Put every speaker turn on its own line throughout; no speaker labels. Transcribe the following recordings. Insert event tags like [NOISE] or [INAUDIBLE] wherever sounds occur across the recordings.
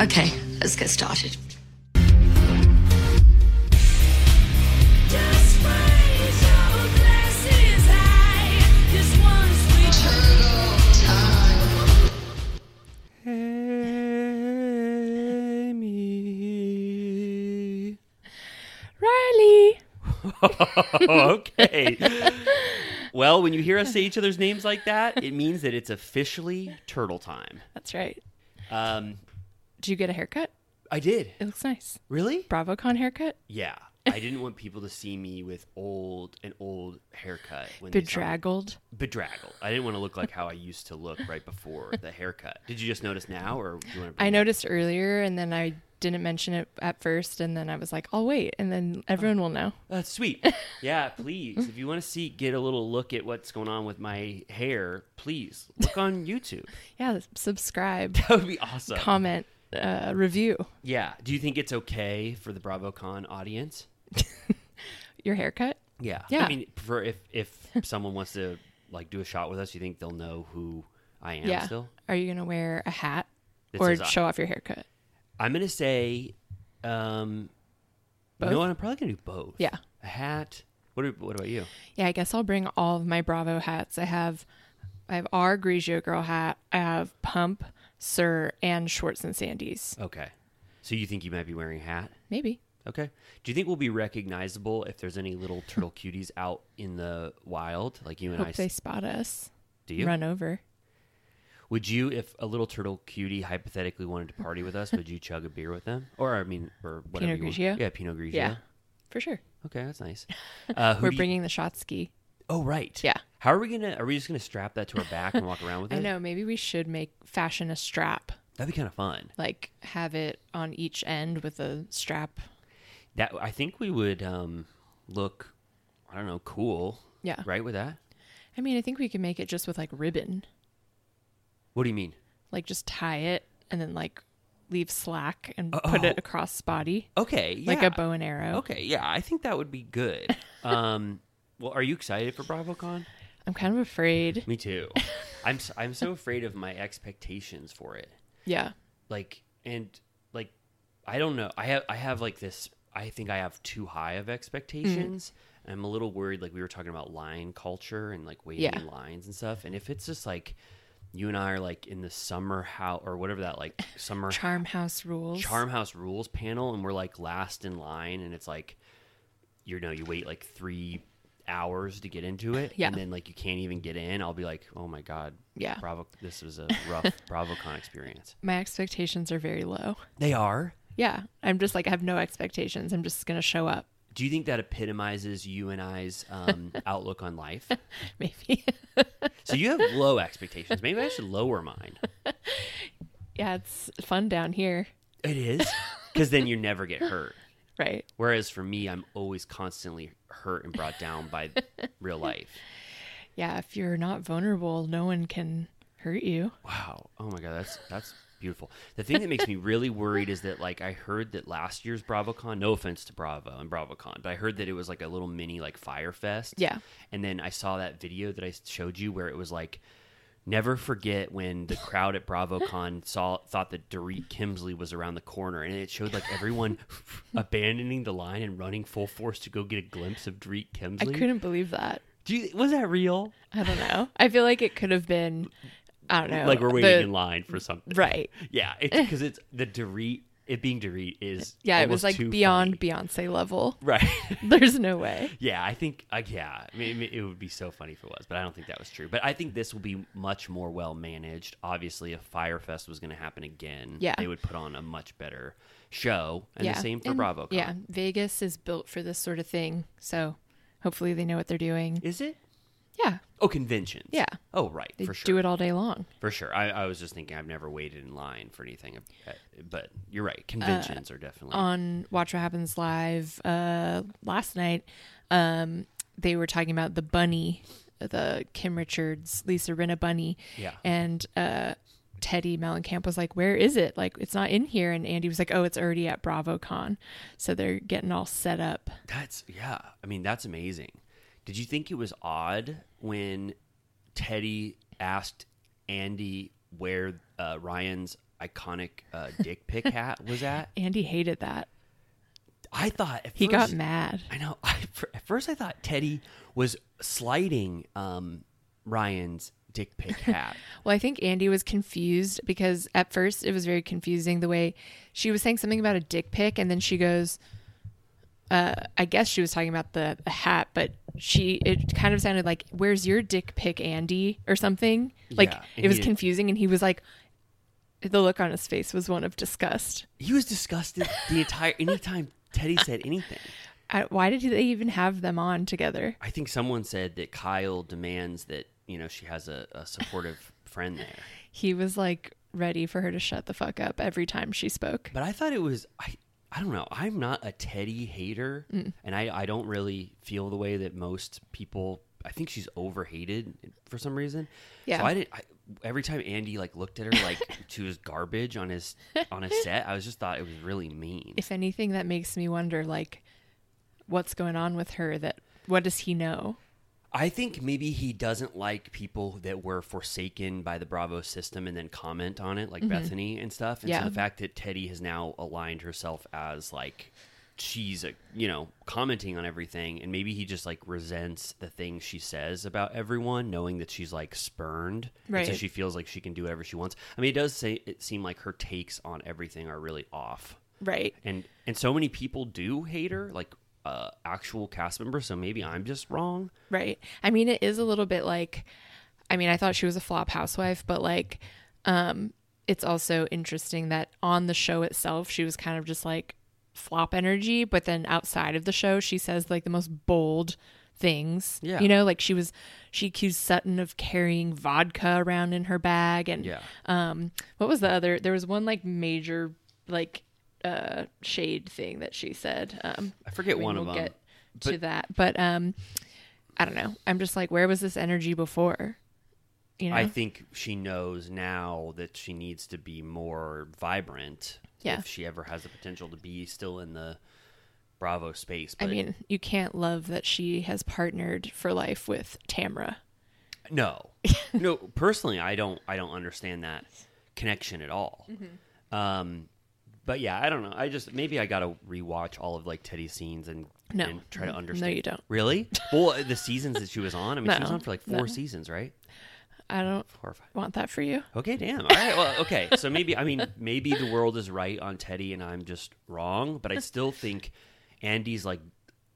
Okay, let's get started.
Just raise your glasses high. This one's sweet.
Amy.
Riley.
[LAUGHS] okay. well, when you hear us say each other's names like that, it means that it's officially turtle time.
That's right.
Um,
Did you get a haircut?
I did.
It looks nice.
Really?
BravoCon haircut.
Yeah. I didn't want people to see me with old an old haircut when they saw me.
Bedraggled.
bedraggled. I didn't want to look like how I used to look right before the haircut. Did you just notice now, or do you want to?
I noticed earlier and then I didn't mention it at first and then I was like, I'll wait and
Oh.
then everyone will know.
That's Uh, sweet.
[LAUGHS]
Yeah, please. If you want to see, get a little look at what's going on with my hair. Please look on
[LAUGHS]
YouTube.
Yeah, subscribe, [LAUGHS]
That would be awesome.
comment, uh, review
yeah. Do you think it's okay for the BravoCon audience?
your haircut.
Yeah. I
Yeah.
mean, for if if someone wants to like do a shot with us, you think they'll know who I am
yeah.
still?
Are you going to wear a hat
This
or
is-
show off your haircut?
I'm gonna say, um, you know
Both?
what? I'm probably gonna do both.
Yeah.
A hat. What? Are, what about you?
Yeah, I guess I'll bring all of my Bravo hats. I have I have our Grigio girl hat. I have Pump, Sir, and Schwartz and Sandy's.
Okay. So you think you might be wearing a hat?
Maybe.
Okay. Do you think we'll be recognizable if there's any
[LAUGHS]
little turtle cuties out in the wild, like you and
Hope
I? s-
they spot us.
do you?
Run over.
Would you, if a little turtle cutie hypothetically wanted to party with us, would you chug a beer with them, or I mean, or whatever?
Pinot
you want.
Grigio?
Yeah, Pinot Grigio.
Yeah. For sure.
Okay, that's
[LAUGHS]
nice. Uh, who
We're
do you-
bringing the shot ski.
oh, right.
Yeah.
How are we gonna? Are we just gonna strap that to our back and walk
[LAUGHS]
around with it?
I know, maybe we should make fashion a strap.
That'd be kind of fun.
Like have it on each end with a strap.
That I think we would um, look, I don't know, cool.
Yeah.
Right with that.
I mean, I think we could make it just with like ribbon.
What do you mean?
Like just tie it and then like leave slack and put it across body.
Okay.
Like
yeah.
a bow and arrow.
Okay, yeah, I think that would be good. Um, well, are you excited for BravoCon?
I'm kind of afraid.
Me too. I'm s- I'm so afraid of my expectations for it.
Yeah.
Like and like I don't know. I have I have like this I think I have too high of expectations. And I'm a little worried like we were talking about line culture and like waiting
Yeah.
in lines and stuff. And if it's just like you and I are like in the summer house or whatever that like
[LAUGHS]
summer
Charm house rules.
Charm House rules panel, and we're like last in line, and it's like, you know, you wait like three hours to get into it,
Yeah.
and then like you can't even get in. I'll be like, oh my god,
Yeah.
Bravo, this was
[LAUGHS]
a rough BravoCon experience.
My expectations are very low.
They are.
Yeah. I'm just like, I have no expectations. I'm just going to show up, [LAUGHS]
Do you think that epitomizes you and I's um, [LAUGHS] outlook on life?
maybe. [LAUGHS]
So you have low expectations. Maybe I should lower mine.
yeah. It's fun down here.
It [LAUGHS] is because then you never get hurt.
Right.
Whereas for me, I'm always constantly hurt and brought down by real life.
Yeah. If you're not vulnerable, no one can hurt you.
Wow. Oh my god, that's that's beautiful. The thing that makes me really worried is that like I heard that last year's BravoCon, no offense to Bravo and BravoCon, but I heard that it was like a little mini like fire fest.
Yeah.
And then I saw that video that I showed you where it was like Never forget when the crowd at
[LAUGHS]
BravoCon saw thought that Dorit Kimsley was around the corner, and it
[LAUGHS]
showed like everyone abandoning the line and running full force to go get a glimpse of Dorit
I
Kimsley.
couldn't believe that.
Do you, was that real?
I don't know. I feel like it could have been, I don't know.
like we're waiting
uh, the-
in line for something,
Right.
Yeah, because it's, the Dorit. It being Dorit is
Eh. Yeah. It
almost
was like
too
beyond
funny.
Beyonce level.
[LAUGHS] right.
There's no way.
yeah, I think like yeah, I mean, it would be so funny if it was, but I don't think that was true. But I think this will be much more well managed. Obviously, if Firefest was going to happen again,
Yeah.
they would put on a much better show, and the same for
And-
BravoCon.
Yeah. Vegas is built for this sort of thing. So hopefully they know what they're doing.
is it?
Yeah.
Oh, conventions.
Yeah.
Oh, right.
They
for sure.
do it all day long.
For sure. I, I was just thinking I've never waited in line for anything, uh, but you're
Uh,
right. Conventions are definitely
On Watch What Happens Live uh, last night, um, they were talking about the bunny, the Kim Richards, Lisa Rinna bunny.
Yeah.
And uh, Teddy Mellencamp was like, Where is it? Like, it's not in here. And Andy was like, Oh, it's already at BravoCon. So they're getting all set up.
That's yeah. I mean, that's amazing. Did you think it was odd when Teddy asked Andy where uh, Ryan's iconic uh, dick
[LAUGHS]
pic hat was at.
Andy hated that.
I thought at
He
first,
got mad.
I know. I, for, at first, I thought Teddy was sliding um, Ryan's dick
[LAUGHS]
pic hat.
Well, I think Andy was confused because at first it was very confusing the way she was saying something about a dick pic, and then she goes, uh, "I guess she was talking about the, the hat, but she it kind of sounded like where's your dick pic, Andy, or something." Like
Yeah, and
it was
he-
confusing, and he was like, the look on his face was one of disgust.
he was disgusted the entire anytime Teddy said anything.
I, why did they even have them on together?
I think someone said that Kyle demands that you know she has a, a supportive friend there.
He was like ready for her to shut the fuck up every time she spoke.
But I thought it was I I don't know. I'm not a Teddy hater and I I don't really feel the way that most people I think she's overhated for some reason.
Yeah.
So I did I, every time Andy like looked at her like she was garbage on his on his set, I was just thought it was really mean.
if anything, that makes me wonder, like, what's going on with her? That what does he know?
I think maybe he doesn't like people that were forsaken by the Bravo system and then comment on it, like Bethany and stuff. And
Mm-hmm. Yeah.
so the fact that Teddy has now aligned herself as like she's a, you know commenting on everything, and maybe he just like resents the things she says about everyone, knowing that she's like spurned, And so
Right.
she feels like she can do whatever she wants. I mean, it does say it seem like her takes on everything are really off
Right.
and and so many people do hate her like uh actual cast members so maybe i'm just wrong
Right. I mean, it is a little bit like, I mean, I thought she was a flop housewife, but like, um, it's also interesting that on the show itself, she was kind of just like flop energy, but then outside of the show, she says like the most bold things.
Yeah.
You know, like she was, she accused Sutton of carrying vodka around in her bag, and
Yeah.
um, what was the other? There was one like major like uh shade thing that she said. Um,
I forget
mean,
one of
we'll
them,
Get
but-
to that, but um, I don't know. I'm just like, where was this energy before? You know,
I think she knows now that she needs to be more vibrant.
Yeah.
If she ever has the potential to be still in the Bravo space.
I
But
mean, you can't love that she has partnered for life with Tamra. [LAUGHS]
no. no, personally I don't I don't understand that connection at all.
Mm-hmm.
Um but yeah, I don't know. I just maybe I gotta rewatch all of like Teddy's scenes and,
No.
and try to
No,
understand.
you don't.
Really? Well, uh,
[LAUGHS]
the seasons that she was on. I mean, she was
No.
on for like four
No.
seasons, right?
I don't
Four or five.
want that for you.
Okay, damn. All right. Well, okay. So maybe I mean maybe the world is right on Teddy and I'm just wrong, but I still think Andy's like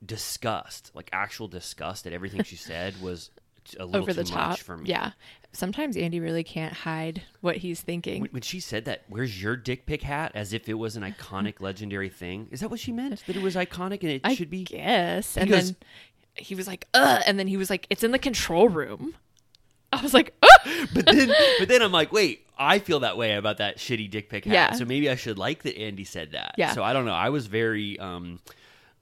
disgust, like actual disgust at everything she said was a little
Over
too
the top.
much for me.
Yeah. Sometimes Andy really can't hide what he's thinking.
When, when she said that, "Where's your dick pic hat?" as if it was an iconic, legendary thing. Is that what she meant? That it was iconic and it
I
should be.
guess. And
Because-
then he was like, "Ugh," and then he was like, "It's in the control room." I was like, "Uh, "Ugh."
But then, but then I'm like, wait, I feel that way about that shitty dick pic hat.
Yeah.
So maybe I should like that Andy said that.
Yeah.
So I don't know. I was very, um,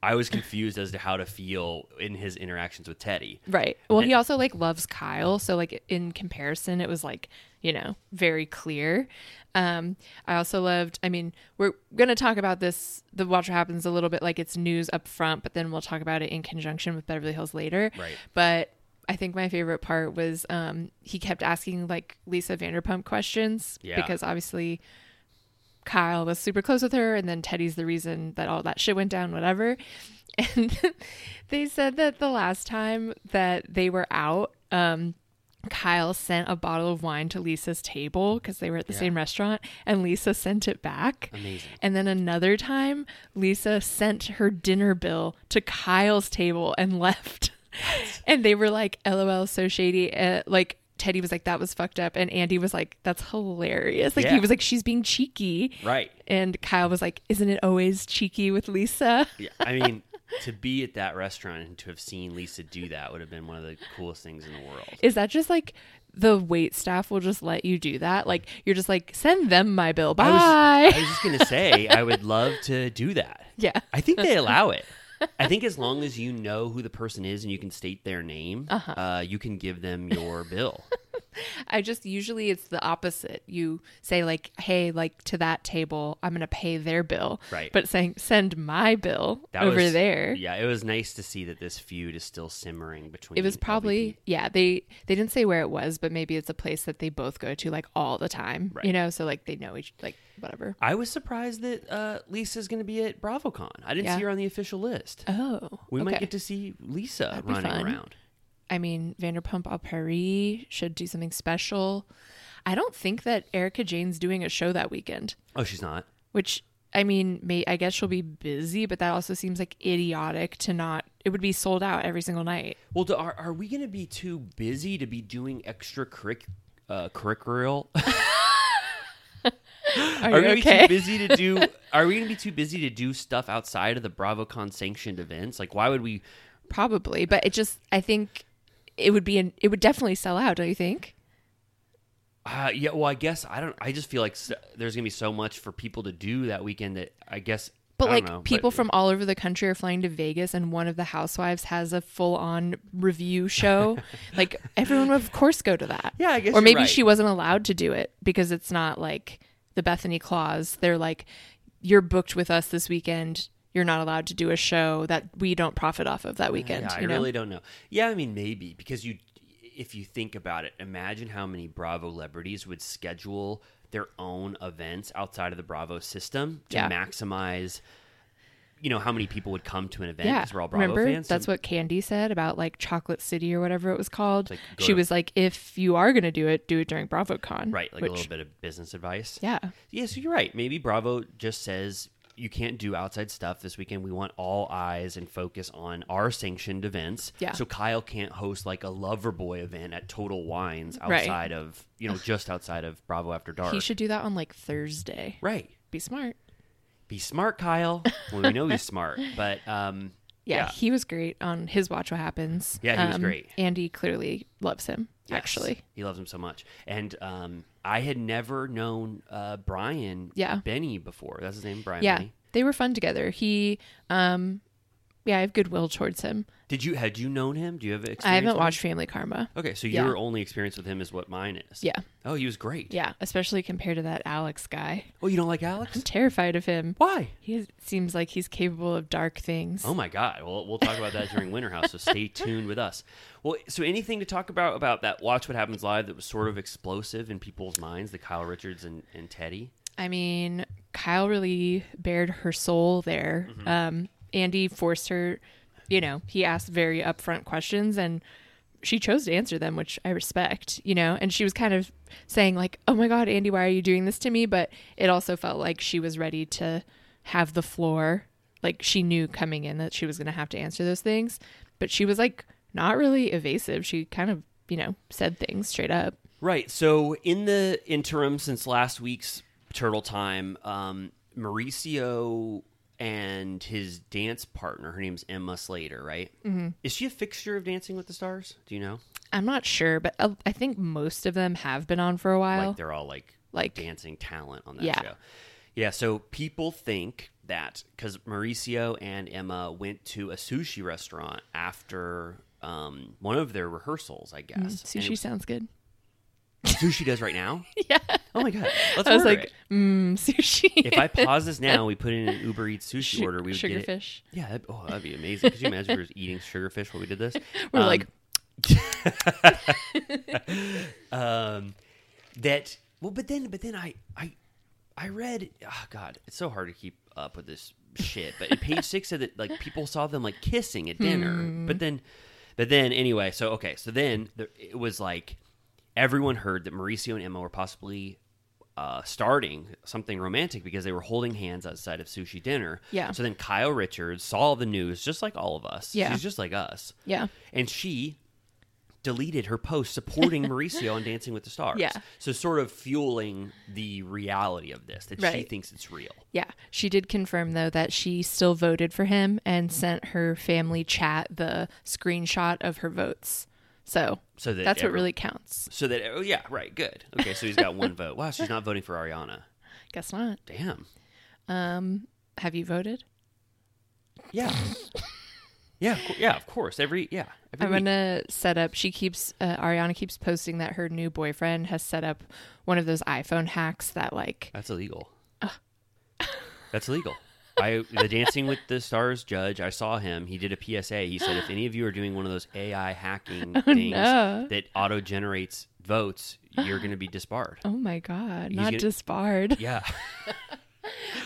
I was confused as to how to feel in his interactions with Teddy.
Right. Well, he also like loves Kyle, so like in comparison, it was like you know very clear. Um, I also loved. I mean, we're gonna talk about this. The Watch What Happens a little bit like it's news up front, but then we'll talk about it in conjunction with Beverly Hills later.
Right.
But I think my favorite part was um, he kept asking like Lisa Vanderpump questions
Yeah.
because obviously Kyle was super close with her, and then Teddy's the reason that all that shit went down, whatever. And they said that the last time that they were out, um, Kyle sent a bottle of wine to Lisa's table because they were at the same restaurant, and Lisa sent it back.
Amazing.
And then another time, Lisa sent her dinner bill to Kyle's table and [LAUGHS] left. and they were like, "LOL, so shady." Uh, like Teddy was like, "That was fucked up," and Andy was like, "That's hilarious." Like
Yeah.
he was like, "She's being cheeky."
Right.
And Kyle was like, "Isn't it always cheeky with Lisa?"
Yeah. I mean, to be at that restaurant and to have seen Lisa do that would have been one of the coolest things in the world.
Is that just like the wait staff will just let you do that? Like you're just like, "Send them my bill." Bye.
I
[LAUGHS]
was, I was just gonna say I would love to do that.
Yeah.
I think they allow
[LAUGHS]
it. I think as long
Uh-huh.
as you know who the person is and you can state their name, uh you can give them your bill.
I just usually it's the opposite. You say like, "Hey, like to that table, I'm going to pay their bill."
Right.
But saying send my bill
That
over
was-
there.
Yeah, it was nice to see that this feud is still simmering between.
It was
LVP.
probably yeah, they they didn't say where it was, but maybe it's a place that they both go to like all the time,
Right.
you know, so like they know each like whatever.
I was surprised that uh, Lisa's going to be at BravoCon. I didn't
Yeah.
see her on the official list.
Oh.
we
okay.
might get to see Lisa
be
running
fun.
around.
I mean, Vanderpump Au Paris should do something special. I don't think that Erica Jane's doing a show that weekend,
Oh, she's not.
which I mean, may I guess she'll be busy, but that also seems like idiotic to not. It would be sold out every single night.
Well, do, are are we going to be too busy to be doing extra curric- uh, curricular? [LAUGHS]
Are,
Are
you
we gonna be
okay?
too busy to
[LAUGHS]
do? Are we going to be too busy to do stuff outside of the BravoCon sanctioned events? Like, why would we?
Probably, but it just I think it would be an it would definitely sell out. Don't you think?
Uh, yeah, well, I guess I don't. I just feel like s there's going to be so much for people to do that weekend that I guess. I
But
don't
like
know,
people
but-
from all over the country are flying to Vegas, and one of the housewives has a full-on
[LAUGHS]
review show. like everyone would, of course, go to that.
Yeah, I guess
Or
you're
maybe
right.
she wasn't allowed to do it because it's not like the Bethany clause. They're like, you're booked with us this weekend. You're not allowed to do a show that we don't profit off of that weekend.
Yeah, I
you know?
really don't know. Yeah, I mean, maybe because you, if you think about it, imagine how many Bravo celebrities would schedule their own events outside of the Bravo system to
Yeah.
maximize. You know how many people would come to an event
yeah.
because we're all Bravo
Remember
fans. So
that's what Candy said about like Chocolate City or whatever it was called.
Like, go
she
to-
was like, if you are going to do it, do it during BravoCon.
right, like
which-
a little bit of business advice.
Yeah.
Yeah, so you're right. Maybe Bravo just says you can't do outside stuff this weekend. We want all eyes and focus on our sanctioned events.
Yeah.
So Kyle can't host like a lover boy event at Total Wines
Right.
outside of you know just outside of Bravo After Dark.
He should do that on like Thursday.
right.
Be smart.
Be smart, Kyle. Well, we know he's
[LAUGHS]
smart, but um,
Yeah,
yeah,
he was great on his Watch What Happens. Um,
Yeah, he was great.
Andy clearly loves him,
Yes.
actually.
he loves him so much. And um, I had never known uh, Brian
Yeah.
Benny before. That's his name, Brian.
Yeah,
Benny.
they were fun together. He, um, yeah, I have goodwill towards him.
Did you had you known him? Do you have experience?
I haven't
with him?
watched Family Karma.
Okay, so
Yeah.
your only experience with him is what mine is.
Yeah.
Oh, he was great.
Yeah, especially compared to that Alex guy.
Oh, you don't like
I'm
Alex?
terrified of him.
Why?
He is- seems like he's capable of dark things.
Oh my God. Well, we'll talk about that during Winter House. So stay tuned with us. Well, so anything to talk about about that Watch What Happens Live that was sort of explosive in people's minds, the Kyle Richards and, and Teddy.
I mean, Kyle really bared her soul there. Um, Andy forced her, you know, he asked very upfront questions and she chose to answer them, which I respect, you know. And she was kind of saying, like, oh my God, Andy, why are you doing this to me? But it also felt like she was ready to have the floor. Like she knew coming in that she was going to have to answer those things. But she was like, not really evasive. She kind of, you know, said things straight up.
Right. So in the interim since last week's Turtle Time, um, Mauricio and his dance partner, her name's Emma Slater, right? Mm-hmm. Is she a fixture of Dancing with the Stars? Do you know?
I'm not sure, but uh, I think most of them have been on for a while.
like they're all like
Like-
dancing talent on that
Yeah.
show. Yeah, so people think that because Mauricio and Emma went to a sushi restaurant after um, one of their rehearsals, I guess. And it
Mm, Sushi
was-
sounds good. [LAUGHS]
sushi does right now.
Yeah.
Oh my god, let's
I was
order
like,
it.
mm, sushi.
If I pause
[LAUGHS]
this now, we put in an Uber Eats sushi
Su-
order. We would get it.
sugarfish.
Yeah, that'd, oh, that'd be amazing. Could you imagine we were eating sugarfish while we did this?
[LAUGHS] We're
Um, [LAUGHS]
like,
Um, that well but then but then i i i read oh god it's so hard to keep up with this shit but page six said that like people saw them like kissing at dinner but
Hmm.
then but then anyway so okay so then there, it was like everyone heard that mauricio and emma were possibly uh, starting something romantic because they were holding hands outside of sushi dinner.
Yeah.
So then Kyle Richards saw the news, just like all of us.
Yeah.
She's just like us.
yeah.
And she deleted her post
[LAUGHS]
supporting Mauricio on Dancing with the Stars.
Yeah.
So sort of fueling the reality of this that she
Right.
thinks it's real.
Yeah. She did confirm, though, that she still voted for him
Mm.
and sent her family chat the screenshot of her votes. So,
So that
that's what
every-
really counts.
So that oh yeah, right, good. Okay, so he's got
[LAUGHS]
one vote. Wow, she's not voting for Ariana.
Guess not.
Damn.
Have you voted?
Yeah. Yeah, of cour- yeah, of course. Every yeah, every
I'm
week.
gonna set up. She keeps uh, Ariana keeps posting that her new boyfriend has set up one of those iPhone hacks that like
That's illegal. That's illegal. I the Dancing with the Stars judge. I saw him. He did a PSA. He said, if any of you are doing one of those AI hacking things
Oh, no.
that auto generates votes, you're going to be disbarred.
oh my god,
He's
not
gonna-
disbarred.
Yeah,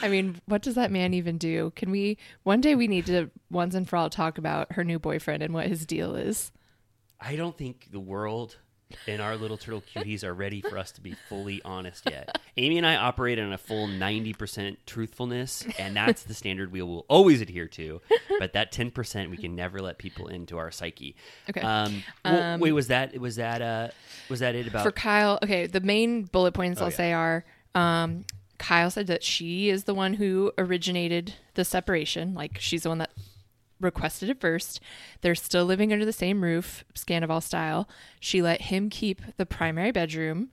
I mean, what does that man even do? Can we one day we need to once and for all talk about her new boyfriend and what his deal is?
I don't think the world and our little turtle cuties are ready for us to be fully honest yet. Amy and I operate on a full ninety percent truthfulness, and that's the standard we will always adhere to. But that ten percent, we can never let people into our psyche.
Okay.
Um, well, wait, was that was that uh was that it about? Oh,
For Kyle, okay, the main bullet points I'll
yeah.
say are um, Kyle said that she is the one who originated the separation. Like, she's the one that requested it first. They're still living under the same roof, Scandival style. She let him keep the primary bedroom.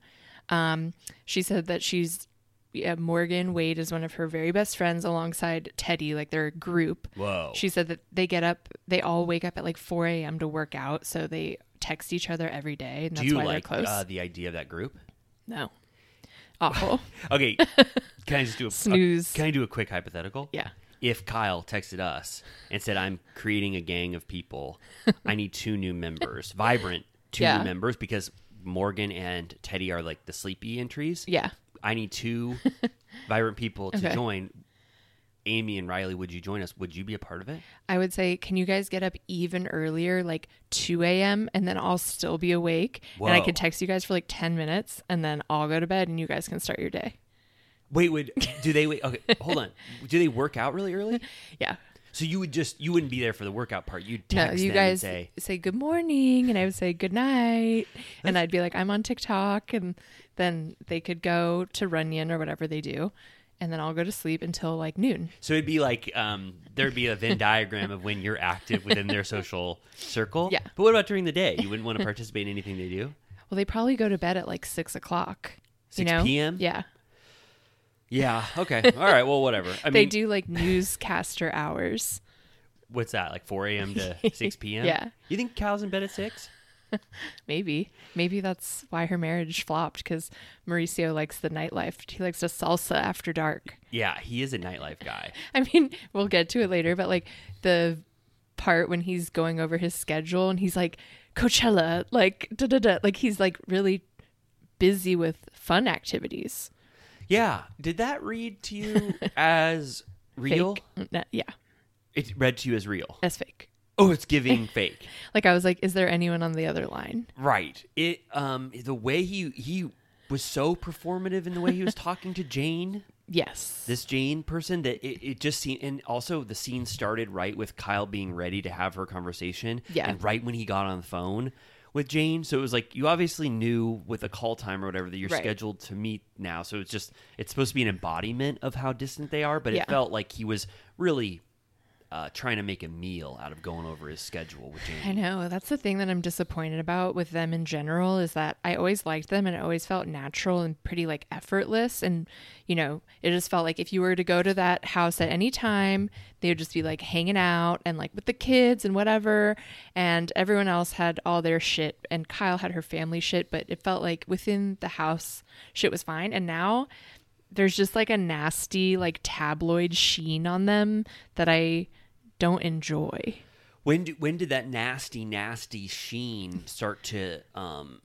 Um, she said that she's. Yeah, Morgan Wade is one of her very best friends alongside Teddy, like their group.
Whoa.
She said that they get up, they all wake up at like 4 a.m. to work out. So they text each other every day. And that's
Do you
why
like
they're close.
Uh, the idea of that group?
No. [LAUGHS] Awful.
Okay, can I just do a
Snooze.
a- can I do a quick hypothetical?
Yeah.
If Kyle texted us and said, "I'm creating a gang of people, I need two new
[LAUGHS]
members, vibrant two
Yeah.
new members," because Morgan and Teddy are like the sleepy entries.
yeah.
I need
[LAUGHS]
two vibrant people to
Okay.
join. Amy and Riley, would you join us? Would you be a part of it?
I would say, can you guys get up even earlier, like 2 a.m., and then I'll still be awake? And I
Whoa.
can text you guys for like 10 minutes, and then I'll go to bed, and you guys can start your day.
Wait,
[LAUGHS]
would do they wait? Okay, hold on. Do they work out really early?
Yeah.
So you would just you wouldn't be there for the workout part. You'd
No,
text
you
them and
guys
say,
say, good morning, and I would say good night, and I'd be like, I'm on TikTok, and then they could go to Runyon or whatever they do, and then I'll go to sleep until like noon.
So it'd be like um, there'd be a Venn diagram of when you're active within their social circle.
Yeah.
But what about during the day? You wouldn't want to participate in anything they do.
Well, they probably go to bed at like six o'clock.
6
you know?
p.m.?
Yeah.
Yeah. Okay. All right. Well, whatever. I
they
mean, [LAUGHS]
do like newscaster hours.
what's that? Like 4 a.m.
[LAUGHS]
to 6 p.m.
Yeah.
You think Cal's in bed at six?
Maybe. Maybe that's why her marriage flopped because Mauricio likes the nightlife. He likes to salsa after dark.
Yeah, he is a nightlife guy.
I mean, [LAUGHS] we'll get to it later, but like the part when he's going over his schedule and he's like, Coachella, like, da da da. Like, he's like really busy with fun activities.
Yeah. Did that read to
[LAUGHS]
you as real?
Fake. No, yeah,
It read to you as real.
that's fake.
Oh, it's
[LAUGHS]
giving fake.
Like, I was like, is there anyone on the other line?
Right. It um the way he he was so performative in the way he was talking to Jane.
Yes.
this Jane person that it, it just seemed, and also the scene started right with Kyle being ready to have her conversation.
Yeah.
And right when he got on the phone with Jane. So it was like, you obviously knew with a call time or whatever that you're
Right.
scheduled to meet now. So it's just, it's supposed to be an embodiment of how distant they are, but
Yeah.
it felt like he was really uh, trying to make a meal out of going over his schedule with Jane.
I know. That's the thing that I'm disappointed about with them in general is that I always liked them and it always felt natural and pretty like effortless. And, you know, it just felt like if you were to go to that house at any time, they would just be like hanging out and like with the kids and whatever. And everyone else had all their shit. And Kyle had her family shit, but it felt like within the house, shit was fine. And now there's just like a nasty, like tabloid sheen on them that I don't enjoy.
When do, when did that nasty, nasty sheen start to um,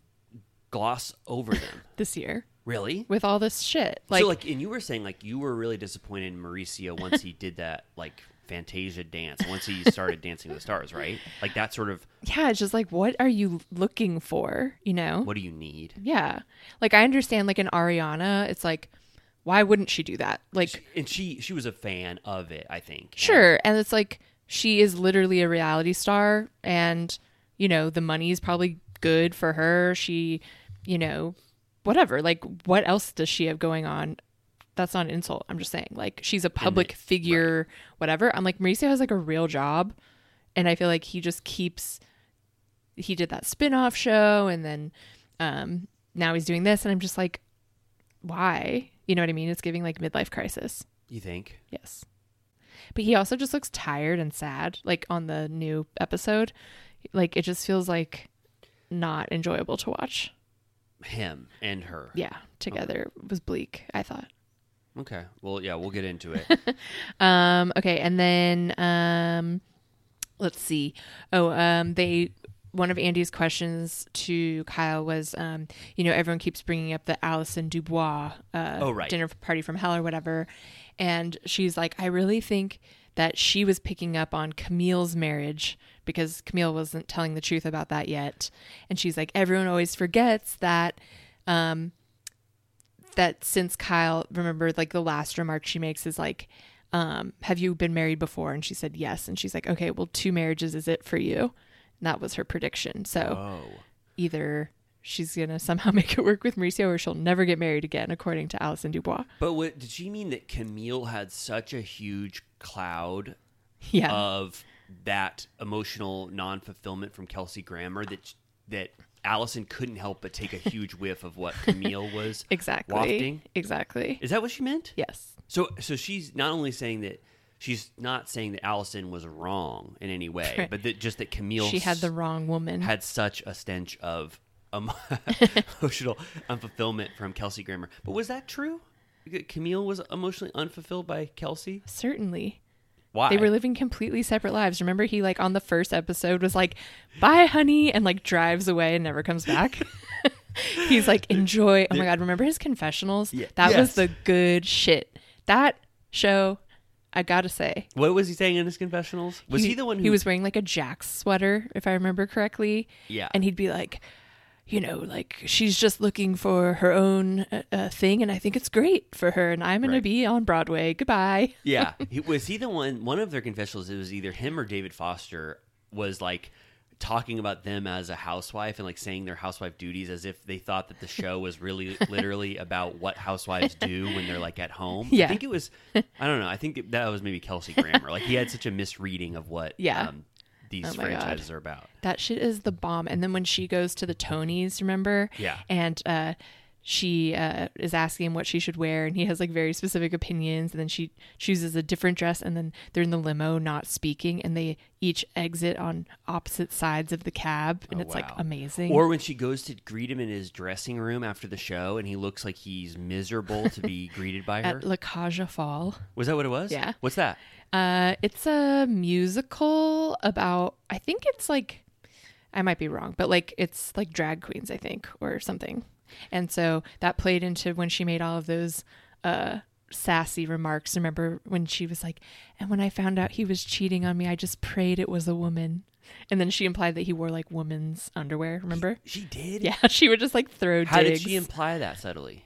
gloss over
[LAUGHS]
them?
This year.
really?
with all this shit. Like,
so like and you were saying like you were really disappointed in Mauricio once he did that like Fantasia dance once he
[LAUGHS]
started dancing with the stars, right? Like that sort of
yeah, it's just like, what are you looking for? You know?
what do you need?
Yeah. Like, I understand, like, in Ariana, it's like, why wouldn't she do that? Like,
And she she was a fan of it, I think.
sure. And it's like, she is literally a reality star, and, you know, the money is probably good for her. She, you know, whatever. Like, what else does she have going on? That's not an insult. I'm just saying, like, she's a public figure, whatever. I'm like, Mauricio has like a real job. and I feel like he just keeps he did that spin-off show and then um now he's doing this and I'm just like why? You know what I mean? It's giving like midlife crisis.
You think?
Yes. But he also just looks tired and sad, like on the new episode. Like it just feels like not enjoyable to watch.
him and her.
Yeah, together was bleak, I thought.
Okay. Well, yeah, we'll get into
[LAUGHS]
it.
Um, okay, and then um, let's see. Oh, um, they one of Andy's questions to Kyle was, um, you know, everyone keeps bringing up the Alison Dubois uh,
Oh, right.
dinner party from hell or whatever, and she's like, I really think that she was picking up on Camille's marriage because Camille wasn't telling the truth about that yet, and she's like, everyone always forgets that that since Kyle remember like the last remark she makes is like um have you been married before and she said yes and she's like okay well two marriages is it for you and that was her prediction so
oh.
either she's gonna [LAUGHS] somehow make it work with Mauricio or she'll never get married again according to Alison Dubois [LAUGHS]
But what did she mean that Camille had such a huge cloud
yeah
of that emotional non fulfillment from Kelsey Grammer that that Allison couldn't help but take a huge whiff of what
[LAUGHS]
Camille was
exactly
wafting?
exactly
Is that what she meant?
yes
So so she's not only saying that she's not saying that Allison was wrong in any way,
Right.
but that just that Camille
she had the
s-
wrong woman
had such a stench of
[LAUGHS]
um, [LAUGHS] emotional unfulfillment from Kelsey Grammer. But was that true? Camille was emotionally unfulfilled by Kelsey.
certainly
Why?
They were living completely separate lives. Remember, he like on the first episode was like, "Bye, honey," and like drives away and never comes back. [LAUGHS] He's like, "Enjoy." Oh my god! Remember his confessionals?
Ye-
that
yes.
was the good shit. That show, I gotta say,
what was he saying in his confessionals? Was he, the one who
he was wearing like a Jax sweater, if I remember correctly?
Yeah.
and he'd be like. You know, like she's just looking for her own uh, uh, thing, and I think it's great for her. And I'm going to
Right.
be on Broadway. Goodbye.
yeah [LAUGHS] he, was he the one one of their confessionals it was either him or david foster was like talking about them as a housewife and like saying their housewife duties as if they thought
[LAUGHS]
that the show was really literally about what housewives do when they're like at home i
Yeah.
think it was i don't know i think that was maybe kelsey grammer like he had such a misreading of what
Yeah.
um, these
Oh my God.
franchises are about
That shit is the bomb. And then when she goes to the Tonys, remember?
Yeah.
And uh, she uh, is asking him what she should wear, and he has like very specific opinions. And then she chooses a different dress, and then they're in the limo, not speaking, and they each exit on opposite sides of the cab, and
Oh,
it's like
wow.
amazing.
Or when she goes to greet him in his dressing room after the show, and he looks like he's miserable to
[LAUGHS]
be greeted by her.
at La Caja Fall.
was that what it was?
Yeah.
What's that?
Uh, it's a musical about, I think it's like, I might be wrong, but like it's like drag queens, I think, or something. And so that played into when she made all of those uh, sassy remarks. Remember when she was like, and when I found out he was cheating on me, I just prayed it was a woman. And then she implied that he wore like woman's underwear, remember?
She did.
Yeah, [LAUGHS] she would just like throw
How
digs.
did she imply that subtly?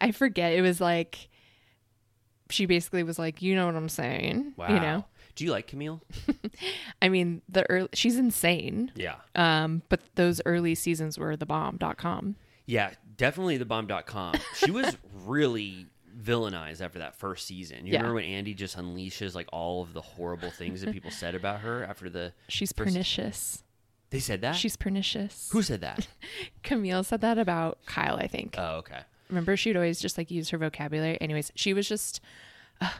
I forget. It was like, she basically was like, you know what I'm saying. You know?
Do you like Camille?
I mean, the early, she's insane.
Yeah.
Um, but those early seasons were the bomb.com.
Yeah, definitely the bomb.com. She [LAUGHS] was really villainized after that first season. You
Yeah.
remember when Andy just unleashes like all of the horrible things that people said about her after the
She's
First-
pernicious.
They said that?
She's pernicious.
Who said
[LAUGHS]
that?
Camille said that about Kyle, I think.
oh, okay.
Remember she'd always just like use her vocabulary. Anyways, she was just uh,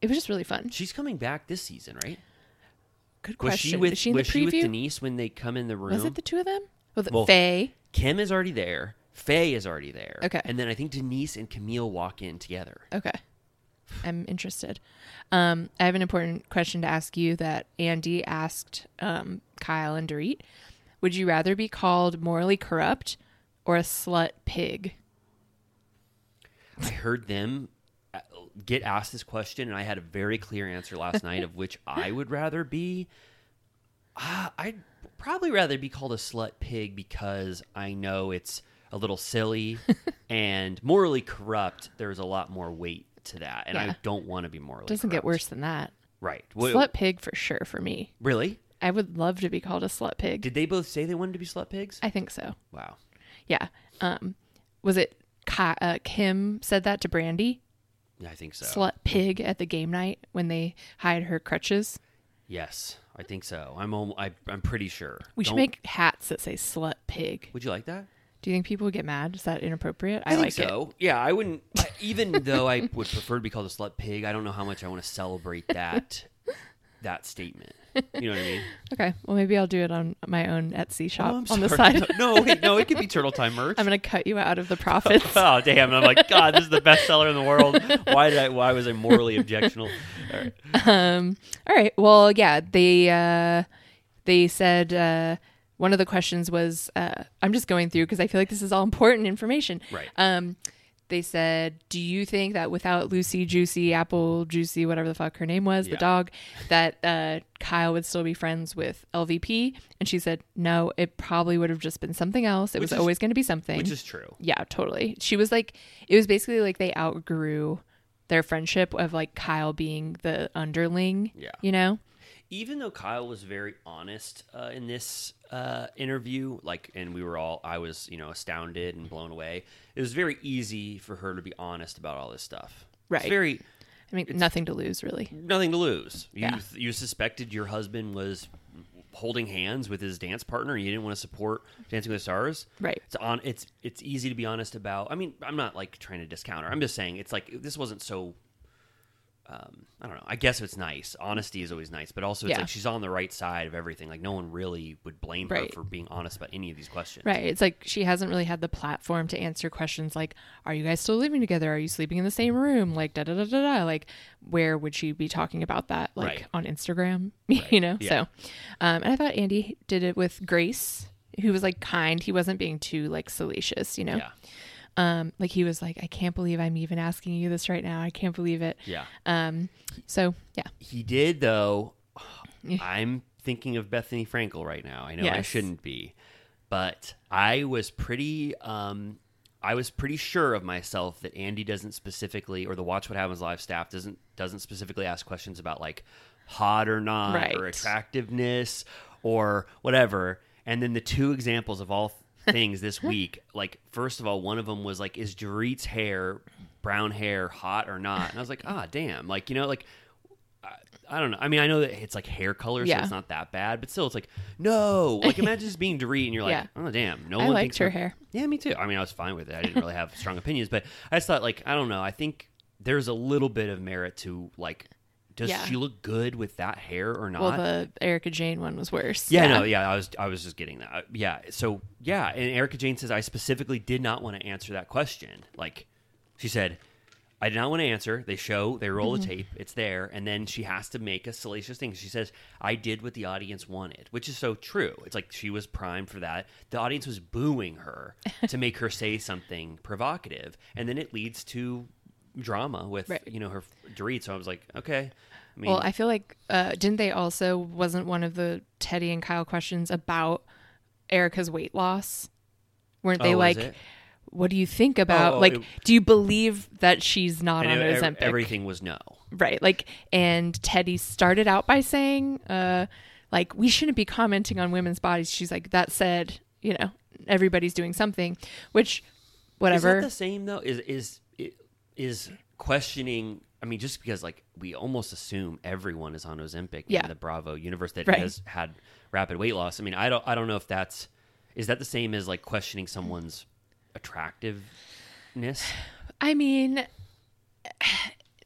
it was just really fun.
She's coming back this season, right?
Good
Was
question.
she with
Is she in
was
the
she with
preview?
Denise when they come in the room?
was it the two of them? Well, the,
Well-
Faye.
Kim is already there. Faye is already there.
Okay.
And then I think Denise and Camille walk in together.
Okay. I'm interested. Um, I have an important question to ask you that Andy asked um, Kyle and Dorit. Would you rather be called morally corrupt or a slut pig?
I heard them uh, get asked this question, and I had a very clear answer last night of
[LAUGHS]
which I would rather be. Uh, I'd probably rather be called a slut pig because I know it's a little
[LAUGHS]
silly and morally corrupt. There's a lot more weight to that, and
Yeah.
I don't want to be morally.
Doesn't get
corrupt.
worse than that.
right? Wha-
Slut pig for sure for me.
Really?
I would love to be called a slut pig.
Did they both say they wanted to be slut pigs?
I think so.
wow.
Yeah. Um, was it Ki uh, Kim said that to Brandy?
I think so.
Slut pig at the game night when they hide her crutches. yes.
yes, I think so. I'm. Almost, I, I'm pretty sure.
We should
Don't-
make hats that say slut pig.
Would you like that?
Do Do you think people would get mad? Is that inappropriate? I,
I,
like
think so. Yeah, I wouldn't. I- Even though I would prefer to be called a slut pig, I don't know how much I want to celebrate that that statement. You know what I
[LAUGHS]
mean?
it. Okay. Well, maybe I'll do it on my own Etsy shop
Oh, I'm
[LAUGHS] on the
sorry.
side.
[LAUGHS] No, wait, no, it could be Turtle Time merch.
[LAUGHS] I'm gonna cut you
[LAUGHS]
out of the profits.
Oh damn! I'm like, God, this is the best seller in the world. Why did I? Why was I morally objectionable? All right.
Um, all right. Well, yeah, they uh, they said uh, one of the questions was uh, I'm just going through because I feel like this is all important information.
Right.
Um, they said, "Do you think that without Lucy Juicy Apple Juicy, whatever the fuck her name was, the
Yeah.
dog, that uh, Kyle would still be friends with LVP?" And she said, "No, it probably would have just been something else. It
Which
was
is-
always going to be something."
Which is true.
Yeah, totally. She was like, it was basically like they outgrew their friendship of like Kyle being the underling.
Yeah.
You know?
even though Kyle was very honest uh, in this uh, interview, like, and we were all, I was, you know, astounded and blown away. It was very easy for her to be honest about all this stuff.
Right.
It's very
I mean, nothing to lose, really.
nothing to lose. You
Yeah.
you suspected your husband was holding hands with his dance partner. And you didn't want to support Dancing with the Stars.
Right.
It's on. It's it's easy to be honest about. I mean, I'm not like trying to discount her. I'm just saying it's like this wasn't so. Um, I don't know. I guess it's nice. Honesty is always nice, but also it's
Yeah.
like she's on the right side of everything. Like no one really would blame
Right.
her for being honest about any of these questions.
Right. It's like she hasn't really had the platform to answer questions like, are you guys still living together? Are you sleeping in the same room? Like, da da da da da. Like, where would she be talking about that? Like,
Right.
on Instagram, [LAUGHS] you know?
Yeah.
So, um, and I thought Andy did it with Grace, who was like kind. He wasn't being too like salacious, you know?
Yeah.
Um, like he was like, I can't believe I'm even asking you this right now. I can't believe it.
Yeah.
Um, so yeah,
He did
[SIGHS]
though.
Yeah.
I'm thinking of Bethany Frankel right now. I know I
Yes.
shouldn't be, but I was pretty. Um, I was pretty sure of myself that Andy doesn't specifically, or the Watch What Happens Live staff doesn't doesn't specifically ask questions about like hot or not, or
Right.
attractiveness, or whatever. And then the two examples of
[LAUGHS]
all things this week, like first of all, one of them was like, is Dorit's hair, brown hair, hot or not? And I was like, ah, damn, like you know, like I don't know. I mean, I know that it's like hair color, so
Yeah.
it's not that bad, but still, it's like no.
[LAUGHS]
Like imagine just being Dorit, and you're like, oh damn, no
I
one
liked
thinks
her
we're-
hair.
Yeah, me too. I mean, I was fine with it. I didn't really have strong opinions, but I just thought like I don't know. I think there's a little bit of merit to like, does
Yeah.
she look good with that hair or not?
well, the Erica Jane one was worse.
yeah, no, yeah. I was I was just getting that. Uh, Yeah, so yeah, and Erica Jane says I specifically did not want to answer that question. Like she said. I did not want to answer. They show, they roll
Mm-hmm.
the tape, it's there, and then she has to make a salacious thing. She says, I did what the audience wanted, which is so true. It's like she was primed for that. The audience was booing
[LAUGHS]
her to make her say something provocative, and then it leads to drama with
Right.
you know her Dorit. So I was like, okay. I mean,
Well, I feel like uh, didn't they also wasn't one of the Teddy and Kyle questions about Erica's weight loss? Weren't they
oh, was
like,
it?
what do you think about
Oh, oh,
like,
it-
do you believe that she's not
And
on
ev-
Ozempic?
everything was no.
Right. Like, and Teddy started out by saying, uh, like, we shouldn't be commenting on women's bodies. She's like, that said, you know, everybody's doing something, which, whatever.
Is that the same though? Is is i- is questioning? I mean, just because like we almost assume everyone is on Ozempic
Yeah.
in the Bravo universe that
Right.
has had rapid weight loss. I mean, I don't I don't know if that's is that the same as like questioning someone's attractiveness.
I mean, [SIGHS]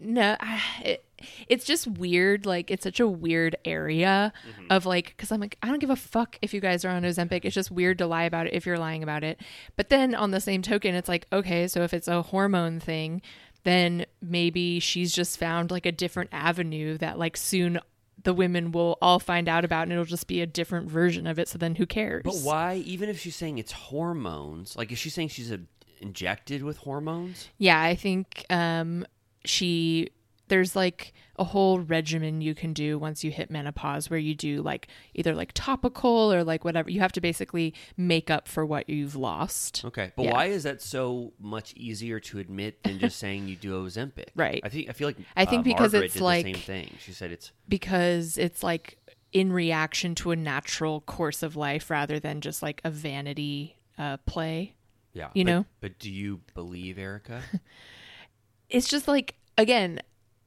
no, I, it, it's just weird. Like, it's such a weird area of like, because I'm like, I don't give a fuck if you guys are on Ozempic. It's just weird to lie about it if you're lying about it. But then on the same token, it's like, okay, so if it's a hormone thing, then maybe she's just found like a different avenue that like soon the women will all find out about and it'll just be a different version of it. So then who cares?
But why? Even if she's saying it's hormones, like is she saying she's a, injected with hormones?
Yeah, I think um, she there's like a whole regimen you can do once you hit menopause where you do like either like topical or like whatever. You have to basically make up for what you've lost.
Okay, but
Yeah.
why is that so much easier to admit than just saying you do Ozempic?
Right.
I think I feel like
I think
uh,
because
Margaret
it's
did
like-
the same thing. She said it's
Because it's like in reaction to a natural course of life rather than just like a vanity uh, play.
Yeah.
You
but-
know?
But do you believe Erica? [LAUGHS]
It's just like again,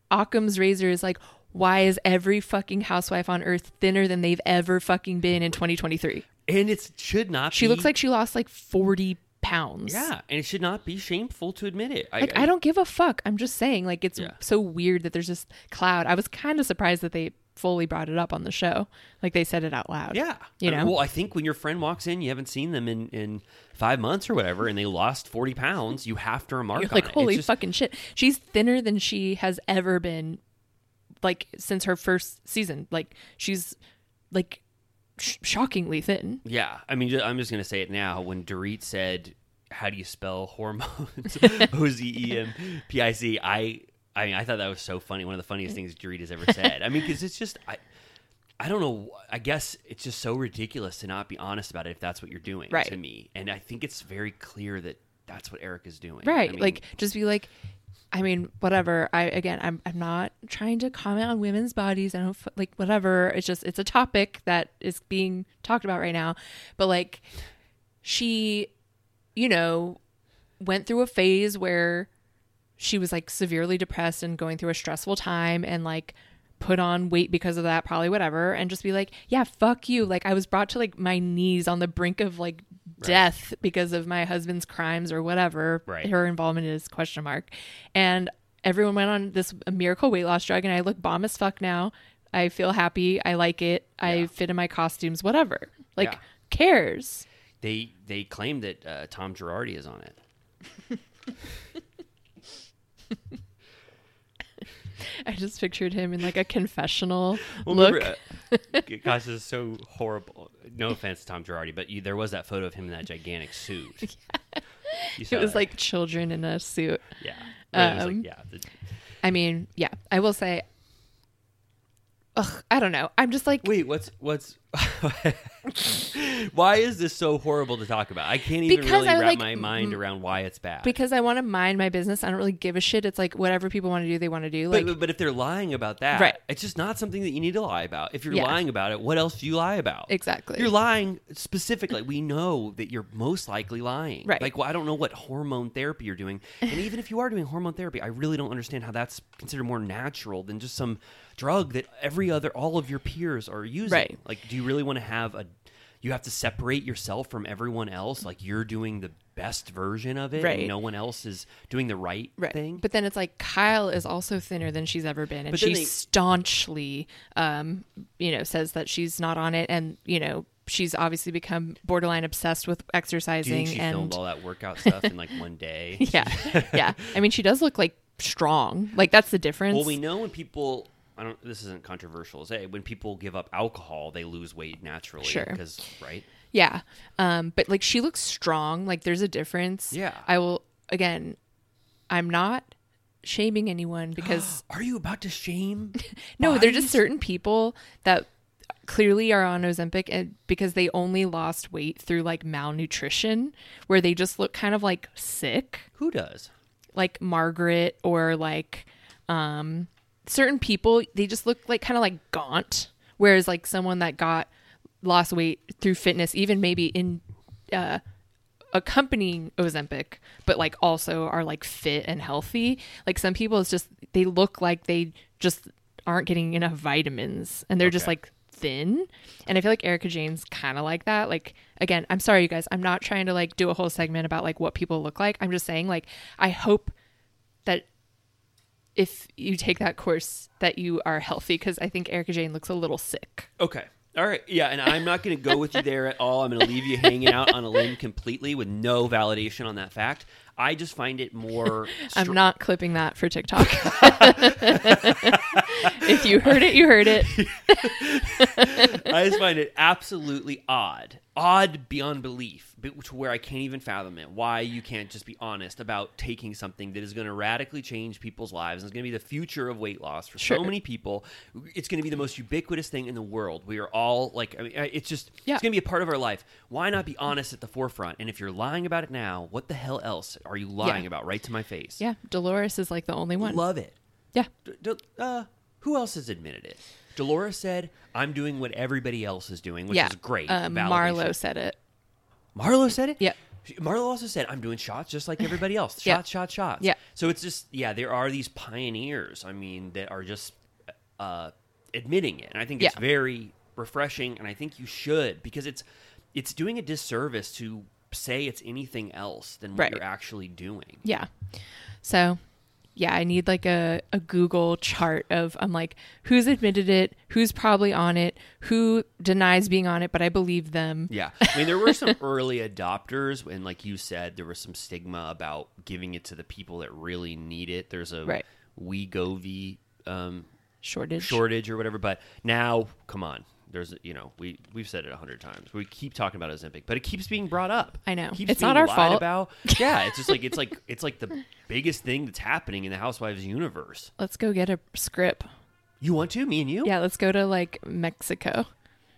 Occam's razor is like why is every fucking housewife on earth thinner than they've ever fucking been in 2023?
and it should not
She
be-
looks like she lost like 40 pounds.
Yeah, and it should not be shameful to admit it.
Like I, don't give a fuck. I'm just saying, like it's
Yeah.
so weird that there's this cloud. I was kind of surprised that they fully brought it up on the show. Like they said it out loud.
Yeah.
You
I-
know?
Well, I think when your friend walks in, you haven't seen them in, in five months or whatever, and they lost 40 pounds, you have to remark
You're
on
like,
it. It's
holy
just-
fucking shit. She's thinner than she has ever been, like, since her first season. Like, she's, like, sh- shockingly thin.
Yeah. I mean, ju- I'm just going to say it now. When Dorit said, how do you spell
[LAUGHS]
hormones? [LAUGHS] O Z E M P I C. I. I mean, I thought that was so funny. One of the funniest things Dorit has ever said. I mean, because it's just, I, I don't know. wh- I guess it's just so ridiculous to not be honest about it if that's what you're doing
Right.
to me. And I think it's very clear that that's what Eric is doing. I
Right.
mean,
like, just be like, I mean, whatever. I, again, I'm, I'm not trying to comment on women's bodies. I don't, f- like, whatever. It's just, it's a topic that is being talked about right now. But, like, she, you know, went through a phase where she was like severely depressed and going through a stressful time and like put on weight because of that, probably whatever, and just be like, yeah, fuck you. Like I was brought to like my knees on the brink of like death because of my husband's crimes or whatever
Right.
her involvement is question mark. And everyone went on this miracle weight loss drug and I look bomb as fuck now. I feel happy. I like it. I fit in my costumes, whatever. Like
Yeah.
cares.
They they claim that uh, Tom Girardi is on it.
I just pictured him in like a confessional
Well,
look.
remember, [LAUGHS] uh, gosh, this is so horrible. No offense to Tom Girardi, but you, there was that photo of him in that gigantic suit. [LAUGHS] You saw
it was
that.
like children in a suit.
yeah, Right, it was
um,
like yeah. the-
I mean, yeah, I will say. Ugh, I don't know. I'm just like
wait, what's what's? [LAUGHS] why is this so horrible to talk about? I can't even
Because
really
I,
wrap
like,
my mind around why it's bad.
because I want to mind my business. I don't really give a shit. It's like whatever people want to do, they want to do. Like
but, but if they're lying about that,
Right.
it's just not something that you need to lie about. If you're
Yeah.
lying about it, what else do you lie about?
Exactly.
You're lying specifically. We know that you're most likely lying.
Right.
Like, well, I don't know what hormone therapy you're doing. And even if you are doing hormone therapy, I really don't understand how that's considered more natural than just some drug that every other, all of your peers are using.
Right.
Like, do you really want to have a, you have to separate yourself from everyone else? Like, you're doing the best version of it
Right.
and no one else is doing the right,
right.
thing.
But then it's like Kyle is also thinner than she's ever been, and
But then
she
they-
staunchly, um, you know, says that she's not on it, and you know. She's obviously become borderline obsessed with
do you
exercising
think she
and
filmed all that workout stuff in like one day?
[LAUGHS] Yeah. Yeah. I mean, she does look like strong. Like that's the difference.
Well, we know when people. I don't. This isn't controversial. Is it? When people give up alcohol, they lose weight naturally.
Sure.
Because right.
yeah. Um, but like she looks strong. Like there's a difference.
Yeah.
I will again, I'm not shaming anyone
[GASPS]
because
Are you about to shame?
[LAUGHS] no, they're just certain people that clearly are on Ozempic and because they only lost weight through like malnutrition where they just look kind of like sick.
Who does?
like Margaret or like um certain people they just look like kind of like gaunt whereas like someone that got lost weight through fitness even maybe in uh accompanying Ozempic but like also are like fit and healthy like some people it's just they look like they just aren't getting enough vitamins and they're just
Okay.
like thin and I feel like Erica Jane's kind of like that like again I'm sorry you guys I'm not trying to like do a whole segment about like what people look like I'm just saying like I hope that if you take that course that you are healthy because i think erica jane looks a little sick
Okay. All right. Yeah. And I'm not going to go with you there at all. I'm going to leave you hanging out on a limb completely with no validation on that fact. I just find it more.
[LAUGHS] i'm not clipping that for
[LAUGHS]
tiktok [LAUGHS] if you heard it you
[LAUGHS]
heard it
I just find it absolutely odd, odd beyond belief, but to where I can't even fathom it. Why you can't just be honest about taking something that is going to radically change people's lives and is going to be the future of weight loss for so
Sure.
many people. It's going to be the most ubiquitous thing in the world. We are all like, I mean, I- it's just,
Yeah.
it's going to be a part of our life. Why not be honest at the forefront? And if you're lying about it now, what the hell else are you lying
Yeah.
about? Right to my face.
yeah dolores is like the only one
love it.
yeah
D- d- uh, who else has admitted it? Dolores said, "I'm doing what everybody else is doing, which
yeah
is great."
um,
validation."
marlo said it
Marlo said it.
Yep.
She- Marlo also said, "I'm doing shots just
[LAUGHS]
like everybody else. Shots,
Yeah.
shots, shots."
Yeah.
So it's just yeah, there are these pioneers. I mean, that are just uh, admitting it, and I think it's
Yeah.
very refreshing. And I think you should because it's it's doing a disservice to say it's anything else than what
Right.
you're actually doing.
Yeah. So, yeah, I need like a, a Google chart of I'm like, who's admitted it, who's probably on it, who denies being on it, but I believe them.
Yeah. I mean, there were some [LAUGHS] early adopters, and like you said, there was some stigma about giving it to the people that really need it. There's a
Right.
Wegovy um,
Shortage.
shortage or whatever, but now, come on. There's, you know, we we've said it a hundred times. We keep talking about Ozempic, but it keeps being brought up.
I know.
keeps
It's
being
not our
lied
fault.
About. Yeah, it's just like it's
[LAUGHS]
like it's like the biggest thing that's happening in the Housewives universe.
Let's go get a script.
You want to? Me and you?
Yeah, let's go to like Mexico.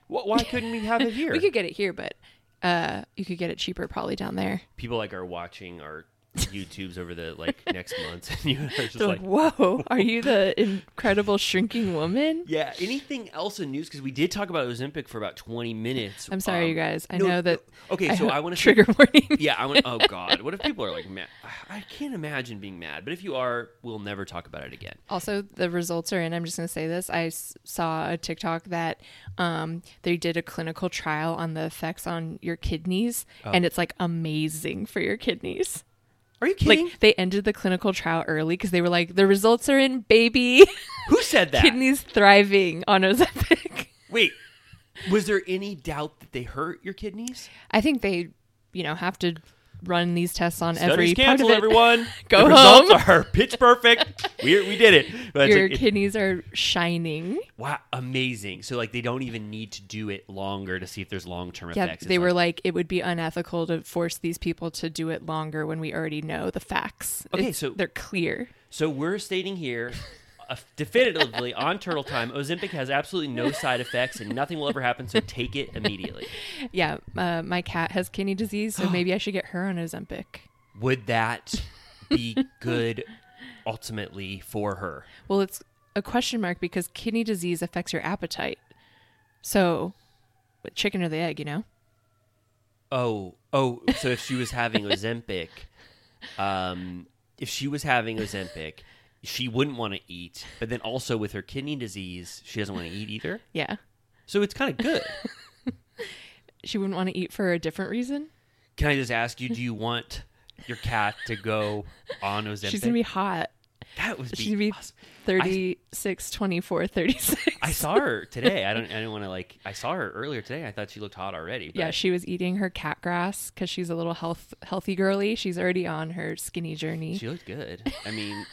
Wh- Why couldn't we
[LAUGHS]
have it here?
We could get it here, but uh, you could get it cheaper probably down there.
People like are watching our YouTubes over the like next month, and
[LAUGHS]
you are just
They're
like, [LAUGHS]
like, whoa, are you the incredible shrinking woman?
Yeah. Anything else in news? Because we did talk about Ozempic for about twenty minutes.
I'm sorry,
Um,
you guys. I
no,
know that.
no. Okay, so
[LAUGHS]
I want to
trigger warning.
Yeah, I want. Oh God, what if people are like mad? I can't imagine being mad. But if you are, we'll never talk about it again.
Also, the results are in. I'm just going to say this. I s- saw a TikTok that um, they did a clinical trial on the effects on your kidneys,
Oh.
and it's like amazing for your kidneys.
Are you kidding?
Like, they ended the clinical trial early because they were like, the results are in, baby. [LAUGHS]
Who said that?
kidneys thriving on Ozempic.
Wait, was there any doubt that they hurt your kidneys?
I think they, you know, have to run these tests on every part of
cancel
it.
everyone.
Go
the
home.
Results are pitch perfect. we we did it. But it's
[LAUGHS] Your
like, it-
kidneys are shining.
wow, amazing. So like they don't even need to do it longer to see if there's long term
Yeah,
effects. It's
they were
like-
like, it would be unethical to force these people to do it longer when we already know the facts.
Okay,
It's-
so-
they're clear.
So we're stating here uh, definitively on Turtle Time, Ozempic has absolutely no side effects and nothing will ever happen, so take it immediately.
Yeah, uh, my cat has kidney disease,
[GASPS]
so maybe I should get her on Ozempic.
Would that be good ultimately for her?
Well, it's a question mark because kidney disease affects your appetite. So, what chicken or the egg, you know?
Oh, oh, so if she was having Ozempic, um, if she was having Ozempic, she wouldn't want to eat, but then also with her kidney disease, she doesn't want to eat either.
Yeah,
So it's kind of good.
she wouldn't want to eat for a different reason.
Can I just ask you, do you want your cat to go on Ozempic?
She's gonna be hot.
that would be,
She's gonna be
awesome.
36, 24, 36.
I saw her today. I don't. I didn't want to like. I saw her earlier today. I thought she looked hot already. But
[LAUGHS] yeah, she was eating her cat grass because she's a little health healthy girly. She's already on her skinny journey.
she looked good. I
[LAUGHS]
mean,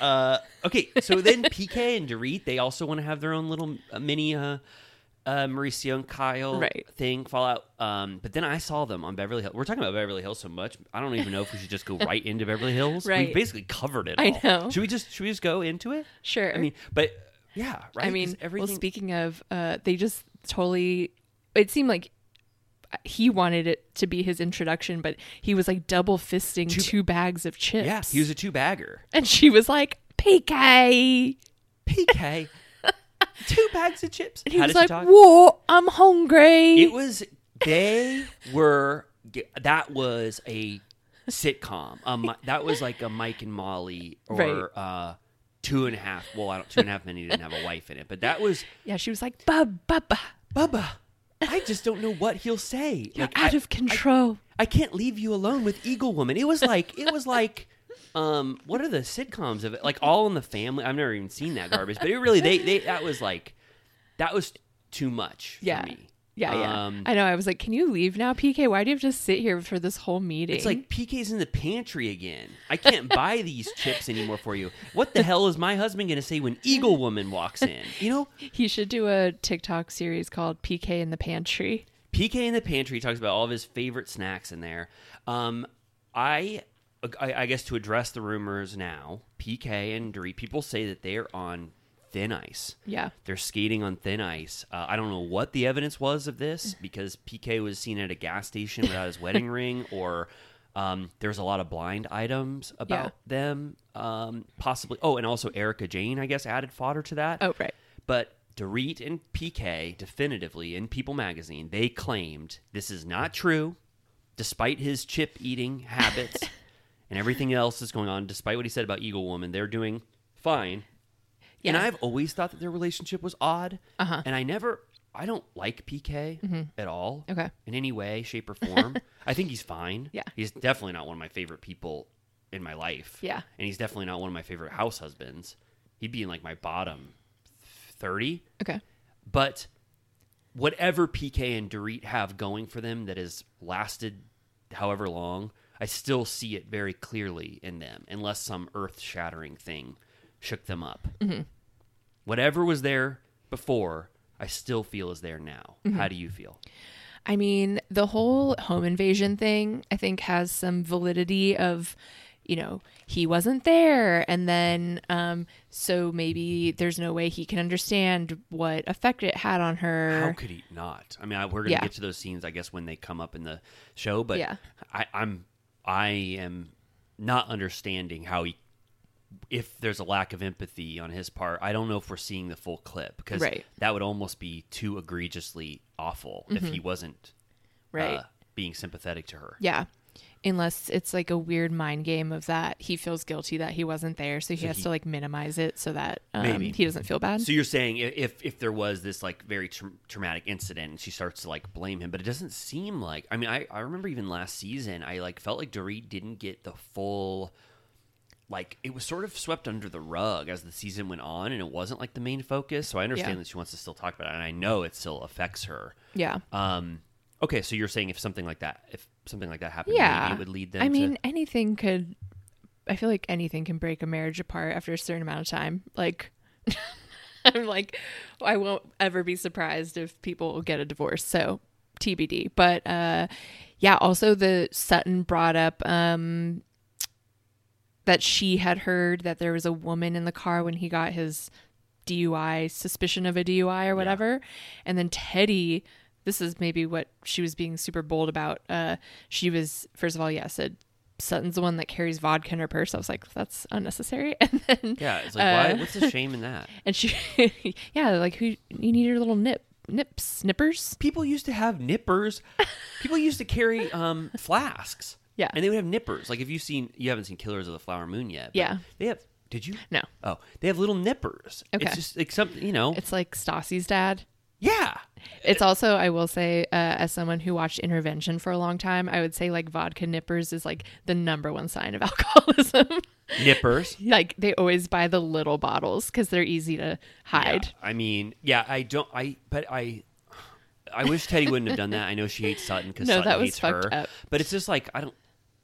uh, okay. So then PK and Dorit, they also want to have their own little uh, mini uh, uh, Mauricio and Kyle
Right.
thing fallout. Um, but then I saw them on Beverly Hills. We're talking about Beverly Hills so much. I don't even know if we should just go right into Beverly Hills. We
Right.
basically covered it.
I
all.
know.
Should we just? Should we just go into it?
Sure.
I mean, but yeah, right.
I
'Cause
mean, well,
everything-
speaking of, uh, they just totally. It seemed like uh, he wanted it to be his introduction, but he was like double fisting two, bags of chips.
Yeah, he was a two bagger.
and she was like, PK.
PK. Two bags of chips.
And he
How
was
did she talk?
like, Whoa, I'm hungry.
It was they were that was a sitcom. Um, that was like a Mike and Molly or uh, two and a half. Well, I don't two and a half men didn't have a wife in it, but that was
yeah, she was like, Bub, bubba,
Bubba. I just don't know what he'll say.
you're
like
out
I,
of control.
I can't leave you alone with Eagle Woman. It was like it was like. Um, what are the sitcoms of it? Like All in the Family. I've never even seen that garbage, but it really they they that was like that was too much for
yeah.
me.
Yeah, yeah.
Um,
I know. I was like, "Can you leave now, PK? Why do you have to sit here for this whole meeting?"
It's like PK's in the pantry again. I can't buy these chips anymore for you. What the hell is my husband going to say when Eagle Woman walks in? You know,
he should do a TikTok series called "PK in the Pantry."
PK in the pantry talks about all of his favorite snacks in there. Um, I, I, I guess to address the rumors now, PK and Dorit, people say that they are on thin ice.
Yeah,
They're skating on thin ice. Uh, I don't know what the evidence was of
[SIGHS]
this because PK was seen at a gas station without his
[LAUGHS]
wedding ring, or um, there's a lot of blind items about them. Um, possibly. Oh, and also Erica Jane, I guess, added fodder to that.
Oh, right.
But Dorit and PK, definitively in People magazine, they claimed this is not true, despite his chip
[LAUGHS]
eating habits and everything else that's going on, despite what he said about Eagle Woman. They're doing fine. And
Yeah. Uh-huh.
I've always thought that their relationship was odd. And I never I don't like PK at all.
Mm-hmm. Okay.
In any way, shape,
[LAUGHS]
or form. I think he's fine.
Yeah.
He's definitely not one of my favorite people in my life.
Yeah.
And he's definitely not one of my favorite house husbands. He'd be in like my bottom 30.
Okay.
But whatever PK and Dorit have going for them that has lasted however long, I still see it very clearly in them, unless some earth shattering thing shook them up. Whatever was there before, I still feel is there now. How do you feel?
I mean, the whole home invasion thing, I think, has some validity of, you know, he wasn't there. And then, um, so maybe there's no way he can understand what effect it had on her.
How could he not? I mean, I, we're going to
Yeah.
get to those scenes, I guess, when they come up in the show. But
Yeah.
I, I'm, I am not understanding how he, if there's a lack of empathy on his part, I don't know if we're seeing the full clip because
Right.
that would almost be too egregiously awful if he wasn't
Mm-hmm. right.
uh, being sympathetic to her.
yeah. Unless it's like a weird mind game of that he feels guilty that he wasn't there. So he has
he-
to like minimize it so that um,
Maybe.
he doesn't feel bad.
So you're saying i- if if there was this like very tra- traumatic incident, and she starts to like blame him, but it doesn't seem like. I mean, I I remember even last season, I like felt like Dorit didn't get the full. Like it was sort of swept under the rug as the season went on, and it wasn't like the main focus. So I understand
Yeah.
that she wants to still talk about it, and I know it still affects her.
yeah.
Um, okay, so you're saying if something like that, if something like that happened, maybe it would lead them.
I mean,
to,
anything could. I feel like anything can break a marriage apart after a certain amount of time. Like, [LAUGHS] I'm like, I won't ever be surprised if people get a divorce. So TBD. But uh, yeah, also the Sutton brought up um, that she had heard that there was a woman in the car when he got his DUI suspicion of a DUI or whatever. And then Teddy, this is maybe what she was being super bold about. Uh, she was first of all, yeah, said Sutton's the one that carries vodka in her purse. I was like, that's unnecessary. [LAUGHS] And then
yeah, it's like
uh,
why? What's the shame in that?
and she, [LAUGHS] yeah, like who you need your little nip nips nippers.
people used to have nippers. people used to carry
[LAUGHS]
um, flasks.
Yeah.
and they would have nippers. Like if you've seen, you haven't seen Killers of the Flower Moon yet. but
Yeah.
they have. Did you?
No.
Oh, they have little nippers.
Okay.
It's just like something, you know.
It's like Stassi's dad.
yeah.
It's also, I will say, uh, as someone who watched Intervention for a long time, I would say like vodka nippers is like the number one sign of [LAUGHS] alcoholism. [LAUGHS]
Nippers.
like they always buy the little bottles because they're easy to hide.
Yeah, I mean, yeah, I don't. I but I. I wish Teddy wouldn't have done that. I know she hates Sutton because
[LAUGHS] No,
Sutton
that was
hates her.
fucked up.
But it's just like I don't.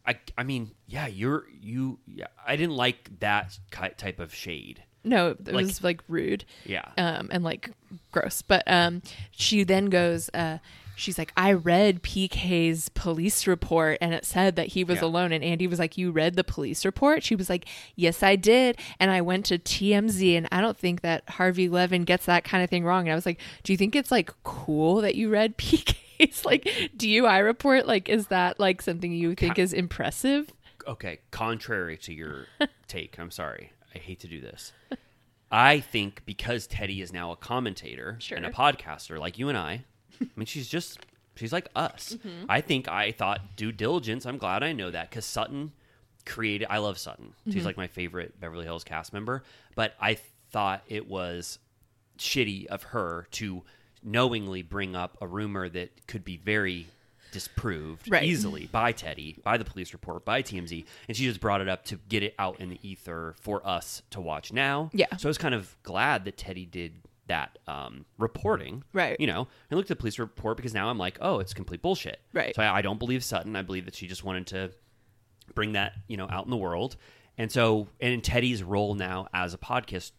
I, I mean, yeah, you're you. Yeah, I didn't like that ki- type of shade.
No, it
Like-
was like rude.
Yeah.
Um, and like gross. But um, she then goes, uh, she's like, I read PK's police report and it said that he was
Yeah.
alone. And Andy was like, You read the police report? She was like, Yes, I did. And I went to TMZ and I don't think that Harvey Levin gets that kind of thing wrong. And I was like, Do you think it's like cool that you read [LAUGHS] PK's like DUI report? Like, is that like something you think is impressive?
okay, contrary to
[LAUGHS]
your take, I'm sorry. I hate to do this. I think because Teddy is now a commentator
Sure.
and a podcaster like you and I, I mean, she's just, she's like us.
Mm-hmm.
I think I thought due diligence. I'm glad I know that because Sutton created, I love Sutton.
Mm-hmm.
She's like my favorite Beverly Hills cast member, but I thought it was shitty of her to knowingly bring up a rumor that could be very disproved
Right.
easily by Teddy, by the police report, by TMZ, and she just brought it up to get it out in the ether for us to watch now.
Yeah.
So I was kind of glad that Teddy did that um, reporting.
Right.
You know, I looked at the police report because now I'm like, oh, it's complete bullshit.
Right.
So I, I don't believe Sutton. I believe that she just wanted to bring that you know out in the world and so and in teddy's role now as a podcast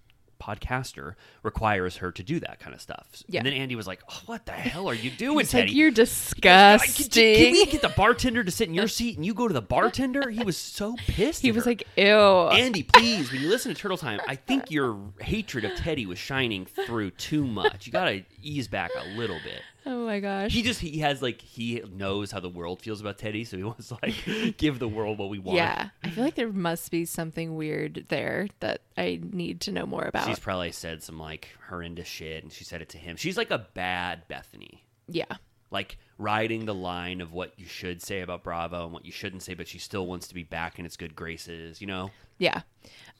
podcaster requires her to do that kind of stuff
Yeah.
and then andy was like oh, what the hell are
[LAUGHS]
you doing
It's
teddy
like, You're
I-
disgusting.
can, can we get the bartender to sit in
[LAUGHS]
your seat and you go to the bartender he was so pissed
He
at
was
her.
like, ew.
Andy, please, when you listen to Turtle Time, I think your hatred of Teddy was shining through too much. You gotta ease back a little bit
oh my gosh.
he just he has like he knows how the world feels about Teddy, so he [LAUGHS] wants to like give the world what we want.
yeah. I feel like there must be something weird there that I need to know more about.
She's probably said some like horrendous shit and she said it to him. She's like a bad Bethany.
yeah.
Like riding the line of what you should say about Bravo and what you shouldn't say, but she still wants to be back in its good graces, you know?
Yeah.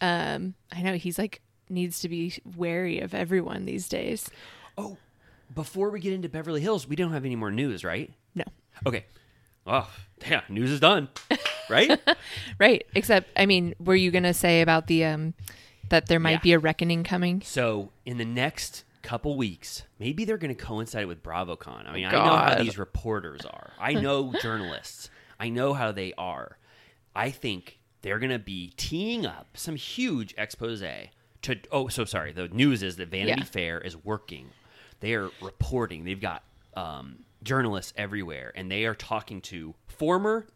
Um, I know he's like needs to be wary of everyone these days.
Oh, before we get into Beverly Hills, we don't have any more news, right?
No.
Okay. Oh, yeah, news is done.
[LAUGHS]
Right?
Right. Except, I mean, were you going to say about the, um, that there might
Yeah.
be a reckoning coming?
so, in the next couple weeks, maybe they're going to coincide with BravoCon. I mean, I know how
God.
these reporters are. I
[LAUGHS]
know journalists. I know how they are. I think they're going to be teeing up some huge expose to Oh, so sorry. The news is that Vanity
Yeah.
Fair is working. They are reporting. They've got um, journalists everywhere and they are talking to former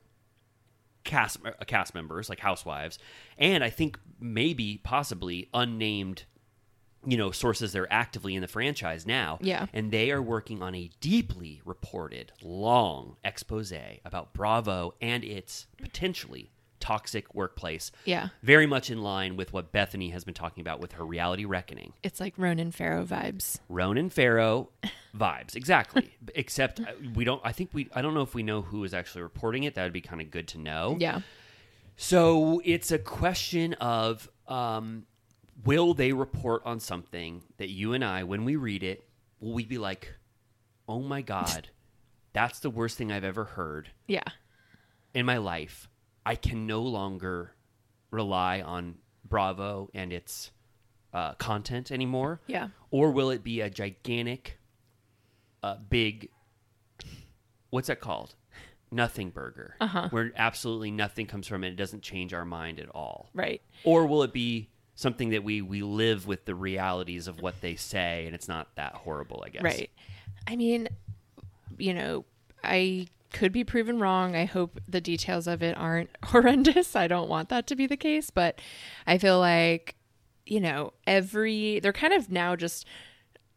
cast uh, cast members like housewives and i think maybe possibly unnamed you know sources that are actively in the franchise now
Yeah.
and they are working on a deeply reported long expose about bravo and its potentially toxic workplace
Yeah.
very much in line with what bethany has been talking about with her reality reckoning
It's like Ronan Farrow vibes.
Ronan
[LAUGHS]
Farrow vibes exactly. Except uh, we don't. I think we. I don't know if we know who is actually reporting it. That would be kind of good to know.
Yeah.
So it's a question of um, will they report on something that you and I, when we read it, will we be like, "Oh my god, that's the worst thing I've ever heard
Yeah.
in my life. I can no longer rely on Bravo and its uh, content anymore."
Yeah.
or will it be a gigantic, uh, big, what's that called? Nothing burger,
Uh-huh.
where absolutely nothing comes from it. It doesn't change our mind at all.
Right.
Or will it be something that we we live with the realities of what they say, and it's not that horrible? I guess.
Right. I mean, you know, I could be proven wrong. I hope the details of it aren't [LAUGHS] horrendous. I don't want that to be the case, but I feel like, you know, every they're kind of now just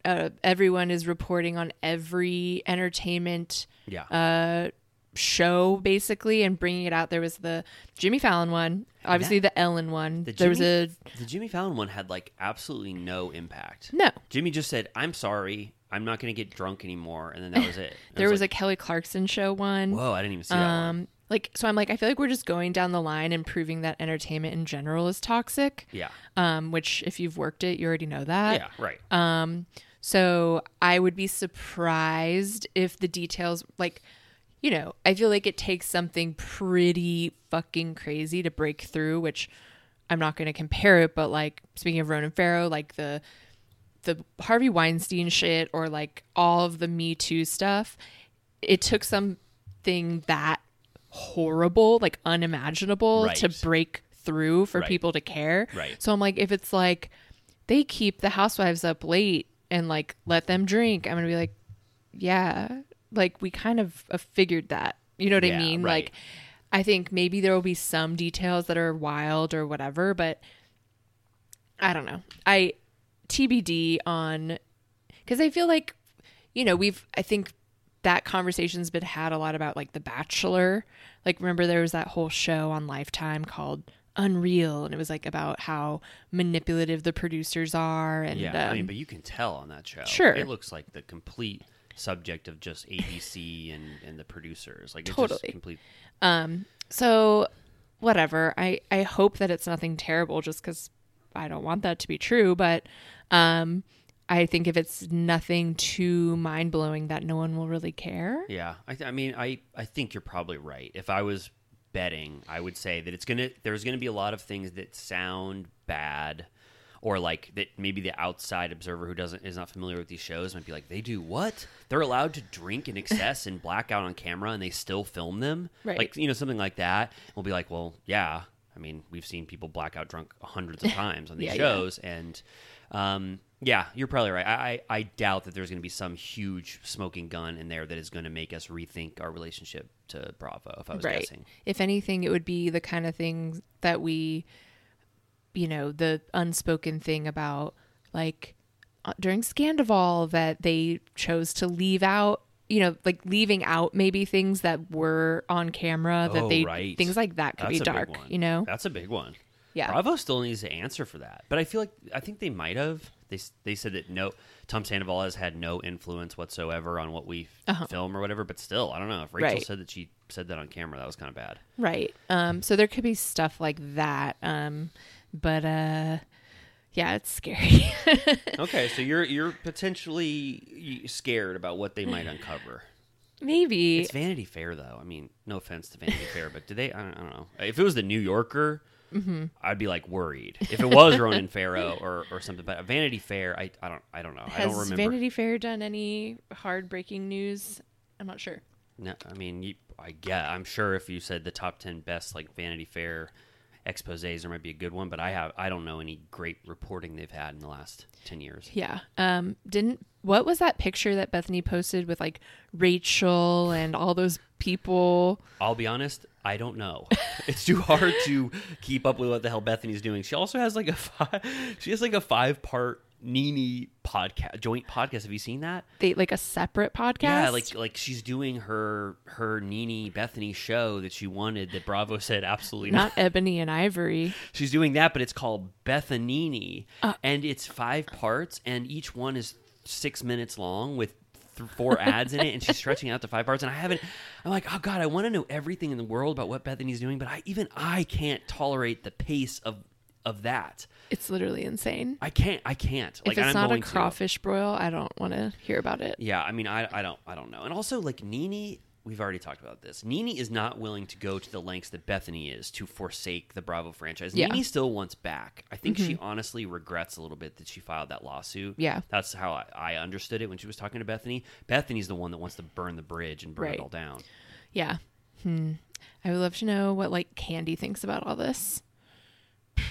uh, everyone is reporting on every entertainment
Yeah.
show basically and bringing it out. There was the Jimmy Fallon one, obviously the Ellen one.
The
there was a
Jimmy- the Jimmy Fallon one had like absolutely no impact.
No.
Jimmy just said, "I'm sorry, I'm not going to get drunk anymore," and then that
[LAUGHS]
was it. And I
there was
like,
a Kelly Clarkson show one.
whoa, I didn't even see that one.
Um, like so, I'm like, I feel like we're just going down the line and proving that entertainment in general is toxic.
Yeah.
Um, which if you've worked it, you already know that.
Yeah. Right.
So I would be surprised if the details, like, you know, I feel like it takes something pretty fucking crazy to break through. Which I'm not going to compare it, but like speaking of Ronan Farrow, like the the Harvey Weinstein shit or like all of the Me Too stuff, it took something that horrible, like unimaginable to
Right.
break through for
Right.
people to care.
Right.
So I'm like, if it's like they keep the housewives up late and like let them drink, I'm gonna be like, yeah, like we kind of uh, figured that. You know what
Yeah,
I mean?
right.
Like, I think maybe there will be some details that are wild or whatever, but I don't know. I TBD on because I feel like you know we've I think that conversation's been had a lot about like The Bachelor. Like remember there was that whole show on Lifetime called Unreal, and it was like about how manipulative the producers are, and
Yeah, I
um,
mean, but you can tell on that show.
Sure.
it looks like the complete subject of just ABC and and the producers. Like it's just
Totally.
complete.
So, whatever. I I hope that it's nothing terrible, just because I don't want that to be true. But um, I think if it's nothing too mind blowing, that no one will really care.
Yeah, I, th- I mean, I I think you're probably right. If I was betting, I would say that it's gonna there's gonna be a lot of things that sound bad. Or like that, maybe the outside observer who doesn't is not familiar with these shows might be like, they do what? They're allowed to drink in excess and black out on camera, and they still film them,
Right.
Like you know something like that. We'll be like, well, yeah. I mean, we've seen people black out drunk hundreds
[LAUGHS]
of times on these
Yeah, yeah.
shows, and um, yeah, you're probably right. I, I, I doubt that there's going to be some huge smoking gun in there that is going to make us rethink our relationship to Bravo. If I was guessing,
If anything, it would be the kind of thing that we, you know, the unspoken thing about like uh, during Scandival that they chose to leave out, you know, like leaving out maybe things that were on camera that
Oh,
they
right.
things like that could
That's
be
a big
dark,
one.
you know.
that's a big one.
Yeah.
Bravo still needs to answer for that, but I feel like I think they might have. They s- they said that no, Tom Sandoval has had no influence whatsoever on what we f- film or whatever. But still, I don't know if Rachel
Uh-huh. Right.
said that she said that on camera. That was kind of bad.
Right. Um, so there could be stuff like that. Um, but uh, yeah, it's scary. [LAUGHS]
Okay, so you're you're potentially scared about what they
[SIGHS]
might uncover.
Maybe
It's Vanity Fair, though. I mean, no offense to Vanity Fair, but do they? I don't, I don't know. If it was the New Yorker,
Mm-hmm.
I'd be like worried. If it was Ronan Farrow or, or something, but Vanity Fair, I, I don't I don't know. I
has
don't remember.
Vanity Fair done any hard breaking news? I'm not sure.
No, I mean, you, I get. I'm sure if you said the top ten best like Vanity Fair exposés, there might be a good one. But I have I don't know any great reporting they've had in the last ten years.
Yeah. Um didn't what was that picture that Bethany posted with like Rachel and all those people?
I'll be honest, I don't know. [LAUGHS] It's too hard to keep up with what the hell Bethany's doing. She also has like a five, [LAUGHS] she has like a five part Nini podcast joint podcast. Have you seen that?
They like a separate podcast?
Yeah, like like she's doing her her Nini Bethany show that she wanted that Bravo said absolutely not.
[LAUGHS] not Ebony and Ivory.
She's doing that, but it's called Bethanini,
Uh.
and it's five parts, and each one is six minutes long with th- four ads in it, and
[LAUGHS]
she's stretching out the five parts. And I haven't, I'm like, oh god, I want to know everything in the world about what Bethany's doing, but I even I can't tolerate the pace of of that.
It's literally insane.
I can't, I can't. Like
if it's
I'm
not a
going to.
crawfish broil, I don't want to hear about it.
Yeah, I mean, I, I don't, I don't know. And also, like Nini, we've already talked about this. Nini is not willing to go to the lengths that Bethany is to forsake the Bravo franchise.
Yeah. Mm-hmm.
Nini still wants back. I think she honestly regrets a little bit that she filed that lawsuit.
Yeah.
that's how I, I understood it when she was talking to Bethany. Bethany's the one that wants to burn the bridge and burn
Right.
it all down.
Yeah. Hmm. I would love to know what like Candy thinks about all this.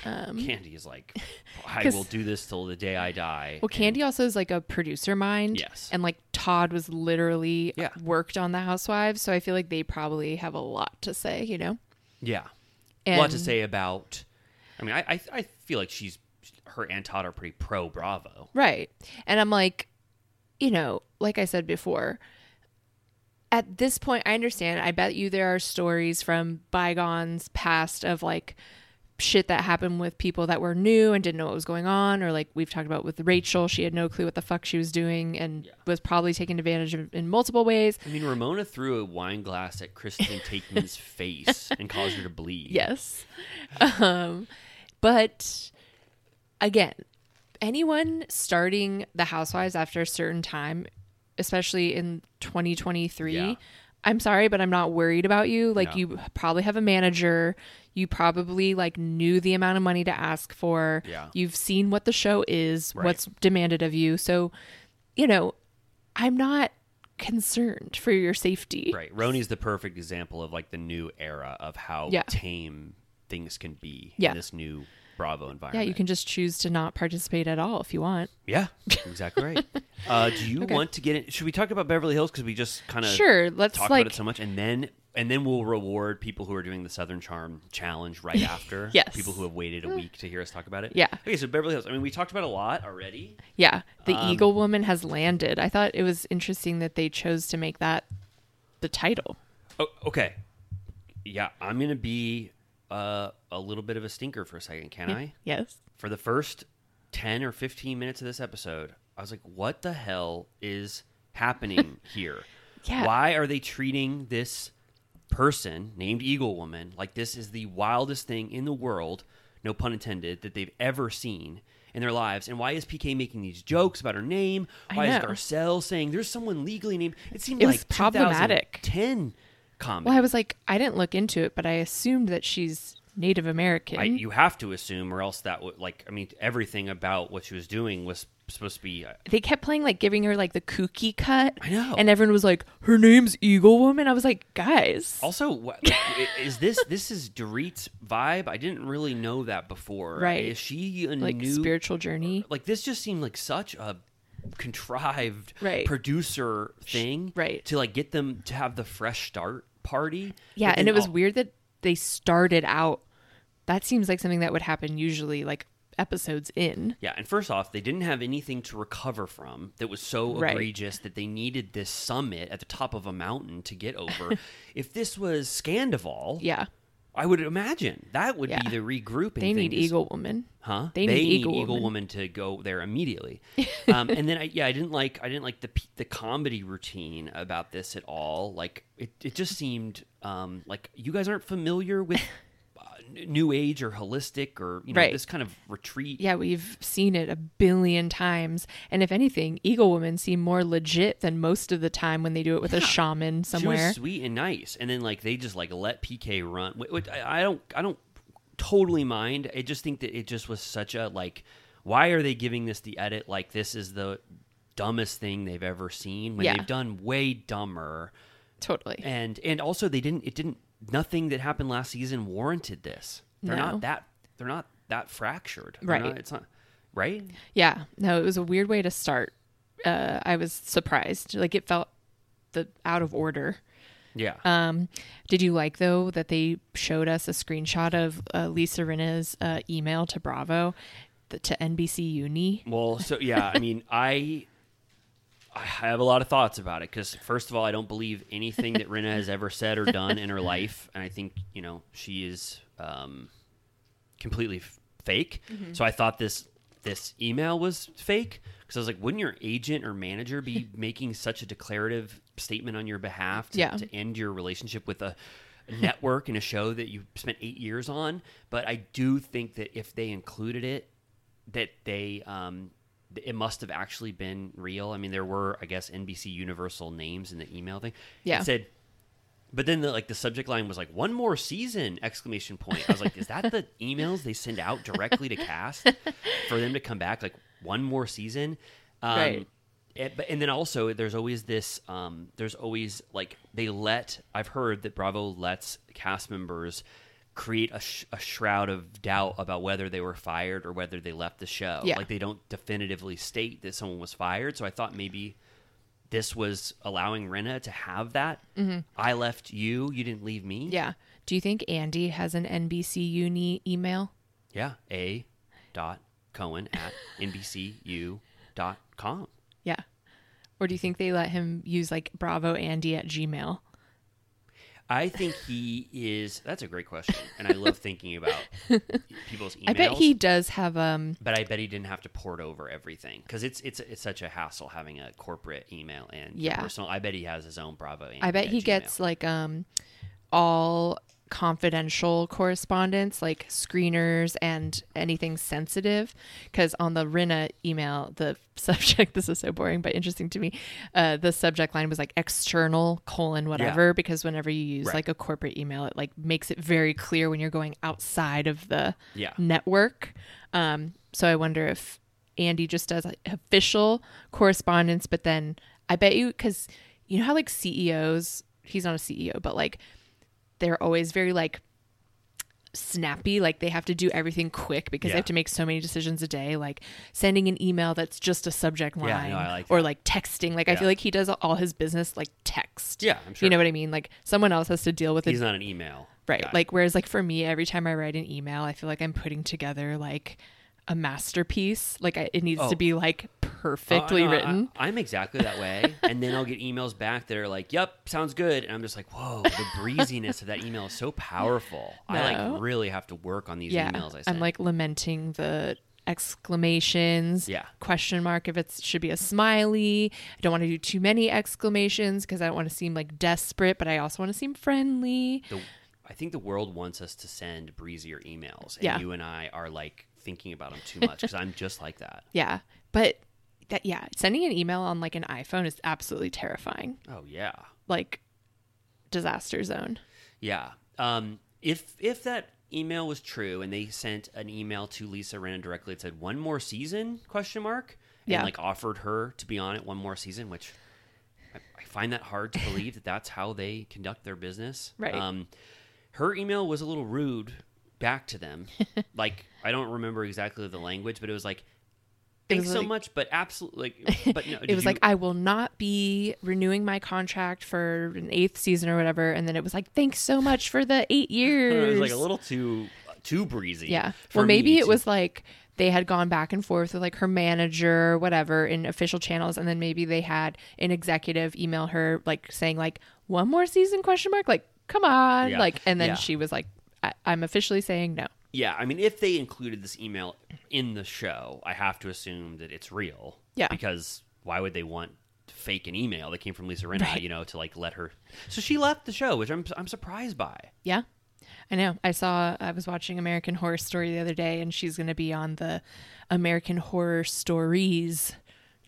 Candy is
[LAUGHS]
like, I
Um, 'Cause-
will do this till the day I die.
Well, Candy also is like a producer mind.
Yes.
And like Todd was literally
Yeah.
worked on The Housewives, so I feel like they probably have a lot to say, you know?
Yeah. a lot to
And-
say about. I mean, I, I, I feel like she's her and Todd are pretty pro Bravo.
Right. And I'm like, you know, like I said before, at this point, I understand. I bet you there are stories from bygones past of like shit that happened with people that were new and didn't know what was going on, or like we've talked about with Rachel. She had no clue what the fuck she was doing and was probably taken advantage of in multiple ways.
I mean, Ramona threw a wine glass at Kristen
[LAUGHS]
Takeman's face and caused her to bleed.
Yes. Um, but again, anyone starting the Housewives after a certain time, especially in 2023,
Yeah.
I'm sorry, but I'm not worried about you. Like,
No.
you probably have a manager. You probably like knew the amount of money to ask for.
Yeah.
You've seen what the show is,
Right.
what's demanded of you. So, you know, I'm not concerned for your safety.
Right. Roni's the perfect example of like the new era of how
Yeah.
tame things can be
Yeah.
in this new Bravo
Yeah,
environment.
you can just choose to not participate at all if you want.
Yeah, exactly
[LAUGHS]
right. uh, do you want to get in? Should we talk about Beverly Hills because we just kind of
Sure, let's,
talk
like-
about it so much, and then and then we'll reward people who are doing the Southern Charm challenge
[LAUGHS]
right after.
Yes. Mm.
people who have waited a week to hear us talk about it.
Yeah.
Okay, so Beverly Hills. I mean, we talked about it a lot already.
Yeah, the Eagle
Um,
Woman has landed. I thought it was interesting that they chose to make that the title.
Oh, okay. Yeah, I'm gonna be uh, a little bit of a stinker for a second, can I?
Yes.
For the first ten or fifteen minutes of this episode, I was like, "What the hell is
[LAUGHS]
happening here?
Yeah.
Why are they treating this person named Eagle Woman like this is the wildest thing in the world? No pun intended that they've ever seen." In their lives, and why is PK making these jokes about her name?
I
Why is
know.
Garcelle saying there's someone legally named? It seemed
It
like
was problematic.
2010 comedy.
Well, I was like, I didn't look into it, but I assumed that she's Native American.
I, e you have to assume, or else that would like. I mean, everything about what she was doing was supposed to be. uh,
they kept playing like giving her like the kooky cut. I
know.
And everyone was like, her name's Eagle Woman. I was like, guys.
Also, what, like, i- is this this is Dorit's vibe? I didn't really know that before.
Right.
Is she a
like
new
spiritual journey.
Like this just seemed like such a contrived
Right.
producer thing.
right.
To like get them to have the fresh start party.
Yeah,
But
and it
then
was
all-
weird that they started out. That seems like something that would happen usually like episodes in.
Yeah, and first off, they didn't have anything to recover from that was so
Right.
egregious that they needed this summit at the top of a mountain to get
[LAUGHS]
over. if this was Scandival,
Yeah.
I would imagine that would
Yeah.
be the regrouping.
They
thing
need
to-
Eagle Woman.
huh?
They, need, Eagle,
Eagle
Woman.
Woman to go there
[LAUGHS]
immediately. um, and then, I, yeah, I didn't like I didn't like the p- the comedy routine about
[LAUGHS]
this at all. Like it, it just seemed um, like you guys aren't familiar with. n- new age or holistic or you know
Right.
this kind of retreat.
Yeah, we've seen it a billion times. And if anything, Eagle Women seem more legit than most of the time when they do it with a shaman
She
somewhere.
was sweet and nice, and then like they just like let PK run. Wh- which I I don't, I don't totally mind. I just think that it just was such a like. Why are they giving this the edit? Like this is the dumbest thing they've ever seen when
Yeah.
they've done way dumber.
Totally.
And and also they didn't. It didn't. Nothing that happened last season warranted this. They're
No.
not that. They're not that fractured. They're
Right.
not- it's not. Right.
Yeah. No, it was a weird way to start. Uh, I was surprised. Like it felt the out of order.
Yeah.
Um, did you like though that they showed us a screenshot of uh, Lisa Rinna's uh, email to Bravo, th- to NBC Uni?
Well, so yeah, I mean, I I have a lot of thoughts about it because first of all, I don't believe anything that Rena has ever said or done in her life, and I think you know she is um, completely f- fake. So I thought this this email was fake because I was like, wouldn't your agent or manager be making such a declarative statement on your behalf to,
Yeah.
to end your relationship with a network and a show that you spent eight years on? But I do think that if they included it, that they um th- it must have actually been real. I mean, there were, I guess, NBC Universal names in the email thing.
Yeah.
It said, but then the, like the subject line was like one more season exclamation point. I was like, is that
[LAUGHS]
the emails they send out directly to cast for them to come back like one more season? Um,
Right.
it- but, and then also there's always this um, there's always like they let I've heard that Bravo lets cast members create a, sh- a shroud of doubt about whether they were fired or whether they left the show.
Yeah.
Like they don't definitively state that someone was fired. So I thought maybe this was allowing Rena to have that. I left you. You didn't leave me.
Mm-hmm. Yeah. Do you think Andy has an NBC Uni email?
Yeah. A dot Cohen at NBCU dot com.
Yeah. Or do you think they let him use like Bravo Andy at Gmail?
I think he is. That's a great question, and I love thinking
[LAUGHS]
about people's emails.
I bet he does have um
But I bet he didn't have to port over everything because it's it's it's such a hassle having a corporate email and your
Yeah.
personal. I bet he has his own Bravo.
I bet
at
he
Gmail.
gets like um all confidential correspondence like screeners and anything sensitive because on the Rina email the [LAUGHS] subject this is so boring but interesting to me uh the subject line was like external colon whatever because whenever you use
Right.
like a corporate email it like makes it very clear when you're going outside of the
Yeah.
network um so I wonder if Andy just does like, official correspondence, but then I bet you because you know how like CEOs, he's not a CEO, but like they're always very like snappy like they have to do everything quick because
Yeah.
they have to make so many decisions a day like sending an email that's just a subject line
Yeah, I know, I like
or
that.
like texting like i
Yeah.
feel like he does all his business like text
Yeah, I'm
you
sure.
know what i mean like someone else has to deal with it
He's not an email.
Right.
guy.
Like whereas like for me, every time I write an email, I feel like I'm putting together like a masterpiece. Like I, it needs
Oh.
to be like
Oh, I
perfectly
know, I-
written.
I, am exactly that
[LAUGHS]
way, and then I'll get emails back that are like, "Yep, sounds good," and I'm just like, "Whoa, the breeziness of that email is so powerful." I
No.
like really have to work on these
yeah.
emails. I send.
I'm like lamenting the exclamations.
Yeah.
Question mark if it should be a smiley. I don't want to do too many exclamations because I don't want to seem like desperate, but I also want to seem friendly.
the I think the world wants us to send breezier emails, and
Yeah.
you and I are like thinking about them too much because I'm just like that.
Yeah. But that yeah, sending an email on like an iPhone is absolutely terrifying.
[LAUGHS] Oh yeah,
Like disaster zone.
yeah. Um, if if that email was true and they sent an email to Lisa Rinna directly that said one more season question mark and
Yeah.
like offered her to be on it one more season, which I, I find that hard to believe that that's how they conduct their business.
Right.
Um, her email was a little rude back to
[LAUGHS]
them. like I don't remember exactly the language, but it was like.
It was
Thanks so
like-
much, but
[LAUGHS]
absolutely, like, but no.
it was like i will not be renewing my contract for an eighth season or whatever and then it was like thanks so much for the eight
[LAUGHS] [LAUGHS]
years
it was like a little too too breezy.
yeah
for
well
me
maybe it
to-
was like they had gone back and forth with like her manager or whatever in official channels and then maybe they had an executive email her like saying like one more season question mark like come on
Yeah.
like and then
Yeah.
she was like I- i'm officially saying no
Yeah, I mean, if they included this email in the show, I have to assume that it's real.
Yeah.
because why would they want to fake an email that came from Lisa Rinna?
Right.
You know, to like let her. So she left the show, which I'm I'm surprised by.
yeah I know. I saw. I was watching American Horror Story the other day, and she's going to be on the American Horror Stories,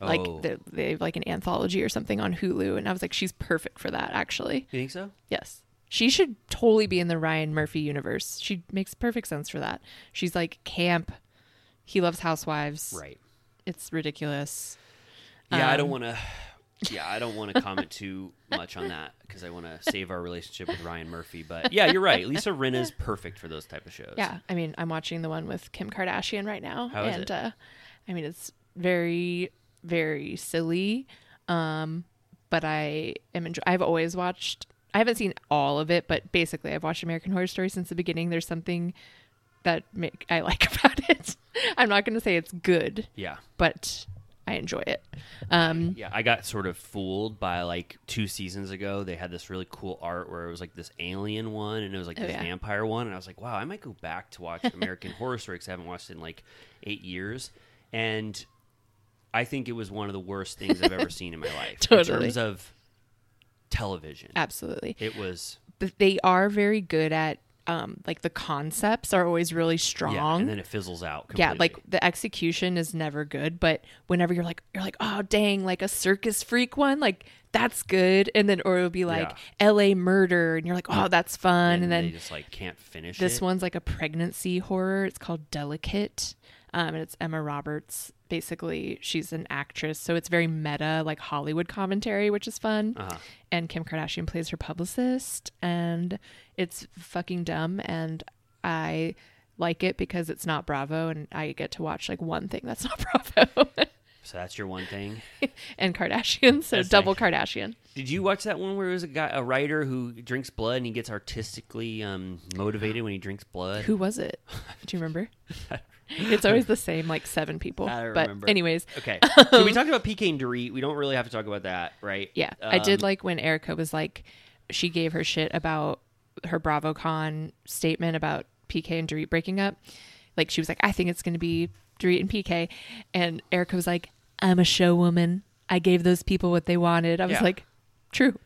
like
Oh.
the, they have like an anthology or something on Hulu. And I was like, she's perfect for that, actually.
You think so?
Yes, she should totally be in the Ryan Murphy universe. She makes perfect sense for that. She's like camp. He loves housewives.
Right.
It's ridiculous.
Yeah,
Um,
I don't want to. Yeah, I don't want to comment too much on that because I want to save our relationship with Ryan Murphy. But yeah, you're right. Lisa Rinna is perfect for those type of shows.
Yeah, I mean, I'm watching the one with Kim Kardashian right now,
How is
and
it?
Uh, I mean, it's very, very silly. Um, but I am. Enjoy- I've always watched. I haven't seen all of it, but basically, I've watched American Horror Story since the beginning. There's something that make- I [LAUGHS] like about it. I'm not going to say it's good,
Yeah.
but I enjoy it. Um,
Yeah, I got sort of fooled by like two seasons ago. They had this really cool art where it was like this alien one and it was like this
Oh, yeah.
vampire one. And I was like, wow, I might go back to
[LAUGHS]
watch American Horror Story because I haven't watched it in like eight years. And I think it was one of the worst things I've ever seen in
[LAUGHS]
my life in
Totally. Uh,
terms of television.
absolutely.
It was
But they are very good at. Um, like the concepts are always really strong.
yeah, and then it fizzles out. Completely.
Yeah, like the execution is never good, but whenever you're like you're like, oh dang, like a circus freak one, like that's good. And then or it'll be like LA murder and you're like, Oh, that's fun. And,
and
then
they just like can't finish
this
it.
one's like a pregnancy horror. It's called Delicate. Um, and it's Emma Roberts. Basically, she's an actress, so it's very meta, like Hollywood commentary, which is fun.
Uh-huh.
And Kim Kardashian plays her publicist, and it's fucking dumb. And I like it because it's not Bravo, and I get to watch like one thing that's [LAUGHS] not Bravo
So that's your one thing.
and Kardashian, so
That's
double Kardashian.
Did you watch that one where it was a guy, a writer who drinks blood and he gets artistically um, motivated when he drinks blood?
Who was it? Do
[LAUGHS]
you remember? it's always the same, like seven people.
I don't
but
remember.
anyways, [LAUGHS]
Okay. so we talked about PK and Dorit. We don't really have to talk about that, right?
Um, Yeah. I did
Um,
like when Erica was like, she gave her shit about her BravoCon statement about PK and Dorit breaking up. Like, she was like, I think it's going to be Dorit and PK. And Erica was like, I'm a show woman. I gave those people what they wanted. I was
Yeah.
like,
[LAUGHS]
true.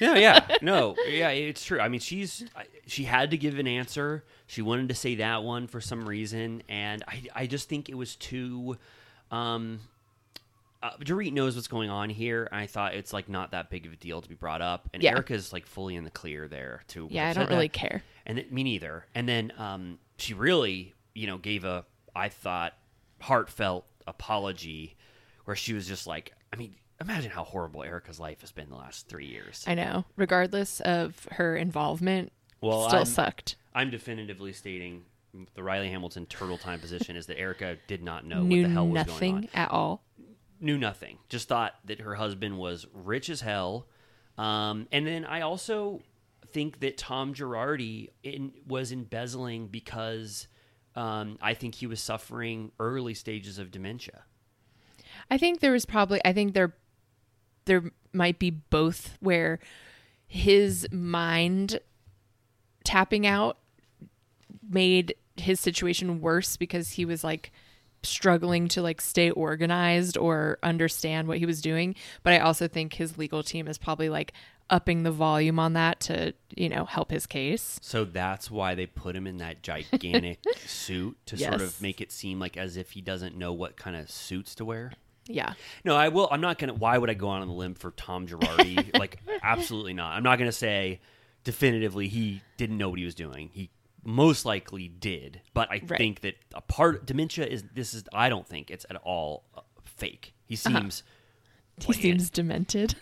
No,
[LAUGHS]
yeah. No, yeah, it's true. I mean, she's I- she had to give an answer. She wanted to say that one for some reason, and I I just think it was too um uh, Dorit knows what's going on here. And I thought it's like not that big of a deal to be brought up, and
Yeah.
Erica's like fully in the clear there too.
Yeah, I don't really care.
and it, me neither. And then um, she really, you know, gave a I thought heartfelt apology, where she was just like, I mean, imagine how horrible Erica's life has been the last three years.
I know. Regardless of her involvement,
Well,
still
I'm-
sucked.
I'm definitively stating the Riley Hamilton turtle time position is that Erica did not know uh, what
Knew
the hell was going on.
nothing at all.
knew nothing. Just thought that her husband was rich as hell. Um, and then I also think that Tom Girardi in, was embezzling because um, I think he was suffering early stages of dementia.
I think there was probably I think there there might be both where his mind tapping out made his situation worse because he was like struggling to like stay organized or understand what he was doing but i also think his legal team is probably like upping the volume on that to you know help his case
So that's why they put him in that
[LAUGHS]
gigantic suit to sort of
Yes.
make it seem like as if he doesn't know what kind of suits to wear.
yeah
No, I will. I'm not gonna. Why would I go out on the limb for Tom Girardi? like, absolutely not. I'm not gonna say definitively he didn't know what he was doing. He most likely did, but I
Right.
think that a part dementia is this is. I don't think it's at all uh, fake. He seems
he seems demented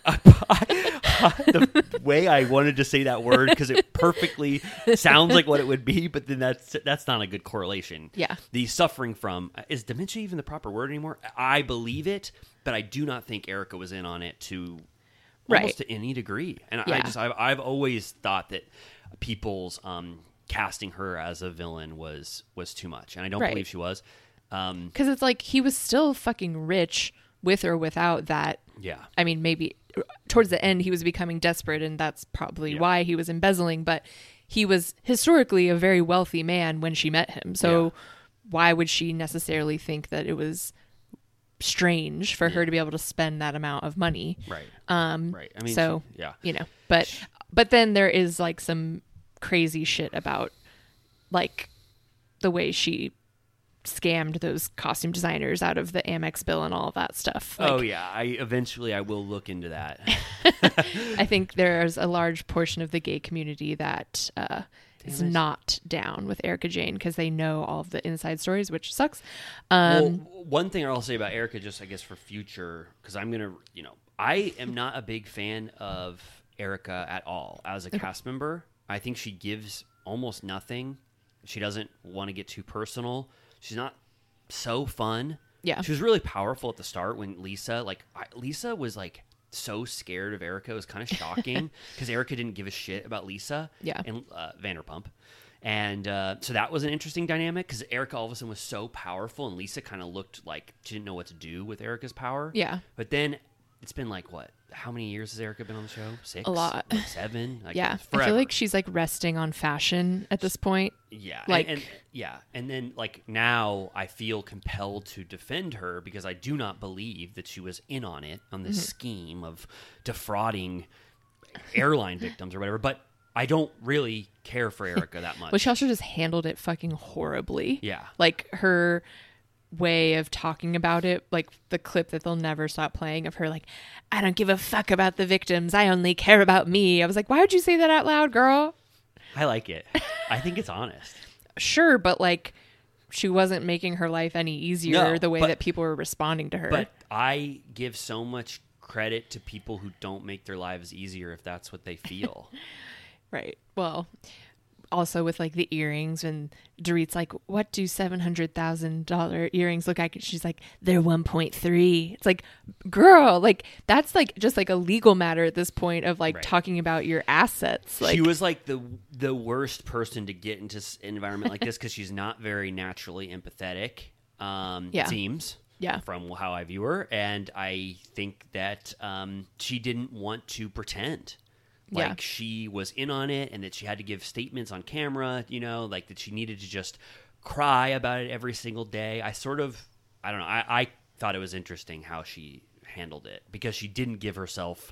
the way I wanted to say that word because it perfectly sounds like what it would be, but then that's that's not a good correlation.
Yeah.
the suffering from is dementia even the proper word anymore? I believe it, but I do not think Erica was in on it to
Right.
almost to any degree. And I
Yeah.
just I've, I've always thought that people's um, casting her as a villain was was too much, and I don't
Right.
believe she was. Um,
because it's like he was still fucking rich with or without that
yeah,
I mean, maybe towards the end he was becoming desperate, and that's probably
Yeah.
why he was embezzling. But he was historically a very wealthy man when she met him. So
Yeah.
why would she necessarily think that it was strange for her to be able to spend that amount of money?
right, um, right. I mean,
so
she- yeah,
you know, but but then there is like some crazy shit about like the way she scammed those costume designers out of the Amex bill and all of that stuff. Like,
oh yeah, I eventually I will look into that.
I think there's a large portion of the gay community that uh, is not down with Erica Jane because they know all of the inside stories, which sucks. Um,
well, one thing I'll say about Erica, just I guess for future, because I'm gonna, you know, I am not a big fan of Erica at all as a cast member. I think she gives almost nothing. She doesn't want to get too personal. She's not so fun.
Yeah.
she was really powerful at the start when Lisa, like I, Lisa, was like so scared of Erica. It was kind of
[LAUGHS]
shocking because Erica didn't give a shit about Lisa.
Yeah.
and uh, Vanderpump. And uh, so that was an interesting dynamic because Erica all of a sudden was so powerful, and Lisa kind of looked like she didn't know what to do with Erica's power.
Yeah.
But then it's been like what? How many years has Erica been on the show? Six,
A lot.
Like, seven. Like,
yeah,
forever.
I feel like she's like resting on fashion at this point.
Yeah. and-
Like-
and, yeah. And then like now I feel compelled to defend her because I do not believe that she was in on it on
Mm-hmm.
this scheme of defrauding airline victims or whatever. But I don't really care for Erica
[LAUGHS]
that much.
But she also just handled it fucking horribly.
Yeah.
Like her way of talking about it, like the clip that they'll never stop playing of her, like, I don't give a fuck about the victims. I only care about me. I was like, why would you say that out loud, girl?
I like it. I think it's
[LAUGHS]
honest.
Sure, but like, she wasn't making her life any easier
No,
the way
but-
that people were responding to her.
But I give so much credit to people who don't make their lives easier if that's
[LAUGHS]
what they feel.
Right. Well, also with like the earrings, and Dorit's like, "What do seven hundred thousand dollar earrings look like?" And she's like, "They're one point three. It's like, girl, like that's like just like a legal matter at this point of like
Right.
talking about your assets. Like,
she was like the the worst person to get into s- an environment like this because she's not very naturally empathetic. Um,
Yeah.
It seems.
Yeah.
From how I view her, and I think that um, she didn't want to pretend
Yeah.
like she was in on it and that she had to give statements on camera. You know, like that she needed to just cry about it every single day. I sort of, I don't know. I, I thought it was interesting how she handled it because she didn't give herself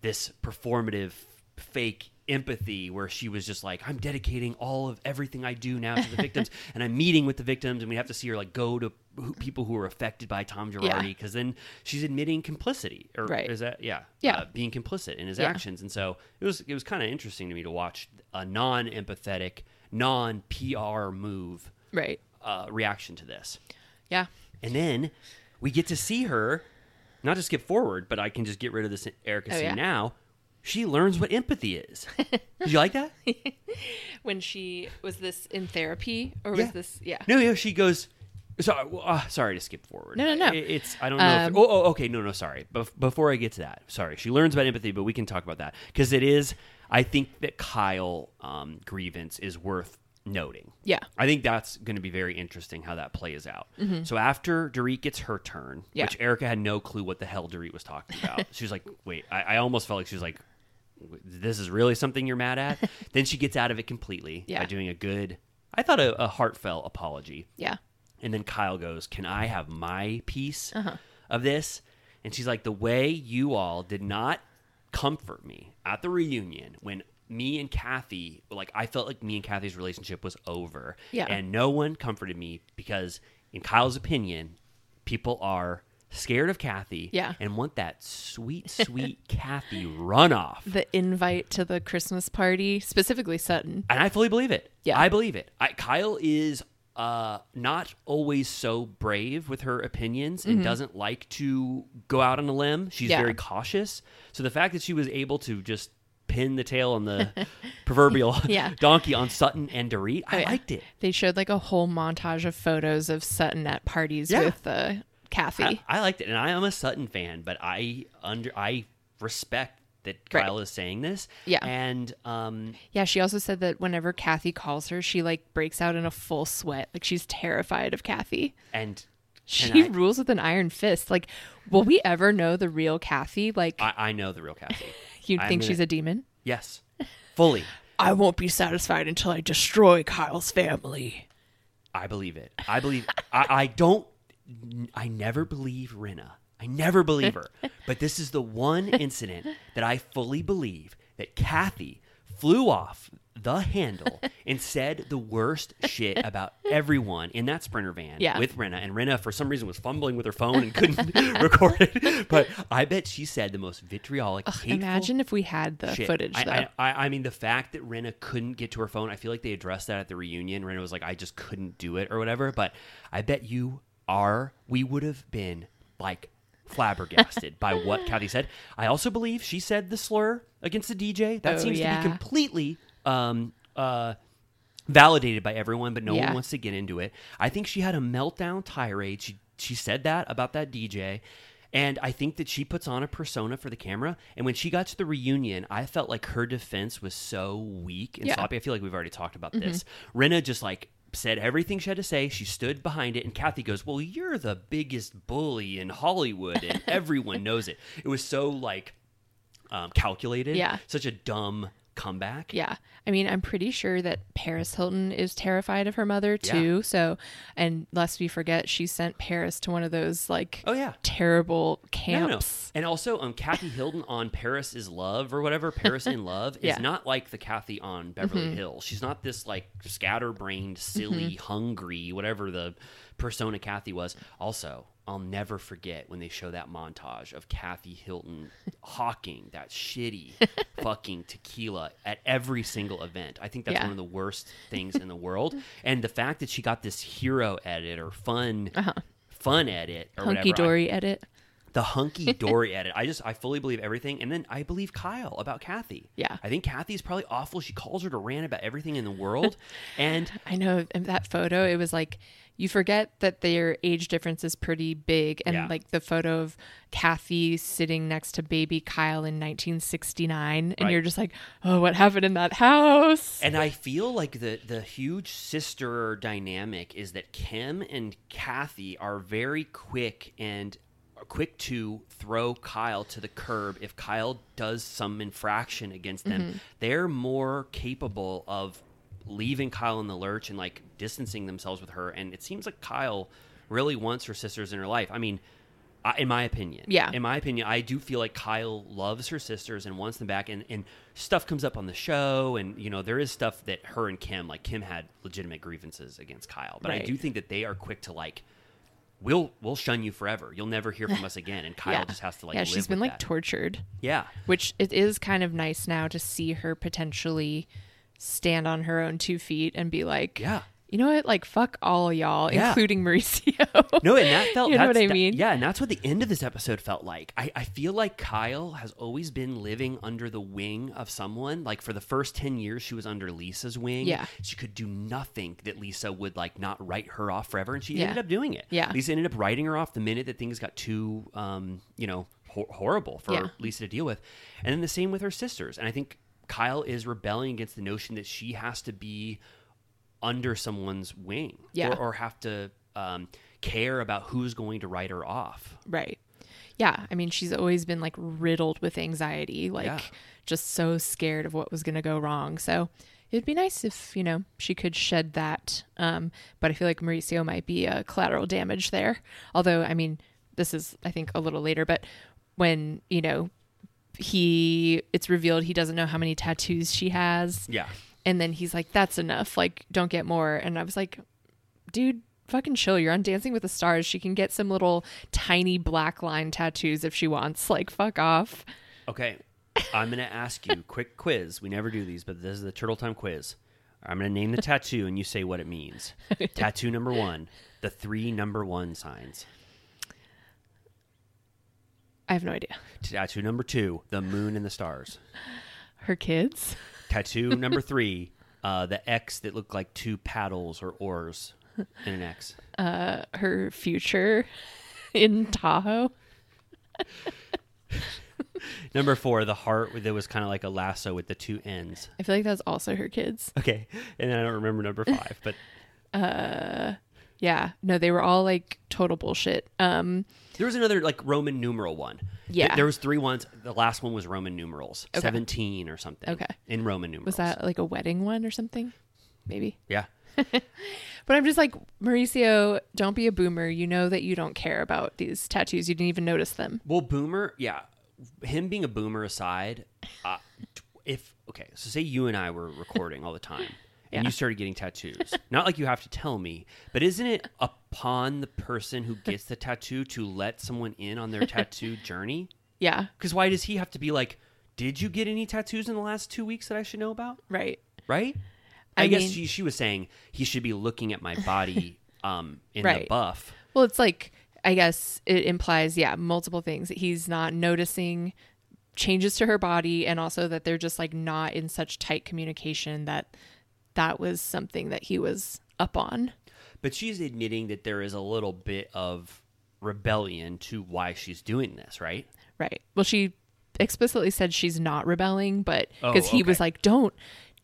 this performative fake empathy where she was just like i'm dedicating all of everything i do now to the
[LAUGHS]
victims and i'm meeting with the victims and we have to see her like go to who, people who are affected by tom gerardi because then she's admitting complicity or
Right.
is that yeah
Yeah.
uh, being complicit in his
Yeah.
actions and so it was it was kind of interesting to me to watch a non-empathetic non-pr move
right.
uh, reaction to this
Yeah.
and then we get to see her, not to skip forward, but I can just get rid of this Erica
Oh,
scene
yeah.
now. She learns what empathy is. [LAUGHS] Did you like that?
When she was this in therapy, or
Yeah.
was this yeah?
No, no, she goes. Sorry, well, uh, sorry to skip forward.
No, no, no.
I- It's I don't know. if,
Um,
oh, oh, okay. No, no. Sorry. Bef- before I get to that, sorry. She learns about empathy, but we can talk about that because it is. I think that Kyle um, grievance is worth noting.
Yeah.
I think that's going to be very interesting how that plays out. So after Dorit gets her turn,
Mm-hmm. Yeah.
which Erica had no clue what the hell Dorit was talking
[LAUGHS]
about. she was like, "Wait," I, I almost felt like she was like, "This is really something you're mad
[LAUGHS]
at." then she gets out of it completely
Yeah.
by doing a good, I thought a, a heartfelt apology.
Yeah.
And then Kyle goes, Can I have my piece
Uh-huh.
of this? And she's like, The way you all did not comfort me at the reunion when me and Kathy, like, I felt like me and Kathy's relationship was over.
Yeah.
And no one comforted me because, in Kyle's opinion, people are scared of Kathy
Yeah.
and want that
[LAUGHS]
sweet, sweet Kathy runoff.
The invite to the Christmas party, specifically Sutton.
And I fully believe it.
Yeah.
I believe it. I, Kyle is uh, not always so brave with her opinions and doesn't like to go out on a limb. She's
Mm-hmm. Yeah.
very cautious. So the fact that she was able to just pin the tail on the [LAUGHS] proverbial
[LAUGHS] Yeah. Oh,
donkey on Sutton and Dorit, I
yeah.
liked it.
They showed like a whole montage of photos of Sutton at parties
Yeah.
with uh, Kathy.
I, I liked it, and I am a Sutton fan, but I under I respect that
Right.
Kyle is saying this.
Yeah.
and um,
Yeah, she also said that whenever Kathy calls her, she like breaks out in a full sweat. Like she's terrified of Kathy.
and
She
I-
rules with an iron fist. Like, will we ever know the real Kathy? Like,
I, I know the real Kathy.
you
I'm
think
gonna-
she's a demon?
Yes, fully.
I won't be satisfied until I destroy Kyle's family.
I believe it. I believe. I, I don't. I never believe Rinna. I never believe her. But this is the one incident that I fully believe that Kathy flew off the handle and said the worst shit about everyone in that sprinter van
Yeah.
with Renna. And Renna, for some reason, was fumbling with her phone and couldn't [LAUGHS] record it. But I bet she said the most vitriolic, hateful
Imagine if we had the
shit.
footage
I,
though.
I, I, I mean, the fact that Renna couldn't get to her phone, I feel like they addressed that at the reunion. Renna was like, I just couldn't do it or whatever. But I bet you are, we would have been like flabbergasted by
[LAUGHS]
what Kathy said. I also believe she said the slur against the DJ. That
Oh,
seems
yeah.
to be completely. Um, uh, validated by everyone, but no
Yeah.
one wants to get into it. I think she had a meltdown tirade. She she said that about that DJ. And I think that she puts on a persona for the camera. And when she got to the reunion, I felt like her defense was so weak and
Yeah. Mm-hmm.
sloppy. I feel like we've already talked about this. Renna just like said everything she had to say. She stood behind it. And Kathy goes, Well, you're the biggest bully in Hollywood,
[LAUGHS]
and everyone knows it. It was so like um, calculated.
Yeah.
Such a dumb comeback.
yeah. I mean, I'm pretty sure that Paris Hilton is terrified of her mother too. So, and lest we forget, she sent Paris to one of those like
Oh, yeah.
terrible
No, no.
camps.
And also, um, Kathy Hilton on Paris is Love or whatever, Paris in
[LAUGHS]
Love,
Yeah. Mm-hmm.
is not like the Kathy on Beverly Hills. She's not this like scatterbrained, silly, hungry, whatever the persona Kathy was. Also, I'll never forget when they show that montage of Kathy
[LAUGHS]
Hilton hawking that shitty fucking tequila at every single event. I think that's
Yeah.
one of the worst things in the world. And the fact that she got this hero edit or fun. Fun edit or whatever. I-
Uh-huh. Hunky dory edit.
the hunky dory edit. I just I fully believe everything, and then I believe Kyle about Kathy.
Yeah.
I think Kathy's probably awful. She calls her to rant about everything in the world, and
I know in that photo, it was like you forget that their age difference is pretty big. And
Yeah.
like the photo of Kathy sitting next to baby Kyle in 1969, and
Right.
you're just like, oh, what happened in that house?
and I feel like the the huge sister dynamic is that Kim and Kathy are very quick and are quick to throw Kyle to the curb if Kyle does some infraction against them. They're more capable of leaving Kyle in the lurch and like distancing themselves with her. And it seems like Kyle really wants her sisters in her life. I mean, I, in my opinion,
Yeah.
in my opinion, I do feel like Kyle loves her sisters and wants them back. And and stuff comes up on the show, and you know there is stuff that her and Kim, like Kim, had legitimate grievances against Kyle. But I
Right.
do think that they are quick to like. We'll we'll shun you forever. You'll never hear
[LAUGHS]
from us again. And Kyle just has to like.
yeah,
live
she's been
with
like
that.
tortured,
yeah,
which it is kind of nice now to see her potentially stand on her own two feet and be like,
Yeah.
You know what? Like, fuck all y'all,
Yeah.
including [LAUGHS] Mauricio.
No, and that felt
[LAUGHS] You know
that's-
what I
that-
mean?
yeah, and that's what the end of this episode felt like. I, I feel like Kyle has always been living under the wing of someone. Like for the first ten years, she was under Lisa's wing.
Yeah.
she could do nothing that Lisa would like not write her off forever, and she
Yeah.
ended up doing it.
Yeah.
Lisa ended up writing her off the minute that things got too, um, you know, hor- horrible for
Yeah.
Lisa to deal with, and then the same with her sisters. And I think Kyle is rebelling against the notion that she has to be under someone's wing
Yeah.
or, or have to um, care about who's going to write her off.
Right. Yeah. I mean, she's always been like riddled with anxiety, like
Yeah.
just so scared of what was going to go wrong. So it'd be nice if, you know, she could shed that. Um, but I feel like Mauricio might be uh, collateral damage there. Although, I mean, this is, I think, a little later, but when, you know, he it's revealed he doesn't know how many tattoos she has
Yeah.
and then he's like that's enough like don't get more and i was like dude fucking chill you're on dancing with the stars she can get some little tiny black line tattoos if she wants [LAUGHS] like fuck off
Okay. I'm going to ask you quick quiz. We never do these, but this is the turtle time quiz. I'm going to name the tattoo and you say what it means. tattoo number 1, the three number 1 signs.
i have no idea
Tattoo number 2, the moon and the stars.
her kids
Tattoo number 3, uh, the X that looked like two paddles or oars in an X.
her future [LAUGHS] in tahoe
Number 4, the heart that was kind of like a lasso with the two ends.
i feel like that's also her kids
Okay. And then I don't remember number 5, but
yeah no they were all like total bullshit um
There was another like Roman numeral one. Th-
Yeah.
there was three ones. The last one was Roman numerals, seventeen or something.
Okay.
in Roman numerals.
was that like a wedding one or something maybe
Yeah,
But I'm just like, Mauricio, don't be a boomer. You know that you don't care about these tattoos. You didn't even notice them.
Well, Boomer, yeah, him being a Boomer aside, uh, if okay, so say you and I were recording all the time
[LAUGHS]
and
Yeah.
you started getting tattoos. Not like you have to tell me, but isn't it upon the person who gets the tattoo to let someone in on
[LAUGHS]
their tattoo journey?
Yeah.
Cuz why does he have to be like, "Did you get any tattoos in the last 2 weeks that I should know about?"
Right.
Right? I,
I
guess
mean-
she, she was saying he should be looking at my
[LAUGHS]
body um in the
Right.
buff.
Well, it's like I guess it implies, yeah, multiple things. He's not noticing changes to her body, and also that they're just like not in such tight communication that that was something that he was up on.
But she's admitting that there is a little bit of rebellion to why she's doing this, right?
Right. Well, she explicitly said she's not rebelling, but
Oh,
because he was
okay. Oh,
like, don't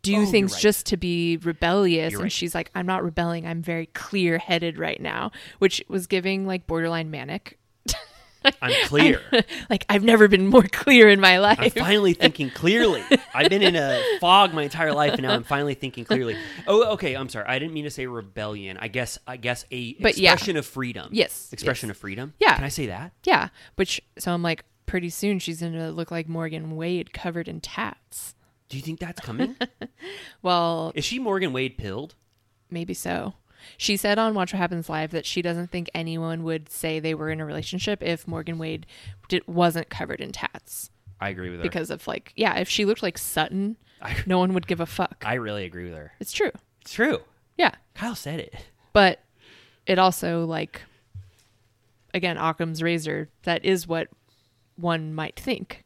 do
you're
things
right.
just to be rebellious.
You're
and
right.
she's like, I'm not rebelling. I'm very clear headed right now, which was giving like borderline manic. [LAUGHS]
I'm clear.
Like, I've never been more [LAUGHS] clear in my life.
I'm finally thinking clearly. I've been in a
[LAUGHS]
fog my entire life, and now I'm finally thinking clearly. Oh, okay. I'm sorry. I didn't mean to say rebellion. I guess I guess a
But yeah.
expression of freedom.
Yes,
expression of freedom.
Yeah.
Can I say that?
Yeah, which so I'm like, pretty soon she's gonna look like Morgan Wade covered in tats.
Do you think that's coming?
Well,
Is she Morgan Wade pilled?
maybe so. She said on Watch What Happens Live that she doesn't think anyone would say they were in a relationship if Morgan Wade did, wasn't covered in tats
I agree with her.
because of like, yeah, if she looked like Sutton,
I-
no one would give a fuck.
I really agree with her.
it's true.
It's true.
Yeah,
Kyle said
[LAUGHS]
it.
but it also like, again, Occam's razor. That is what one might think.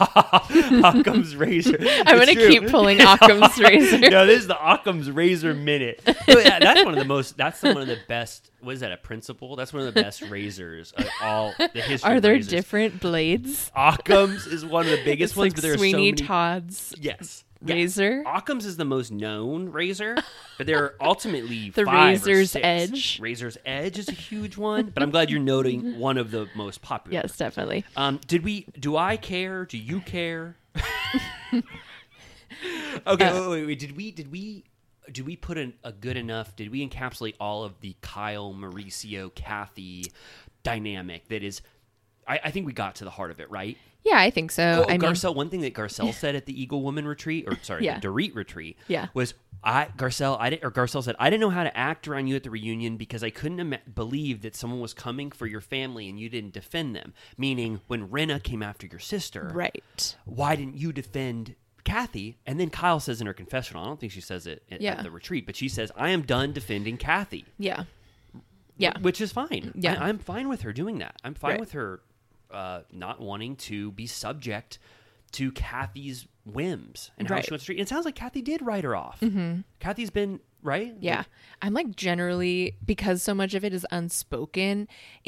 Occam's razor.
I'm
It's
gonna
true. [LAUGHS]
keep pulling Occam's razor.
no, this is the Occam's razor
[LAUGHS]
minute. Oh, yeah, that's one of the most. That's one of the best. What is that? A principle? That's one of the best razors of all
[LAUGHS]
the history.
Are
of
there
razors.
different blades?
Occam's is one of
[LAUGHS]
the biggest
It's
ones,
like
but there's so many.
Sweeney Todd's
yes.
razor.
Yeah. Occam's is the most known razor, but there are
[LAUGHS]
ultimately
The
five or
razor's
six.
edge.
Razor's edge is a huge one, but I'm glad you're
[LAUGHS]
noting one of the most popular.
Yes, definitely.
Um, did we? Do I care? Do you care? okay. wait, wait, wait. Did we? Did we? Did we put in a good enough? Did we encapsulate all of the Kyle, Mauricio, Kathy dynamic that is? I, I think we got to the heart of it, right?
Yeah, I think so.
Oh,
I mean,
Garcelle. One thing that Garcelle said at the Eagle Woman Retreat, or sorry,
Yeah.
the Dorit Retreat,
Yeah.
was I Garcelle. I didn't, or Garcelle said I didn't know how to act around you at the reunion because I couldn't ima- believe that someone was coming for your family and you didn't defend them. Meaning, when Rena came after your sister,
right.
why didn't you defend Kathy? And then Kyle says in her confessional, I don't think she says it at,
Yeah.
at the retreat, but she says, I am done defending Kathy,
Yeah. Yeah.
which is fine.
Yeah.
I, am fine with her doing that. I'm fine
Right.
with her uh, not wanting to be subject to Kathy's whims and how
Right. Mm-hmm.
she wants to treat. And it sounds like Kathy did write her off. Kathy's been, right?
Yeah. I'm like generally because so much of it is unspoken,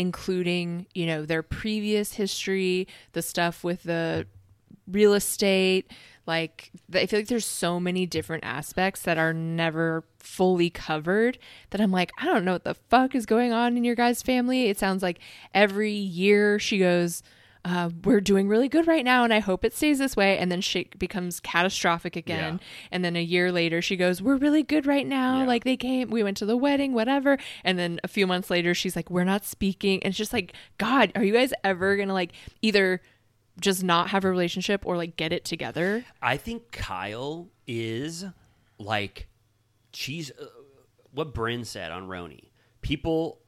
including, you know, their previous history, the stuff with the real estate, like th- I feel like there's so many different aspects that are never fully covered that I'm like, I don't know what the fuck is going on in your guys' family. It sounds like every year she goes uh, we're doing really good right now, and I hope it stays this way. And then she becomes catastrophic again.
Yeah.
And then a year later, she goes, We're really good right now.
Yeah.
Like, they came, we went to the wedding, whatever. And then a few months later, she's like, We're not speaking. And it's just like, God, are you guys ever going to like either just not have a relationship or like get it together?
I think Kyle is like she's uh, what Bryn said on Roni. People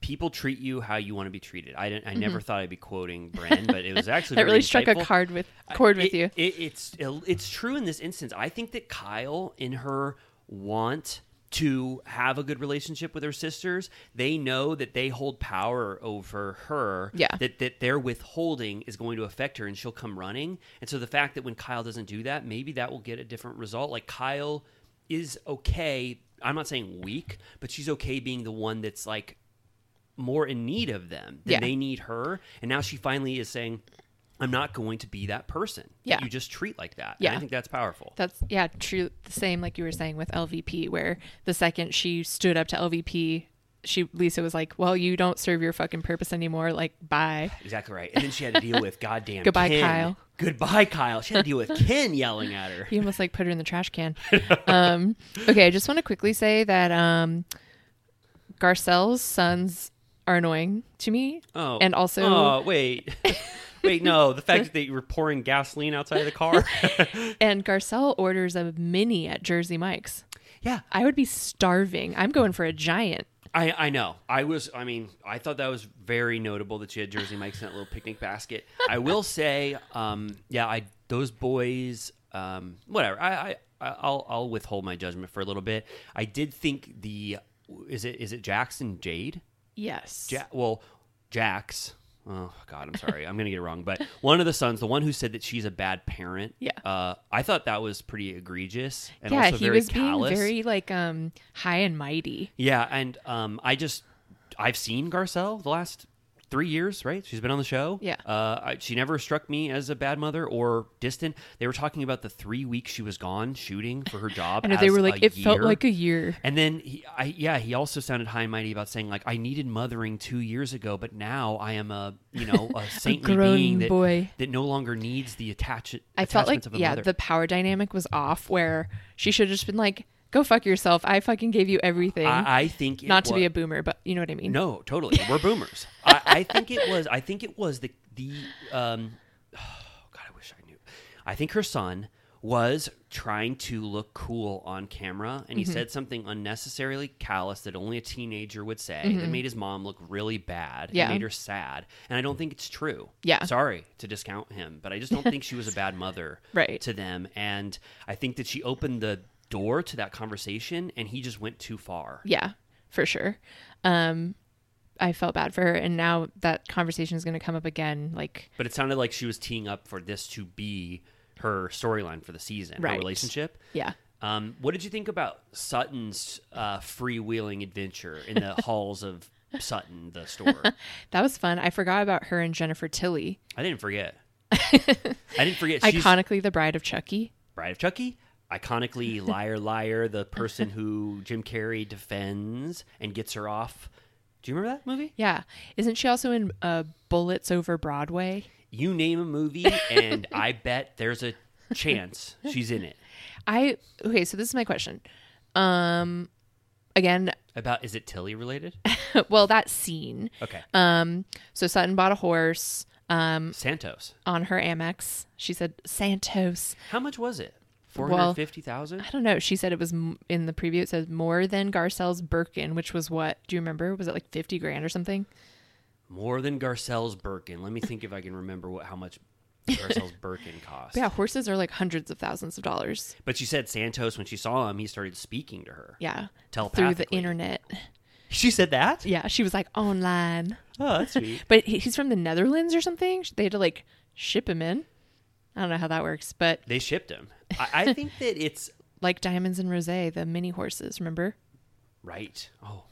people treat you how you want to be treated. I didn't. I never thought I'd be quoting Bryn, but it
[LAUGHS]
was actually
Mm-hmm. That
very
really struck a
insightful.
card with chord with
It-
you.
It, it's it's true in this instance. I think that Kyle and her want to have a good relationship with her sisters. They know that they hold power over her.
Yeah.
That that their withholding is going to affect her, and she'll come running. And so the fact that when Kyle doesn't do that, maybe that will get a different result. Like Kyle is okay. I'm not saying weak, but she's okay being the one that's like more in need of them than
Yeah.
they need her. And now she finally is saying, I'm not going to be that person. that
Yeah.
You just treat like that. And I
Yeah.
think that's powerful.
That's yeah, true. The same like you were saying with LVP, where the second she stood up to LVP, she Lisa was like, "Well, you don't serve your fucking purpose anymore. Like, bye."
exactly right. And then she had to deal with goddamn
[LAUGHS] Goodbye,
Ken.
Kyle.
Goodbye, Kyle. She had to deal with Ken yelling at
[LAUGHS]
her.
He almost like put her in the
[LAUGHS]
trash can. Um, okay, I just want to quickly say that um, Garcelle's sons are annoying to me,
Oh.
and also
Oh, wait. [LAUGHS] Wait, no, the
[LAUGHS]
fact that they were pouring gasoline outside of the car. [LAUGHS]
And Garcelle orders a mini at Jersey Mike's.
yeah,
I would be starving. I'm going for a giant.
I, I know. I was. I mean, I thought that was very notable that you had Jersey Mike's in that little picnic basket. I will say, um, yeah, I those boys. Um, whatever. I, I I- I'll I'll withhold my judgment for a little bit. I did think the is it is it Jackson Jade.
Yes.
Ja- well, Jax. Oh God, I'm sorry. I'm gonna get it wrong.
[LAUGHS]
But one of the sons, the one who said that she's a bad parent.
Yeah.
Uh, I thought that was pretty egregious and
yeah,
also
he
very
was
callous.
being very like um high and mighty.
Yeah, and um, I just I've seen Garcelle the last three years, right? She's been on the show.
Yeah.
uh, I, she never struck me as a bad mother or distant. They were talking about the three weeks she was gone shooting for her job.
[LAUGHS] I know they
as
were
a
like it felt
year.
like a year.
And then he, I, yeah, he also sounded high and mighty about saying like, I needed mothering two years ago, but now I am a you know
[LAUGHS]
a saintly
grown
being that,
boy.
that no longer needs the attach.
I felt like
attachments of a
yeah,
mother.
the power dynamic was off where she should have just been like, Go fuck yourself. I fucking gave you everything.
I, I think it
Not to
wa-
be a boomer, but you know what I mean.
No,
[LAUGHS]
totally. We're boomers. I, I think it was. I think it was the the. Um, [SIGHS] oh God, I wish I knew. I think her son was trying to look cool on camera, and he
Mm-hmm.
said something unnecessarily callous that only a teenager would say. That made his mom look really bad. It
Mm-hmm. Yeah.
made her sad, and I don't think it's true.
Yeah.
sorry to discount him, but I just don't think she was a
[LAUGHS]
bad mother
Right.
to them, and I think that she opened the door to that conversation, and he just went too far.
Yeah, for sure. Um I felt bad for her and now that conversation is going to come up again like
But it sounded like she was teeing up for this to be her storyline for the season, her
Right.
relationship.
yeah.
Um, what did you think about Sutton's uh, freewheeling adventure in the halls of Sutton, the store?
That was fun. I forgot about her and Jennifer Tilly.
I didn't forget. I didn't forget. She's
Iconically the bride of Chucky.
Bride of Chucky. Iconically, liar, liar, the person who Jim Carrey defends and gets her off. Do you remember that movie?
Yeah. Isn't she also in uh, Bullets Over Broadway?
You name a movie, and I bet there's a chance she's in it.
I okay, so this is my question. Um again, [LAUGHS]
About is it Tilly related?
well that scene.
Okay.
So Sutton bought a horse
Santos.
on her Amex. She said Santos.
How much was it? Four
Well,
hundred fifty thousand.
I don't know. She said it was m- in the preview. It says more than Garcelle's Birkin, which was what? Do you remember? Was it like fifty grand or something?
More than Garcelle's Birkin. Let me think if I can remember what how
[LAUGHS]
much Garcelle's Birkin cost.
But yeah, horses are like hundreds of thousands of dollars.
But she said Santos when she saw him, he started speaking to her.
Yeah, through the
Telepathically.
internet.
She said that.
Yeah, she was like online.
Oh, that's sweet.
But he- he's from the Netherlands or something. They had to like ship him in. I don't know how that works, but
they shipped him. I,
[LAUGHS]
I think that it's
like diamonds and rose, the mini horses. Remember?
right. Oh,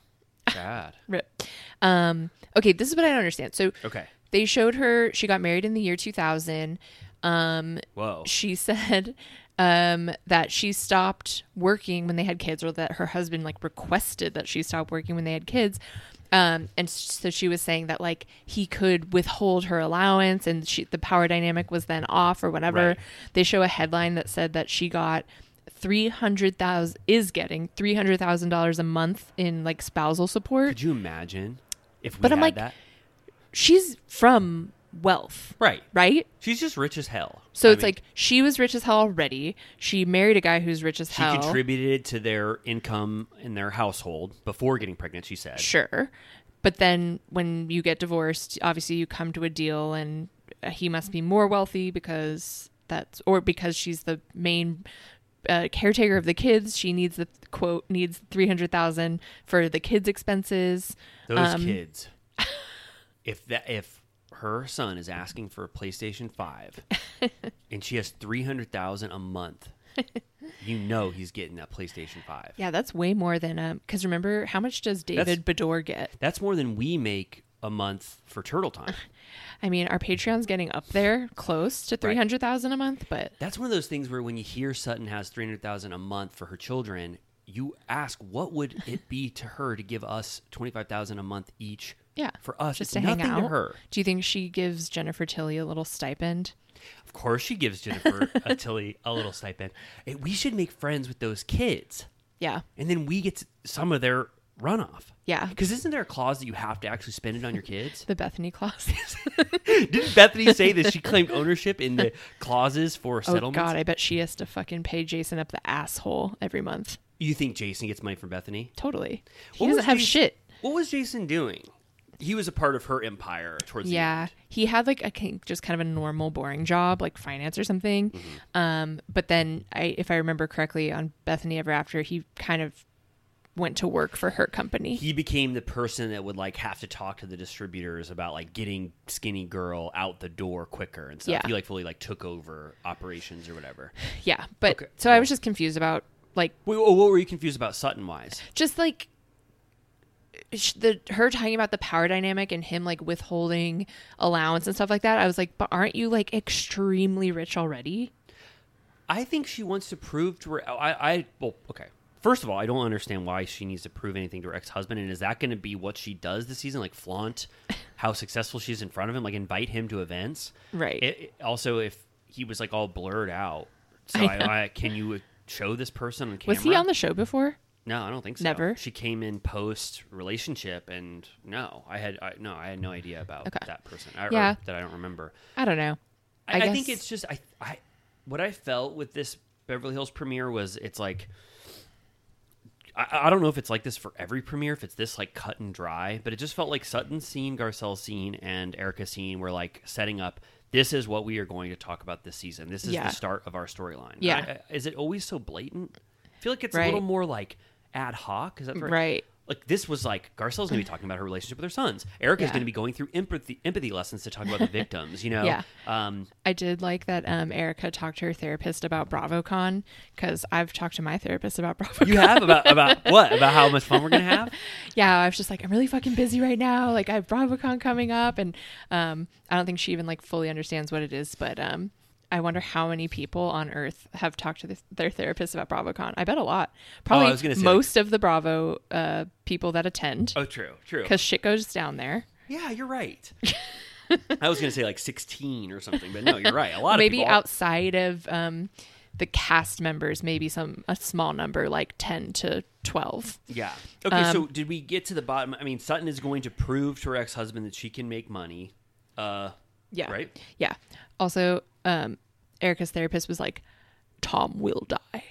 bad.
Rip. Um. Okay, this is what I don't understand. So
Okay.
they showed her. She got married in the year two thousand. Um,
Whoa.
she [LAUGHS] said um, that she stopped working when they had kids, or that her husband like requested that she stop working when they had kids. Um, and so she was saying that like he could withhold her allowance, and she, the power dynamic was then off or whatever.
Right.
They show a headline that said that she got three hundred thousand is getting three hundred thousand dollars a month in like spousal support.
Could you imagine if we
But
had
I'm like-
that?
She's from wealth,
Right.
right?
She's just rich as hell.
So
I
it's
mean,
like she was rich as hell already. She married a guy who's rich as
she
hell.
contributed to their income in their household before getting pregnant. She said.
sure but then when you get divorced obviously you come to a deal and uh, he must be more wealthy because that's or because she's the main uh, caretaker of the kids she needs the quote needs 300000 for the kids expenses
Those
Um,
kids. If that if her son is asking for a PlayStation
[LAUGHS]
5 and she has 300,000 a month, you know he's getting that PlayStation 5.
yeah that's way more than um because remember how much does david bador get
That's more than we make a month for turtle time.
[LAUGHS] i mean our patreon's getting up there close to 300000 a month but
That's one of those things where when you hear Sutton has 300,000 a month for her children, you ask what would it be to her to give us 25,000 a month each?
yeah
For us
just
it's
to hang
nothing
out
to her.
do you think she gives jennifer tilly a little stipend
Of course, she gives
[LAUGHS]
Jennifer a Tilly a little stipend. Eh, We should make friends with those kids,
yeah
and then we get s- some of their runoff.
Yeah.
Because isn't there a clause that you have to actually spend it on your kids?
[LAUGHS] The Bethany clause.
Didn't Bethany say that she claimed ownership in
[LAUGHS]
the clauses for
oh
settlements?
God, I bet she has to fucking pay Jason up the asshole every month.
You think Jason gets money from Bethany?
Totally. He
What
doesn't
was
have
Jason-
shit.
What was Jason doing? He was a part of her empire towards the
Yeah,
end.
he had like a kin- just kind of a normal, boring job, like finance or something.
Mm-hmm.
Um, but then, I, if I remember correctly, on Bethany Ever After, he kind of went to work for her company.
He became the person that would like have to talk to the distributors about like getting skinny girl out the door quicker and stuff.
Yeah.
He like fully like took over operations or whatever.
yeah, but
Okay,
so I was just confused about like
Wait, wha- what were you confused about Sutton wise?
just like sh- the her talking about the power dynamic and him like withholding allowance and stuff like that. I was like, but aren't you like extremely rich already?
I think she wants to prove to her. I, I well, okay. First of all, I don't understand why she needs to prove anything to her ex husband, and is that going to be what she does this season? Like
[LAUGHS]
flaunt how successful she's in front of him, like invite him to events,
Right.
It, it- also, if he was like all blurred
[LAUGHS]
out, so
I know.
I, I, can you show this person on camera?
Was he on the show before?
No, I don't think so.
Never?
She came in post relationship, and no, I had I, no, I had no idea about
Okay.
that person. I, or
Yeah.
that I don't remember.
I don't know.
I, I, think
guess-
it's just I, I what I felt with this Beverly Hills premiere was it's like I, I don't know if it's like this for every premiere if it's this like cut and dry but it just felt like Sutton's scene Garcelle's scene and Erica's scene were like setting up this is what we are going to talk about this season this is
Yeah.
the start of our storyline
Yeah.
I- I- is it always so blatant I feel like it's
Right.
a little more like ad hoc is that the
Right.
like this was like Garcelle's gonna be talking about her relationship with her sons. Erica's
Yeah.
gonna be going through empathy empathy lessons to talk about
[LAUGHS]
the victims. You know,
Yeah.
um,
I did like that um, Erica talked to her therapist about BravoCon because I've talked to my therapist about [LAUGHS] BravoCon.
You have about about what about how much fun we're gonna have?
yeah, I was just like, I'm really fucking busy right now. Like, I have BravoCon coming up, and um, I don't think she even like fully understands what it is. But um, I wonder how many people on Earth have talked to th- their therapist about BravoCon. I bet a lot. Probably
Oh, was gonna say, like-
most of the Bravo uh, people that attend
[LAUGHS] Oh, true, true.
because shit goes down there.
Yeah, you're
[LAUGHS]
right. I was gonna say like 16 or something, but no, you're right. A lot
Maybe
of people
outside of um, the cast members, maybe some a small number like ten to twelve.
Yeah. Okay,
um,
so did we get to the bottom? I mean, Sutton is going to prove to her ex husband that she can make money. Uh,
Yeah.
Right?
Yeah. Also, um, Erica's therapist was like, Tom will die.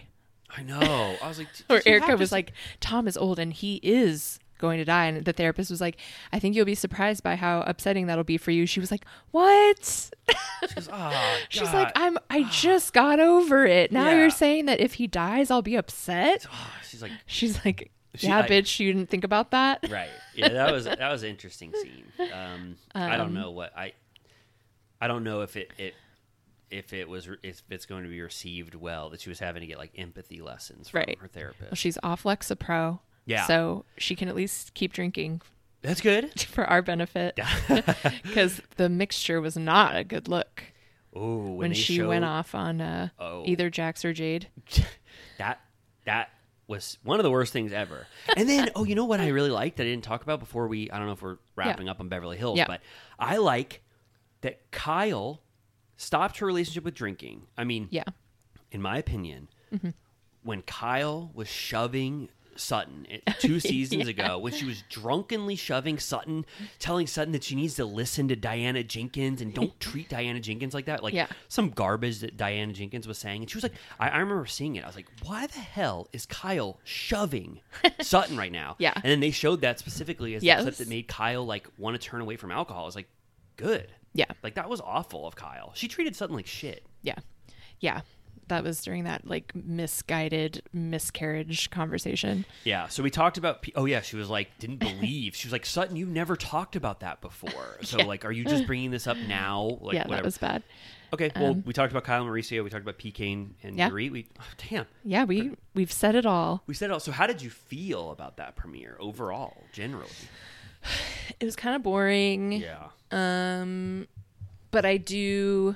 I
[LAUGHS]
know. I was like,
Or
did you
Erica
have to
was
say-
like, Tom is old and he is going to die. And the therapist was like, I think you'll be surprised by how upsetting that'll be for you. She was like, What?
"Ah,
She's
God."
like, I'm I just got over it. Now
Yeah.
you're saying that if he dies, I'll be upset.
Ah, she's like,
She's like,
She-
Yeah,
I-
bitch, you didn't think about that.
right. Yeah, that was that was an interesting scene. Um, I don't know what I, I don't know if it. it if it was if it's going to be received well that she was having to get like empathy lessons from
Right.
her
Well,
therapist
she's off Lexapro.
Yeah.
So she can at least keep drinking [LAUGHS]
That's good.
for our benefit. [LAUGHS] Because the mixture was not a good look
Oh, when,
when
they
she went
showed-
off on uh,
Oh.
either Jax or Jade.
that that was one of the worst things ever. And then, oh, you know what I really liked that I didn't talk about before we I don't know if we're wrapping up on Beverly Hills,
Yeah.
but I like that Kyle stopped her relationship with drinking. I mean,
Yeah.
in my opinion,
Mm-hmm.
when Kyle was shoving Sutton
[LAUGHS]
it- two seasons ago, when she was drunkenly shoving Sutton, telling Sutton that she needs to listen to Diana Jenkins and don't treat Diana Jenkins like that, like
Yeah.
some garbage that Diana Jenkins was saying. And she was like, I, I remember seeing it. I was like, why the hell is Kyle
[LAUGHS]
shoving Sutton right now?
Yeah.
And then they showed that specifically as the clip
Yes.
that made Kyle like want to turn away from alcohol. I was like, good.
Yeah.
Like that was awful of Kyle. She treated Sutton like shit.
Yeah. Yeah. That was during that like misguided miscarriage conversation.
Yeah, so we talked about. P- oh yeah, she was like didn't believe. She was like Sutton, you never talked about that
[LAUGHS]
before. So like, are you just bringing this up now? Like,
yeah,
whatever.
that was bad.
okay. Well, we talked about Kyle Mauricio. We talked about Pecan and
Yeah.
Dorit. We oh, damn,
Yeah, we we've said it all.
we said it all. So how did you feel about that premiere overall, generally?
It was kind of boring.
Yeah,
but I do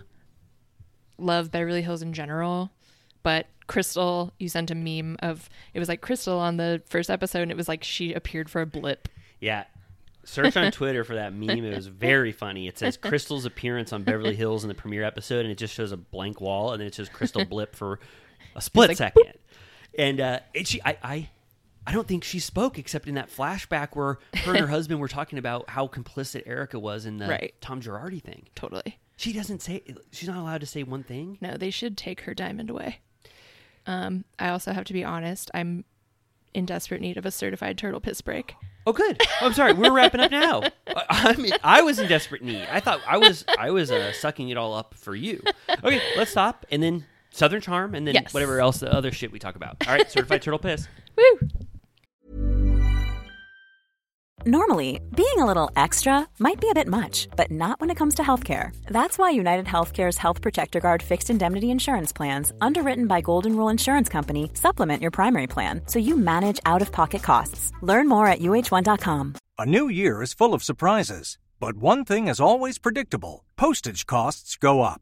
love Beverly Hills in general. But Crystal, you sent a meme of it was like Crystal on the first episode, and it was like she appeared for a blip.
yeah. Search
[LAUGHS]
on Twitter for that meme. It was very funny. It says Crystal's appearance on Beverly Hills in the premiere episode, and it just shows a blank wall,
[LAUGHS]
and then it says Crystal blip for a split
like,
second. And uh, it, she, I, I, I don't think she spoke except in that flashback where her
[LAUGHS]
and her husband were talking about how complicit Erica was in the
Right.
Tom Girardi thing.
Totally.
She doesn't say she's not allowed to say one thing.
No, they should take her diamond away. Um, I also have to be honest, I'm in desperate need of a certified turtle piss break.
Oh, good. I'm sorry. We're wrapping up now. I- [LAUGHS] I mean, I was in desperate need. I thought I was I was uh, sucking it all up for you. Okay, let's stop and then Southern Charm and then
Yes.
whatever else the other shit we talk about. All right, certified turtle piss.
Woo!
Normally, being a little extra might be a bit much, but not when it comes to healthcare. That's why United Healthcare's Health Protector Guard fixed indemnity insurance plans, underwritten by Golden Rule Insurance Company, supplement your primary plan so you manage out of pocket costs. Learn more at uh1.com.
A new year is full of surprises, but one thing is always predictable postage costs go up.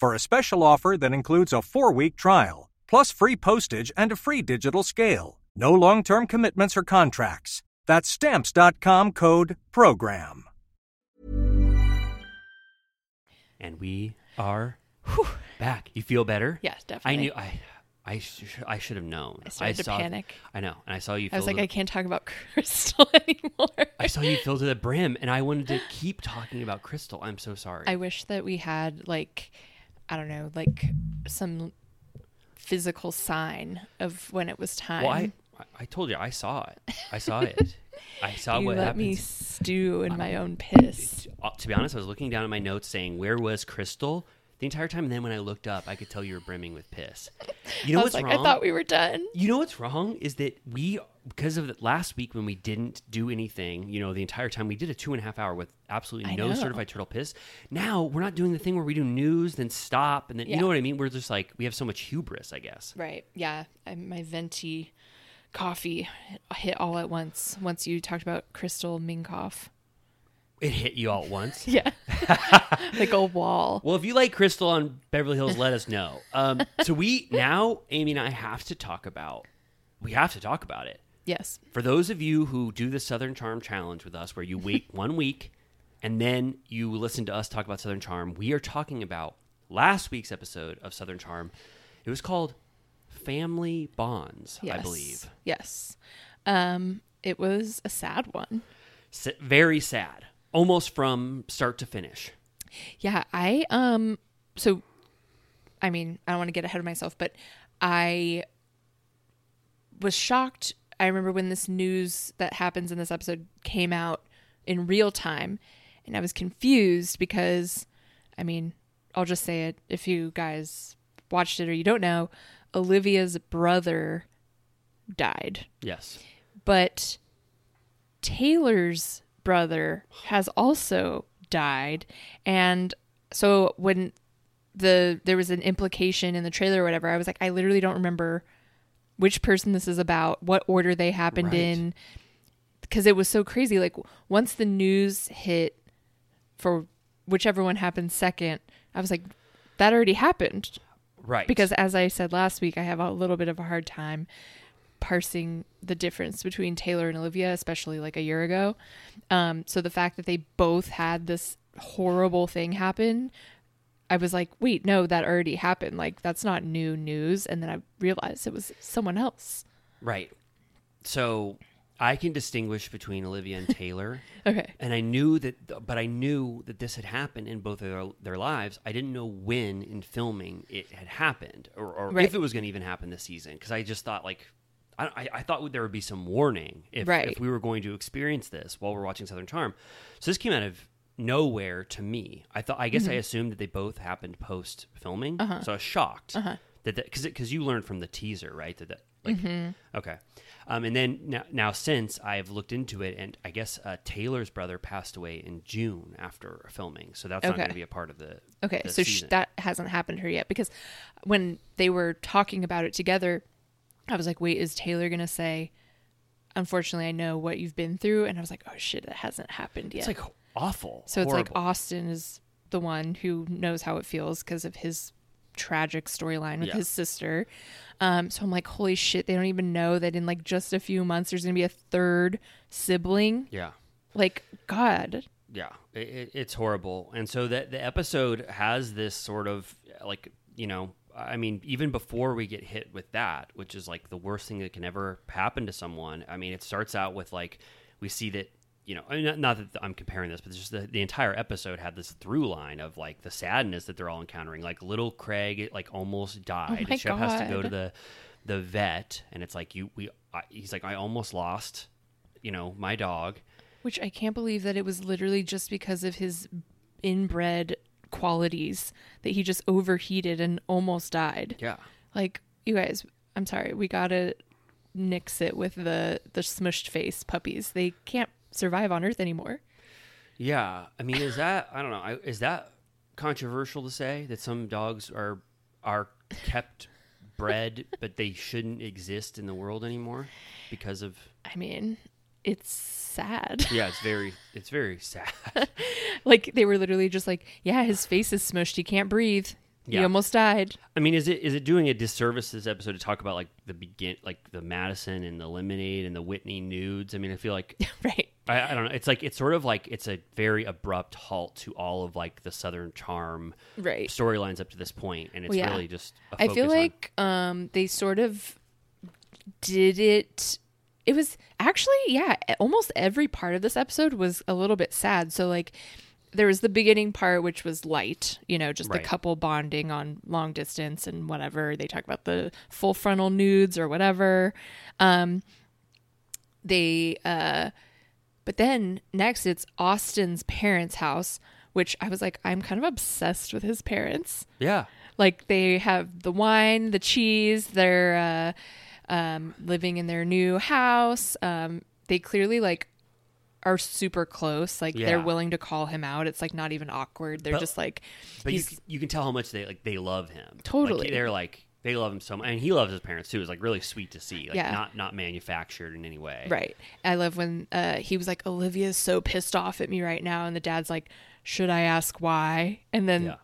for a special offer that includes a four week trial, plus free postage and a free digital scale. No long term commitments or contracts. That's Stamps.com code PROGRAM.
And we are back. You feel better?
Yeah,
I
definitely.
knew I I sh- I should have known.
I started to
saw,
panic.
I know. And I saw you
I
feel
was like,
the-
I can't talk about [LAUGHS] crystal anymore.
I saw you fill to the brim and I wanted to
[LAUGHS]
keep talking about Crystal. I'm so sorry.
I wish that we had like I don't know, like some physical sign of when it was time.
well, I I told you I saw it. I
[LAUGHS]
saw it. I saw
you
what
let
happens.
me stew in
[LAUGHS]
my own piss.
Uh, to be honest, I was looking down at my notes saying, "Where was Crystal?" The entire time, and then when I looked up, I could tell you were brimming with
[LAUGHS]
piss. You know
I was
what's
like,
wrong?
I thought we were done.
You know what's wrong is that we, because of the, last week when we didn't do anything, you know, the entire time we did a two and a half hour with absolutely
I
no
know.
certified turtle piss. Now we're not doing the thing where we do news, then stop, and then you
Yeah.
know what I mean. We're just like we have so much hubris, I guess.
Right. Yeah. I, my venti coffee hit all at once. Once you talked about Crystal Minkoff. [LAUGHS]
It hit you all at once.
Yeah. like a wall.
Well, if you like Crystal on Beverly Hills, let us know. Um, so we now, Amy and I have to talk about. We have to talk about it.
Yes.
For those of you who do the Southern Charm challenge with us, where you
[LAUGHS]
wait one week and then you listen to us talk about Southern Charm, we are talking about last week's episode of Southern Charm. It was called Family Bonds,
Yes.
I believe.
Yes. Um, it was a sad one.
S- very sad, almost from start to finish.
Yeah, I um so I mean, I don't want to get ahead of myself, but I was shocked. I remember when this news that happens in this episode came out in real time, and I was confused because I mean, I'll just say it if you guys watched it or you don't know, Olivia's brother died
Yes.
but Taylor's brother has also died and so when the there was an implication in the trailer or whatever I was like I literally don't remember which person this is about what order they happened
Right.
in because it was so crazy like once the news hit for whichever one happened second I was like that already happened
Right.
because as I said last week, I have a little bit of a hard time parsing the difference between Taylor and Olivia, especially like a year ago. Um, so the fact that they both had this horrible thing happen, I was like, wait, no, that already happened. Like that's not new news. And then I realized it was someone else.
Right. So I can distinguish between Olivia and Taylor.
[LAUGHS] Okay.
And I knew that, but I knew that this had happened in both of their, their lives. I didn't know when in filming it had happened or, or
Right.
if it was going to even happen this season. Because I just thought, like, I, I, I thought there would be some warning if,
Right.
if we were going to experience this while we're watching Southern Charm. So this came out of
Mm-hmm. Uh-huh.
nowhere to me. I thought, I guess I assumed that they both happened post filming. So I was shocked that because because you learned from the teaser, right? That, that like
Mm-hmm.
okay, um, and then now, now since I've looked into it, and I guess uh, Taylor's brother passed away in June after filming, so that's not
Okay.
going to be a part of the
Okay,
the
so sh-
season.
that hasn't happened to her yet because when they were talking about it together, I was like, "Wait, is Taylor gonna say?" Unfortunately, I know what you've been through, and I was like, "Oh shit, that hasn't happened yet."
it's like awful.
so it's like
horrible.
Austin is the one who knows how it feels because of his tragic storyline with
Yeah.
his sister. Um, so I'm like, "Holy shit, they don't even know that in like just a few months there's gonna be a third sibling."
yeah.
Like, God,
yeah it, it, it's horrible and so that the episode has this sort of like you know i mean even before we get hit with that which is like the worst thing that can ever happen to someone i mean it starts out with like we see that you know I mean, not, not that i'm comparing this but just the, the entire episode had this through line of like the sadness that they're all encountering like little craig like almost died
Oh my
and shep has to go to
God.
the the vet and it's like you we I, he's like i almost lost you know my dog
Which I can't believe that it was literally just because of his inbred qualities that he just overheated and almost died.
yeah
Like, you guys, I'm sorry, we gotta nix it with the the smushed face puppies. They can't survive on Earth anymore.
Yeah, I mean, is that I don't know? I, is that controversial to say that some dogs are are kept bred, but they shouldn't exist in the world anymore because of?
I mean, it's sad. [LAUGHS]
Yeah, it's very it's very sad.
like they were literally just like, yeah, his face is smushed. He can't breathe. He
Yeah.
almost died. [LAUGHS]
I mean, is it is it doing a disservice this episode to talk about like the begin like the Madison and the Lemonade and the Whitney nudes? I mean, I feel like
right.
I, I don't know. It's like it's sort of like it's a very abrupt halt to all of like the Southern charm
Right.
storylines up to this point, and it's
Well, yeah.
really just. a
I feel
focus on-
like um, they sort of did it. It was actually, yeah, e, almost every part of this episode was a little bit sad. So, like, there was the beginning part, which was light, you know, just
Right.
the couple bonding on long distance and whatever. They talk about the full frontal nudes or whatever. Um, they, uh, but then next it's Austin's parents' house, which I was like, I'm kind of obsessed with his parents
yeah.
like they have the wine the cheese they're uh, um, living in their new house um, they clearly like are super close like they're
Yeah.
willing to call him out it's like not even awkward they're
But-
just like
But you,
he's
c- you can tell how much they like they love him. Like,
Totally.
they're like they love him so much, and he loves his parents too. It's like really sweet to see. Like
Yeah.
not not manufactured in any way.
right i love when uh, he was like olivia's so pissed off at me right now and the dad's like should i ask why and then
Yeah.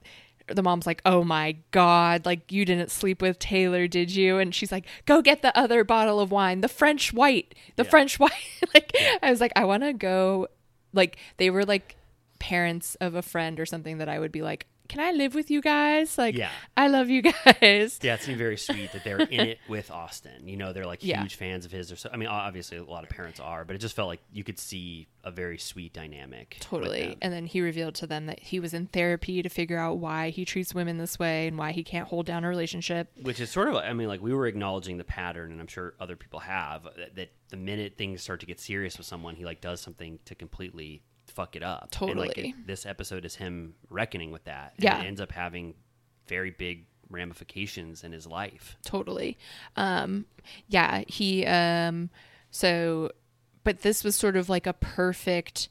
The mom's like, "Oh my god, like you didn't sleep with Taylor, did you?" And she's like, "Go get the other bottle of wine, the French white, the French [LAUGHS] white." like I was like, "I want to go like they were like parents of a friend or something that I would be like, "Can I live with you guys?" Like
Yeah.
I love you [LAUGHS] guys.
Yeah, it seemed very sweet that they're in
[LAUGHS]
it with Austin. You know, they're like
Yeah.
huge fans of his. Or so. I mean, obviously a lot of parents are, but it just felt like you could see a very sweet dynamic. with
Totally.
them.
And then he revealed to them that he was in therapy to figure out why he treats women this way and why he can't hold down a relationship.
Which is sort of, I mean, like we were acknowledging the pattern, and I'm sure other people have that, that the minute things start to get serious with someone, he like does something to completely fuck it up. And like
Totally.
it- this episode is him reckoning with that. And
Yeah.
It ends up having very big ramifications in his life.
Totally. Um yeah, he um so but this was sort of like a perfect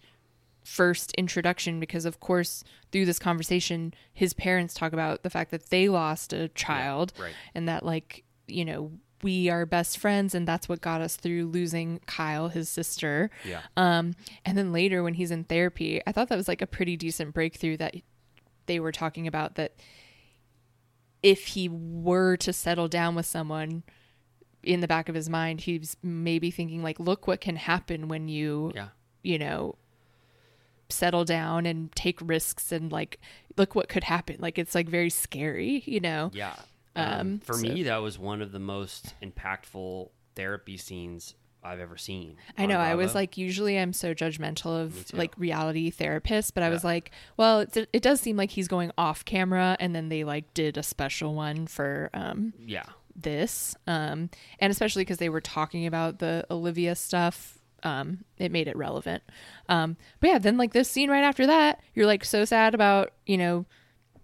first introduction because of course through this conversation his parents talk about the fact that they lost a child
right.
and that like, you know, we are best friends and that's what got us through losing Kyle, his sister.
Yeah.
Um, and then later when he's in therapy, I thought that was like a pretty decent breakthrough that they were talking about that if he were to settle down with someone in the back of his mind, he's maybe thinking like, look what can happen when you,
Yeah.
you know, settle down and take risks and like, look what could happen. Like, it's like very scary, you know?
Yeah.
Um,
for me, that was one of the most impactful therapy scenes I've ever seen.
I
on
know. I was
Bravo.
like, usually I'm so judgmental of
too.
like reality therapists, but I was like, well, it, it does seem like he's going off camera, and then they like did a special one for um,
yeah.
this, um, and especially because they were talking about the Olivia stuff, um, it made it relevant. Um, but yeah, then like this scene right after that, you're like so sad about you know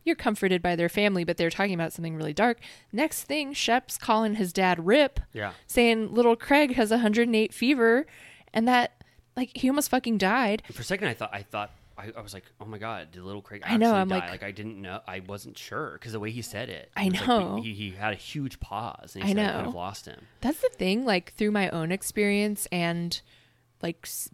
You're comforted by their family, but they're talking about something really dark. Next thing, Shep's calling his dad Rip,
Yeah.
saying little Craig has 108 fever, and that like he almost fucking died.
For a second, I thought I thought I, I was like, oh my god, did little Craig actually
I know, I'm
die?
like-
I didn't know. I wasn't sure because the way he said it,
I
it was like
know.
we- he, he had a huge pause, and
I
he said, I
know.
could have lost him.
That's the thing, like through my own experience and like s-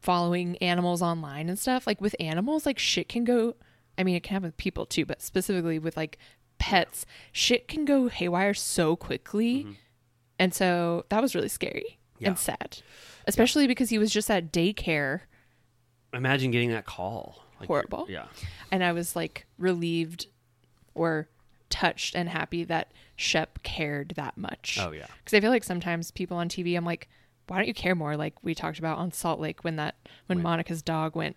following animals online and stuff, like with animals, like shit can go. I mean, it can happen with people too, but specifically with like pets, shit can go haywire so quickly. And so that was really scary
Yeah.
and sad, especially because he was just at daycare
Imagine getting that call. Like, you're-
Horrible.
Yeah.
and I was like relieved or touched and happy that Shep cared that much.
Oh, yeah.
because I feel like sometimes people on TV, I'm like, why don't you care more? Like we talked about on Salt Lake when that when Monica's dog went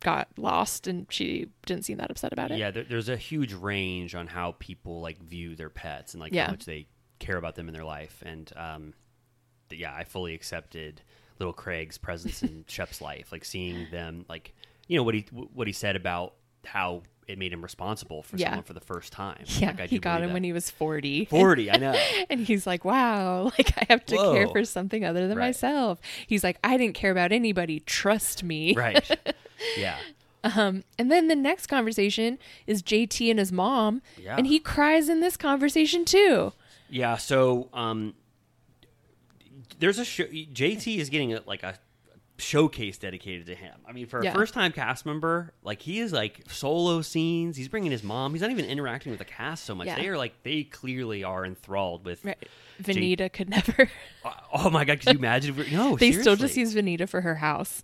got lost and she didn't seem that upset about it.
Yeah, there, there's a huge range on how people like view their pets and like
Yeah.
how much they care about them in their life. And um, th- yeah, I fully accepted little Craig's presence
[LAUGHS]
in Shep's life. Like seeing them, like you know what he wh- what he said about how it made him responsible for
Yeah.
someone for the first time.
Yeah,
like, I
he
do
got
believe
him
that.
when he was 40.
forty. I know.
[LAUGHS] And he's like, wow, [LAUGHS] like I have to care
Whoa.
for something other than
Right.
myself. He's like, I didn't care about anybody. Trust me.
right.
[LAUGHS]
Yeah.
And then the next conversation is JT and his mom,
Yeah.
and he cries in this conversation too.
Yeah. So um, there's a show. JT is getting a, like a showcase dedicated to him. I mean, for a
Yeah.
first time cast member, like he is like solo scenes. He's bringing his mom. He's not even interacting with the cast so much.
Yeah.
They are like they clearly are enthralled with. J-
Vanita
[LAUGHS]
could never.
oh my god! Could you imagine? If we no,
they still just
seriously.
use Vanita for her house.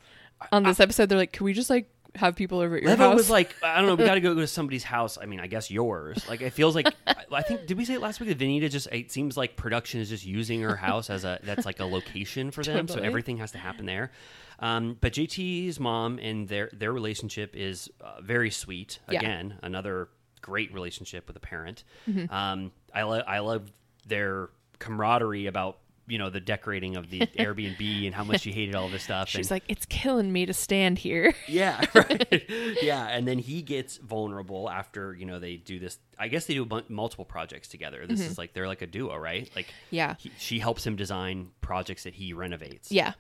On this episode, they're like, "Can we just like have people over at your
Levo
house?"
was like, I don't know,
[LAUGHS]
we got to go to somebody's house. I mean, I guess yours. Like, it feels like I- I think did we say it last week that Vinita just it seems like production is just using her house as a that's like a location for them, so
Totally.
everything has to happen there. Um, but JT's mom and their their relationship is uh, very sweet.
Yeah.
Again, another great relationship with a parent.
Mm-hmm.
Um, I love I love their camaraderie about you know the decorating
[LAUGHS]
of the Airbnb and how much she hated all this stuff.
"She's
and,
like, it's killing me to stand here." [LAUGHS]
yeah, right. yeah, and then he gets vulnerable after you know they do this. I guess they do a bun multiple projects together. This is like they're like a duo, right? Like
Mm-hmm. Yeah.
he, she helps him design projects that he renovates.
yeah,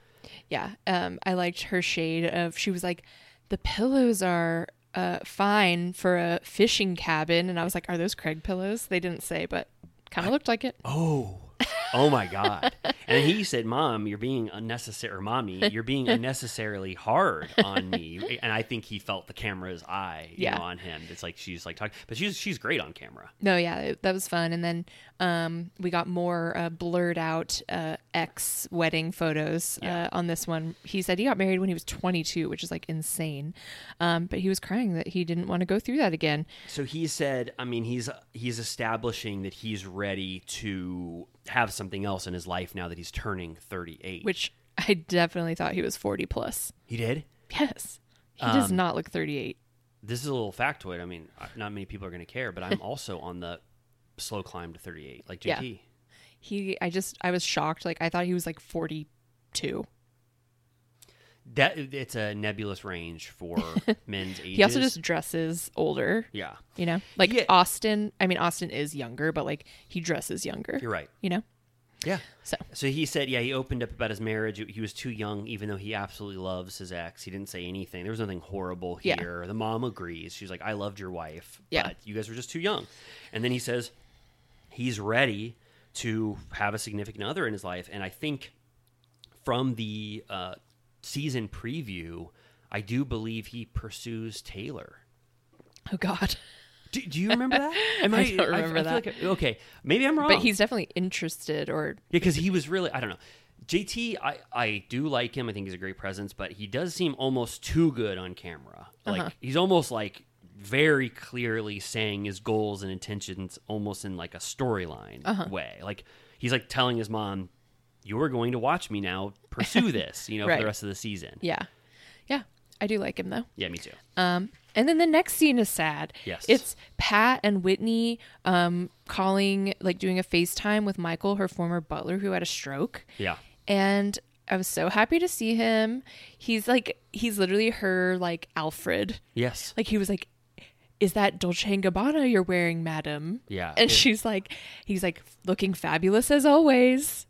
yeah. Um, I liked her shade of. She was like, "The pillows are." Uh, fine for a fishing cabin, and I was like, "Are those Craig pillows?" They didn't say, but kind of looked like it.
Oh. Oh my
[LAUGHS]
god! And he said, "Mom, you're being unnecessary. Or mommy, you're being unnecessarily hard on me." And I think he felt the camera's eye, you
Yeah.
know, on him. It's like she's like talking, but she's she's great on camera.
No, yeah, it- that was fun. And then um, we got more uh, blurred out uh, ex wedding photos
Yeah.
uh, on this one. He said he got married when he was 22, which is like insane. Um, but he was crying that he didn't want to go through that again.
So he said, I mean, he's he's establishing that he's ready to have something else in his life now that he's turning 38.
Which I definitely thought he was 40 plus.
he did.
Yes, he does not look 38.
This is a little factoid. I mean, not many people are going to care, but
[LAUGHS]
I'm also on the slow climb to 38, like
Yeah.
JT.
He, I just, I was shocked. Like I thought he was like 42.
That it's a nebulous range
[LAUGHS]
for men's ages.
He also just dresses older.
yeah,
You know, like
Yeah.
Austin. I mean, Austin is younger, but like he dresses younger.
you're right.
You know,
Yeah.
so.
So he said, yeah, he opened up about his marriage. He was too young, even though he absolutely loves his ex. He didn't say anything. There was nothing horrible
Yeah.
here. The mom agrees. She's like, I loved your wife,
Yeah.
but you guys were just too young. And then he says he's ready to have a significant other in his life. And I think from the uh, season preview, I do believe he pursues Taylor.
Oh God.
Do, do you remember
[LAUGHS]
that? Am
I don't remember
feel
that.
like I- okay, maybe I'm wrong.
But he's definitely interested or
because he was really I don't know. JT, I, I do like him. I think he's a great presence, but he does seem almost too good on camera. Like he's almost like very clearly saying his goals and intentions almost in like a storyline way. Like he's like telling his mom, "You're going to watch me now pursue this, you know, for
Right.
the rest of the season." Yeah,
yeah. Yeah. I do like him though.
me too.
And then the next scene is sad.
Yes.
It's Pat and Whitney um calling like doing a FaceTime with Michael, her former butler who had a stroke.
yeah.
And I was so happy to see him. He's like he's literally her like Alfred.
Yes.
Like he was like is that Dolce and Gabbana you're wearing, madam?
Yeah.
And she's like, he's like looking fabulous as always.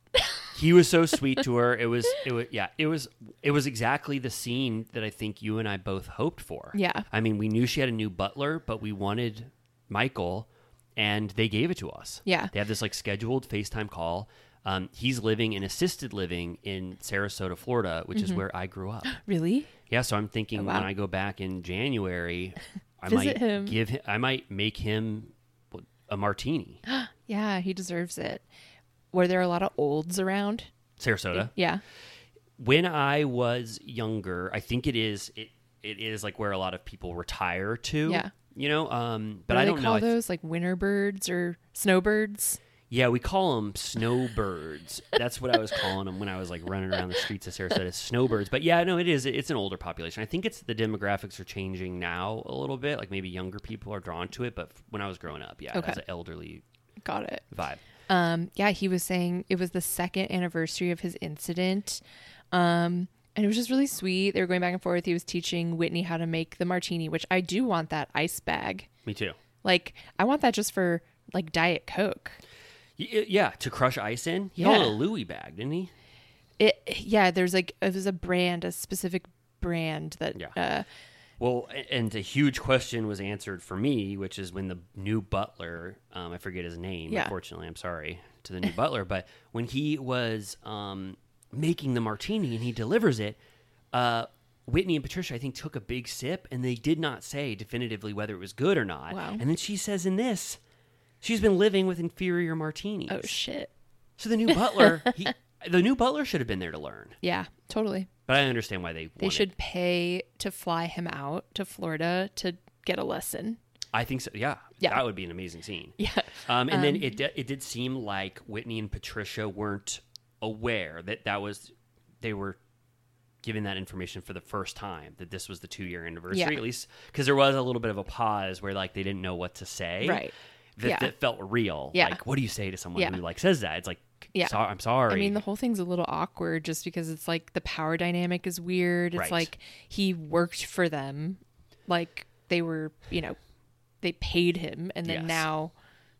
he was so sweet to her. It was it was yeah, it was it was exactly the scene that I think you and I both hoped for.
Yeah.
I mean, we knew she had a new butler, but we wanted Michael and they gave it to us.
Yeah.
They have this like scheduled FaceTime call. Um, he's living in assisted living in Sarasota, Florida, which is where I grew up.
Really?
Yeah, so I'm thinking
Mm-hmm. Oh, wow.
when I go back in January, I
Visit
might
him.
give him I might make him a
[GASPS]
martini.
Yeah, he deserves it. Were there a lot of olds around?
Sarasota.
Yeah.
when I was younger, I think it is it it is like where a lot of people retire to.
Yeah.
You know, um, but
What do
I
they
don't know.
call
I th-
those like winter birds or snowbirds.
yeah, we call them snowbirds. That's what I was calling them when I was like running around the streets of Sarasota. Snowbirds, but yeah, no, it is. It's an older population. I think it's the demographics are changing now a little bit. Like maybe younger people are drawn to it, but f- when I was growing up, yeah, it
Okay.
was an elderly
Got it.
vibe.
Um, yeah, he was saying it was the second anniversary of his incident. Um, and it was just really sweet. They were going back and forth. He was teaching Whitney how to make the martini, which I do want that ice bag.
Me too.
Like, I want that just for like Diet Coke.
Y- yeah, to crush ice in. He called it a
Yeah.
Louis bag, didn't he?
It, yeah, there's like, it was a brand, a specific brand that,
Yeah.
uh,
Well, a- and the huge question was answered for me, which is when the new butler, um, I forget his name,
Yeah.
unfortunately, I'm sorry to
[LAUGHS]
the new butler, but when he was um, making the martini and he delivers it, uh, Whitney and Patricia, I think, took a big sip and they did not say definitively whether it was good or not.
Wow.
And then she says in this, she's been living with inferior martinis.
oh shit.
so the new butler,
[LAUGHS]
he, the new butler should have been there to learn.
Yeah, totally.
But I understand why they
They
wanted-
should pay to fly him out to Florida to get a lesson. [LAUGHS]
I think so. Yeah,
Yeah.
that would be an amazing scene.
Yeah.
Um, and then it di- it did seem like Whitney and Patricia weren't aware that that was they were given that information for the first time that this was the two year anniversary
Yeah.
at least because there was a little bit of a pause where like they didn't know what to say
Right.
that,
Yeah.
that felt real
Yeah.
like what do you say to someone
Yeah.
who like says that it's like
Yeah.
so- I'm sorry
I mean, the whole thing's a little awkward just because it's like the power dynamic is weird. It's
Right.
like he worked for them, like they were, you know, they paid him, and then
Yes.
now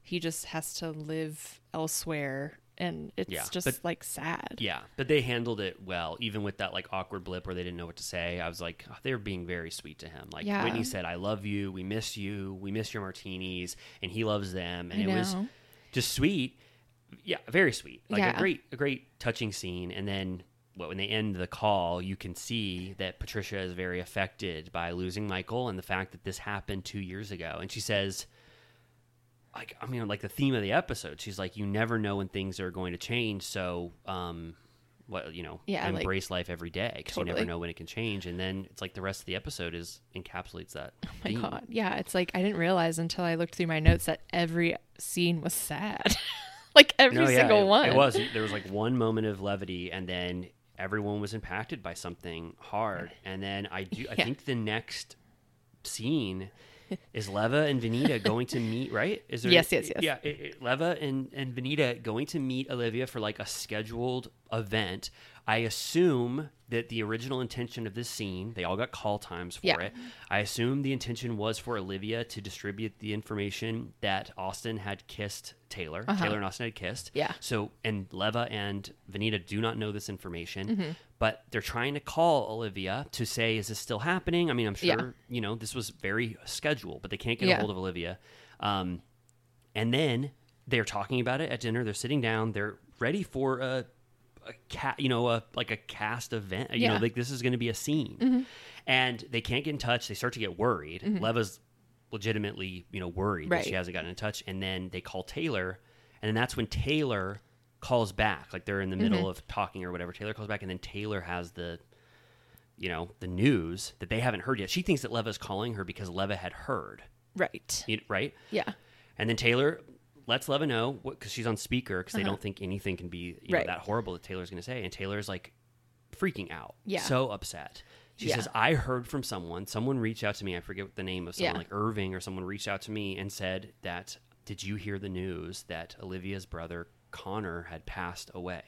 he just has to live elsewhere, and it's
Yeah,
just
but-
like sad.
yeah but they handled it well even with that like awkward blip where they didn't know what to say I was like oh, they were being very sweet to him like
Yeah.
Whitney said I love you we miss you we miss your martinis and he loves them and
I
it was
know.
just sweet. Yeah, very sweet. Like a
Yeah.
great, a great touching scene. And then what when they end the call, you can see that Patricia is very affected by losing Michael and the fact that this happened two years ago. And she says, like I mean, like the theme of the episode, she's like, you never know when things are going to change. So, um, what you know,
Yeah, like-
embrace life every day because you
Totally.
never know when it can change. And then it's like the rest of the episode is encapsulates that.
[LAUGHS]
Oh
My God, yeah, it's like I didn't realize until I looked through my notes that every scene was sad, [LAUGHS] like every
No, yeah,
single
it,
one.
It was. There was like one moment of levity, and then everyone was impacted by something hard. And then I do. I
[LAUGHS] Yeah.
think the next scene is Leva and Venita going to meet. Right? Is there?
Yes, yes, yes.
Yeah, it, it- Leva and and Venita going to meet Olivia for like a scheduled event. I assume that the original intention of this scene, they all got call times for
Yeah.
it. I assume the intention was for Olivia to distribute the information that Austin had kissed Taylor. Taylor and Austin had kissed.
Uh-huh. Yeah.
So, and Leva and Vanita do not know this information,
Mm-hmm.
but they're trying to call Olivia to say, is this still happening? I mean, I'm sure,
Yeah.
you know, this was very scheduled, but they can't get
Yeah.
a hold of Olivia. Um, and then they're talking about it at dinner. They're sitting down. They're ready for a, a cat, you know, a like a cast event. You
Yeah. Mm-hmm.
know, like this is going to be a scene, and they can't get in touch. They start to get worried. Leva's legitimately, you know, worried that she
Right.
hasn't gotten in touch. And then they call Taylor, and then that's when Taylor calls back. Like they're in the
Mm-hmm.
middle of talking or whatever. Taylor calls back, and then Taylor has the you know the news that they haven't heard yet. She thinks that Leva's calling her because Leva had heard,
right.
you- right?
Yeah,
And then Taylor lets Leva know because she's on speaker because they don't think anything can be you
Uh-huh. Right.
know, that horrible that Taylor's going to say. And Taylor's like freaking out,
Yeah.
so upset. She
Yeah.
says, "I heard from someone. Someone reached out to me. I forget what the name of someone,
Yeah.
like Irving or someone, reached out to me and said that did you hear the news that Olivia's brother Connor had passed away?"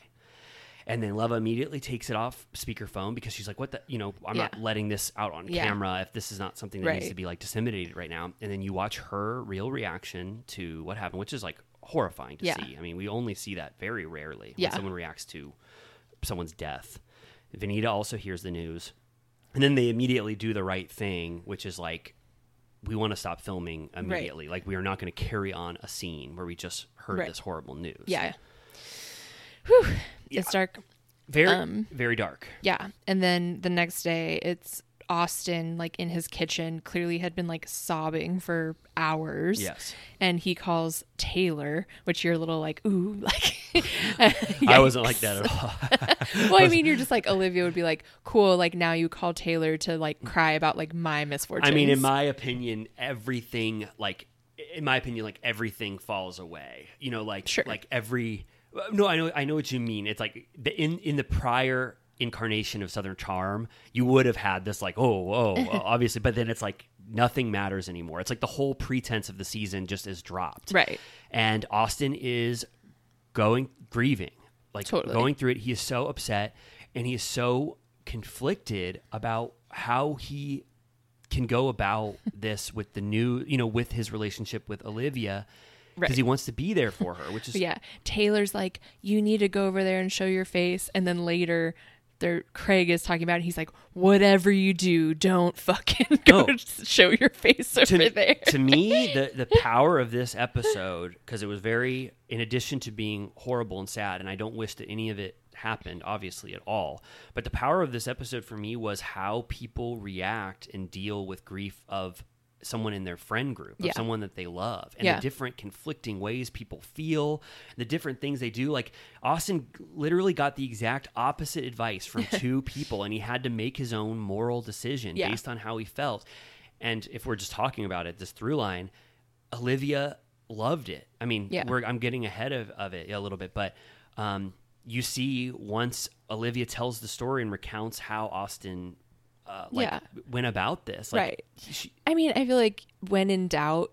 And then Leva immediately takes it off speakerphone because she's like, "What the? You know, I'm not
Yeah.
letting this out on
Yeah.
camera if this is not something that needs
Right.
to be like disseminated right now." And then you watch her real reaction to what happened, which is like horrifying to
Yeah.
see. I mean, we only see that very rarely
Yeah.
when someone reacts to someone's death. Vanita also hears the news, and then they immediately do the right thing, which is like, we want to stop filming immediately. Like, we are not going to carry on a scene where we just heard
Right.
this horrible news.
Yeah. Whew. It's dark.
very,
um,
very dark.
Yeah. And then the next day, it's Austin, like in his kitchen, clearly had been like sobbing for hours.
Yes.
And he calls Taylor, which you're a little like, ooh, [LAUGHS] like.
[LAUGHS] I wasn't like that at all.
well, I mean, you're just like, Olivia would be like, cool, like now you call Taylor to like cry about like my misfortunes.
I mean, in my opinion, everything like in my opinion, like everything falls away. You know, like
Sure.
like every no, I know I know what you mean. It's like the in in the prior incarnation of Southern Charm, you would have had this like oh oh
[LAUGHS]
well, obviously, but then it's like nothing matters anymore. It's like the whole pretense of the season just is dropped.
Right.
And Austin is going grieving like
Totally.
going through it he is so upset and he is so conflicted about how he can go about this with the new you know with his relationship with olivia because
Right.
he wants to be there for her which is
Yeah. Taylor's like, you need to go over there and show your face. And then later, there, Craig is talking about it. He's like, whatever you do, don't fucking [LAUGHS] go
No.
show your face over
to,
there.
to
[LAUGHS]
me the the power of this episode because it was very in addition to being horrible and sad and i don't wish that any of it happened obviously at all but the power of this episode for me was how people react and deal with grief of someone in their friend group of
Yeah.
someone that they love and
Yeah.
the different conflicting ways people feel the different things they do like austin literally got the exact opposite advice
[LAUGHS]
from two people and he had to make his own moral decision
Yeah.
based on how he felt. And if we're just talking about it, this through line, Olivia loved it. I mean,
Yeah.
we're, I'm getting ahead of, of it a little bit, but um, you see once Olivia tells the story and recounts how Austin uh, like,
Yeah.
went about this. Like,
Right.
She,
I mean, I feel like when in doubt,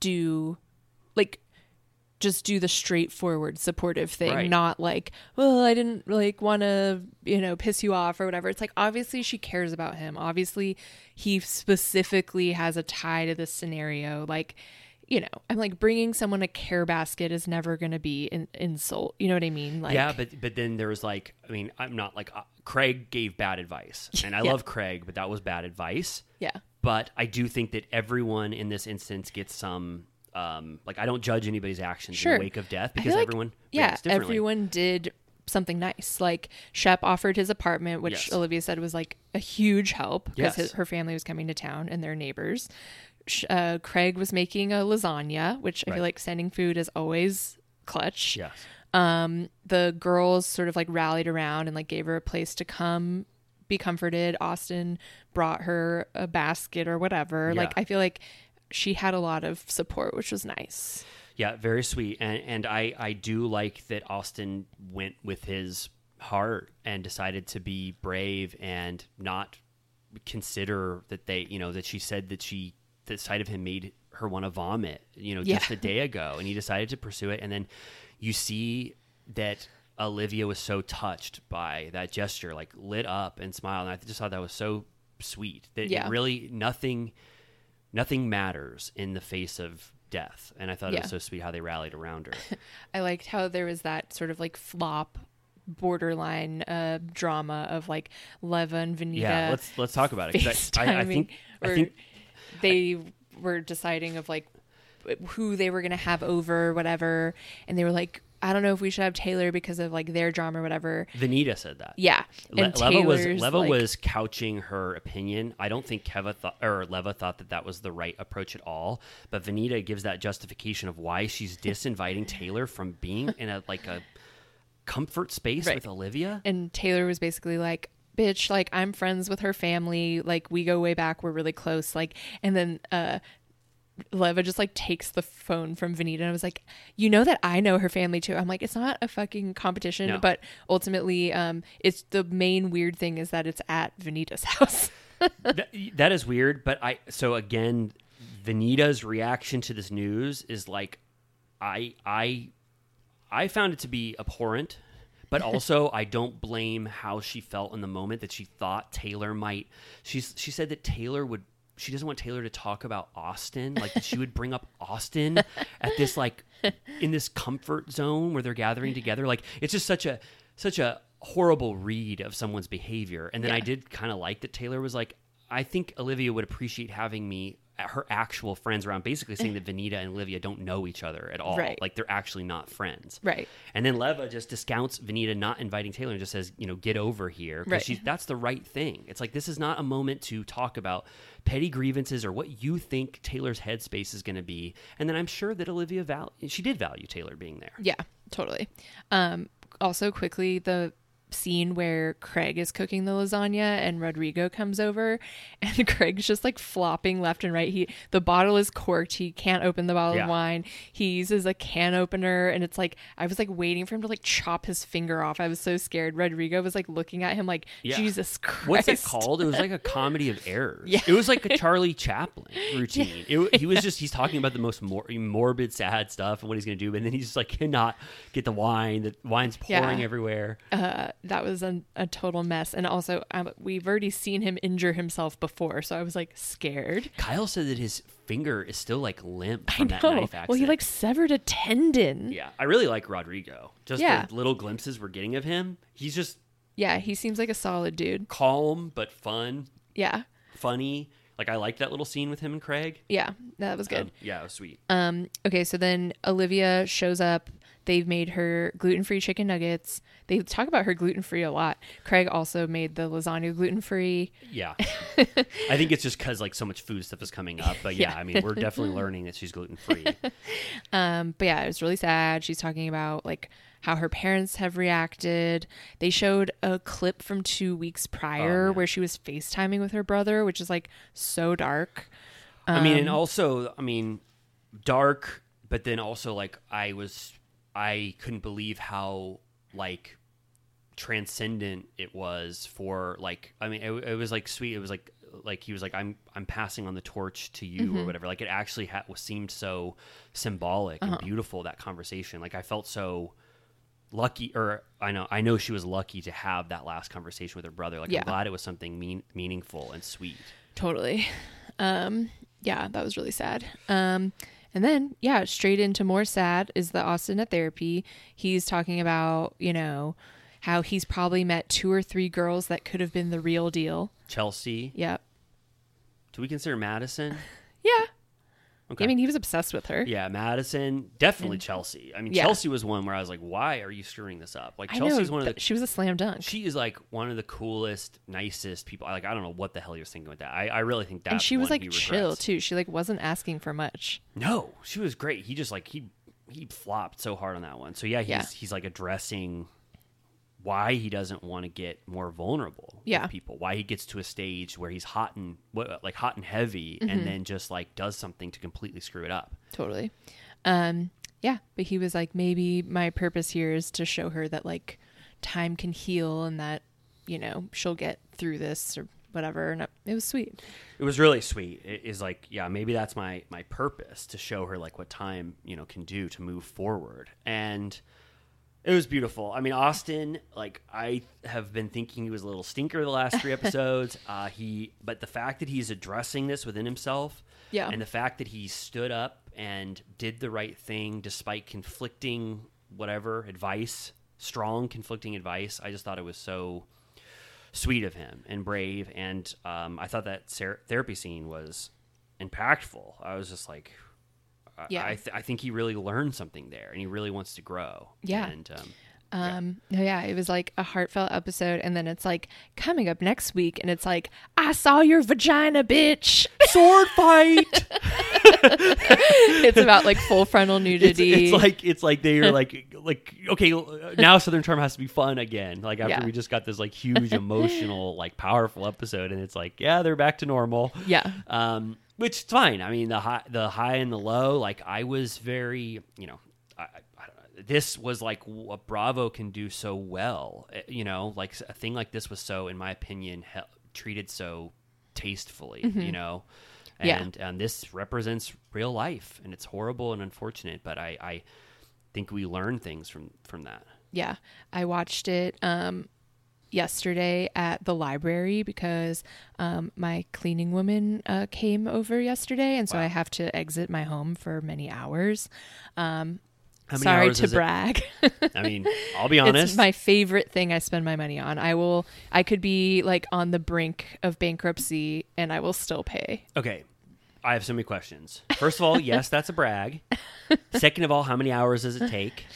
do like just do the straightforward supportive thing,
Right.
not like, well, I didn't like want to, you know, piss you off or whatever. It's like obviously she cares about him. Obviously, he specifically has a tie to this scenario. Like, you know, I'm like bringing someone a care basket is never going to be an insult. You know what I mean? Like,
yeah, but but then there was like, I mean, I'm not like uh, Craig gave bad
[LAUGHS]
advice, and I
Yeah.
love Craig, but that was bad advice.
yeah,
but I do think that everyone in this instance gets some. Um, like I don't judge anybody's actions
sure.
in the wake of death
I feel
because
like-
everyone
yeah,
reacts differently.
everyone did something nice. Like Shep offered his apartment, which
Yes.
Olivia said was like a huge help
Yes.
because her family was coming to town and their neighbors. Sh- Uh, Craig was making a lasagna, which I
Right.
feel like sending food is always clutch.
Yes.
The girls sort of like rallied around and like gave her a place to come be comforted. Austin brought her a basket or whatever. Like
Yeah.
I feel like she had a lot of support, which was nice.
Yeah, very sweet, and and I I do like that Austin went with his heart and decided to be brave and not consider that they you know that she said that she the sight of him made her want to vomit you know
Yeah.
just a day ago and he decided to pursue it and then you see that olivia was so touched by that gesture like lit up and smiled and i just thought that was so sweet that
Yeah.
it really nothing nothing matters in the face of death. And I thought it
Yeah.
was so sweet how they rallied around
[LAUGHS]
her.
I liked how there was that sort of like flop borderline uh drama of like Leva and Venita.
yeah, let's let's talk about it. 'cause I, I, I think
FaceTiming,
I
or
think
they were deciding of like who they were going to have over or whatever and they were like I don't know if we should have Taylor because of like their drama or whatever.
Vanita said that.
Yeah.
Le-
and
Leva was
Taylor's,
Leva
like-
was couching her opinion. I don't think Keva thought or Leva thought that that was the right approach at all. But Vanita gives that justification of why
[LAUGHS]
she's disinviting Taylor from being in a like a comfort space
Right.
with Olivia.
and Taylor was basically like, "Bitch, like I'm friends with her family, like we go way back, we're really close." Like, and then uh Leva just like takes the phone from Vanita and I was like, "You know that I know her family too." I'm like, "It's not a fucking competition,
No.
but ultimately, um, it's the main weird thing is that it's at Vanita's [LAUGHS] house."
Th- that is weird, but I so again, Vanita's reaction to this news is like, I I I found it to be abhorrent, But also, I don't blame how she felt in the moment that she thought Taylor might. She's she said that Taylor would. She doesn't want Taylor to talk about Austin. Like that she would bring up Austin at this like in this comfort zone where they're gathering together. Like it's just such a such a horrible read of someone's behavior. And then I did kind of like that Taylor was like, I think Olivia would appreciate having me uh, her actual friends around basically saying that Venita and Olivia don't know each other at all.
Right.
Like they're actually not friends.
Right.
And then Leva just discounts Venita not inviting Taylor and just says, you know, get over here. 'cause
Right.
she- that's the right thing. It's like this is not a moment to talk about petty grievances or what you think Taylor's headspace is going to be. And then I'm sure that Olivia val- she did value Taylor being there.
Yeah, totally. Um, also, quickly, the scene where Craig is cooking the lasagna and Rodrigo comes over, [LAUGHS] and Craig's just like flopping left and right. He the bottle is corked. He can't open the bottle
Yeah.
of wine. He uses a can opener, and it's like I was like waiting for him to like chop his finger off. I was so scared. Rodrigo was like looking at him like
Yeah.
Jesus Christ.
What's it called? It was
[LAUGHS]
like a comedy of errors.
Yeah.
It was like
[LAUGHS]
a Charlie Chaplin routine. It, he was just, he's talking about the most mor- morbid, sad stuff and what he's going to do. And then he's just like, cannot get the wine. The wine's
Yeah.
pouring everywhere.
that was an, a total mess. And also, um, we've already seen him injure himself before, so I was like scared.
Kyle said that his finger is still like limp from that
No.
knife accident.
Well, he like severed a tendon.
yeah. I really like Rodrigo. Just
Yeah.
the little glimpses we're getting of him. He's just
Yeah, he seems like a solid dude.
calm, but fun,
Yeah.
funny. Like, I liked that little scene with him and Craig.
Yeah, that was good.
Um, yeah, it was sweet.
Um, okay, so then Olivia shows up. They've made her gluten free chicken nuggets. They talk about her gluten free a lot. Craig also made the lasagna gluten free. [LAUGHS]
Yeah. I think it's just because like so much food stuff is coming up. But yeah,
Yeah.
I mean, we're
[LAUGHS]
definitely learning that she's gluten free.
Um, but yeah, it was really sad. She's talking about like how her parents have reacted. They showed a clip from two weeks
Oh,
prior where she was FaceTiming with her brother, which is like so dark.
I mean, and also, I mean, dark, but then also like I was, I couldn't believe how like transcendent it was for like i mean it, it was like sweet it was like like he was like i'm i'm passing on the torch to you or whatever like it actually ha- was, seemed so symbolic and beautiful that conversation like i felt so lucky or i know i know she was lucky to have that last conversation with her brother like
Yeah.
i'm glad it was something mean, meaningful and sweet
Totally. Um, yeah, that was really sad. Um, and then, yeah, straight into more sad is the Austin at therapy. He's talking about, you know, how he's probably met two or three girls that could have been the real deal.
chelsea
Yep.
do we consider
[SIGHS]
madison
Yeah.
Okay.
I mean, he was obsessed with her.
Yeah, Madison, definitely Chelsea. I mean,
Yeah.
Chelsea was one where I was like, "Why are you screwing this up?" Like
I
Chelsea's
know,
one of
th-
the
she was a slam dunk.
she is like one of the coolest, nicest people. I Like I don't know what the hell you're thinking with that. I, I really think that
and she was like chill
too.
too. She like wasn't asking for much.
No, she was great. He just like he he flopped so hard on that one. So yeah, he's
Yeah.
he's like addressing why he doesn't want to get more vulnerable with
Yeah.
people. Why he gets to a stage where he's hot and what like hot and heavy
Mm-hmm.
and then just like does something to completely screw it up.
Totally. Um, yeah, but he was like, maybe my purpose here is to show her that like time can heal and that you know she'll get through this or whatever. And it was sweet.
it was really sweet it is like yeah maybe that's my my purpose to show her like what time you know can do to move forward and it was beautiful i mean austin like i have been thinking he was a little stinker the last three episodes uh he but the fact that he's addressing this within himself
Yeah.
and the fact that he stood up and did the right thing despite conflicting whatever advice strong conflicting advice i just thought it was so sweet of him and brave. And um, I thought that ser- therapy scene was impactful. I was just like, I,
Yeah.
I, th- I think he really learned something there, and he really wants to grow.
Yeah.
and um,
Um, no, yeah, it was like a heartfelt episode, and then it's like coming up next week, and it's like I saw your vagina, bitch. [LAUGHS]
sword fight.
it's about like full
[LAUGHS]
frontal
it's,
nudity.
it's like it's like they are
[LAUGHS]
like like okay uh, now Southern Charm has to be fun again. Like after
Yeah.
we just got this like
[LAUGHS]
huge emotional like powerful episode, and it's like yeah they're back to normal.
yeah,
um, which is fine. I mean, the high, the high and the low. Like I was very, you know, I, I, I don't know. This was like what Bravo can do so well. Eh, You know, like a thing like this was so, in my opinion, he- treated so tastefully. You know,
Mm-hmm. Yeah.
and and this represents real life, and it's horrible and unfortunate. But I, I think we learn things from from that.
yeah, I watched it um, yesterday at the library because um, my cleaning woman uh, came over yesterday, and so I have to exit my home for many hours.
How many
Sorry
hours
to
is it?
brag. [LAUGHS]
I mean, I'll be honest.
It's my favorite thing I spend my money on. I will. I could be like on the brink of bankruptcy, and I will still pay.
Okay. I have so many questions. First
[LAUGHS]
of all, yes, that's a brag. Second of all, how many hours does it take?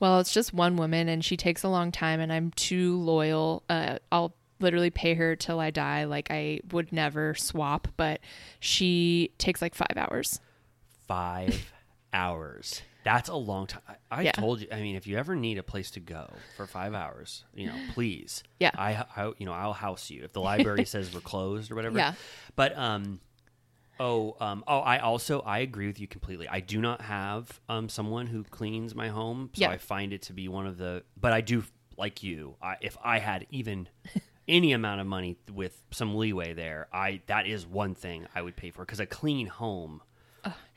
Well, it's just one woman, and she takes a long time, and I'm too loyal. Uh, I'll literally pay her till I die. Like I would never swap, but she takes like five hours.
Five hours. That's a long time. I, I
Yeah.
told you. I mean, if you ever need a place to go for five hours, you know, please.
Yeah.
I, I you know, I'll house you
[LAUGHS]
if the library says we're closed or whatever.
Yeah.
But um, oh um, oh, I also I agree with you completely. I do not have um someone who cleans my home, so
Yeah.
I find it to be one of the. But I do like you. I, if I had
[LAUGHS]
even. Any amount of money with some leeway there, I that is one thing I would pay for because a clean home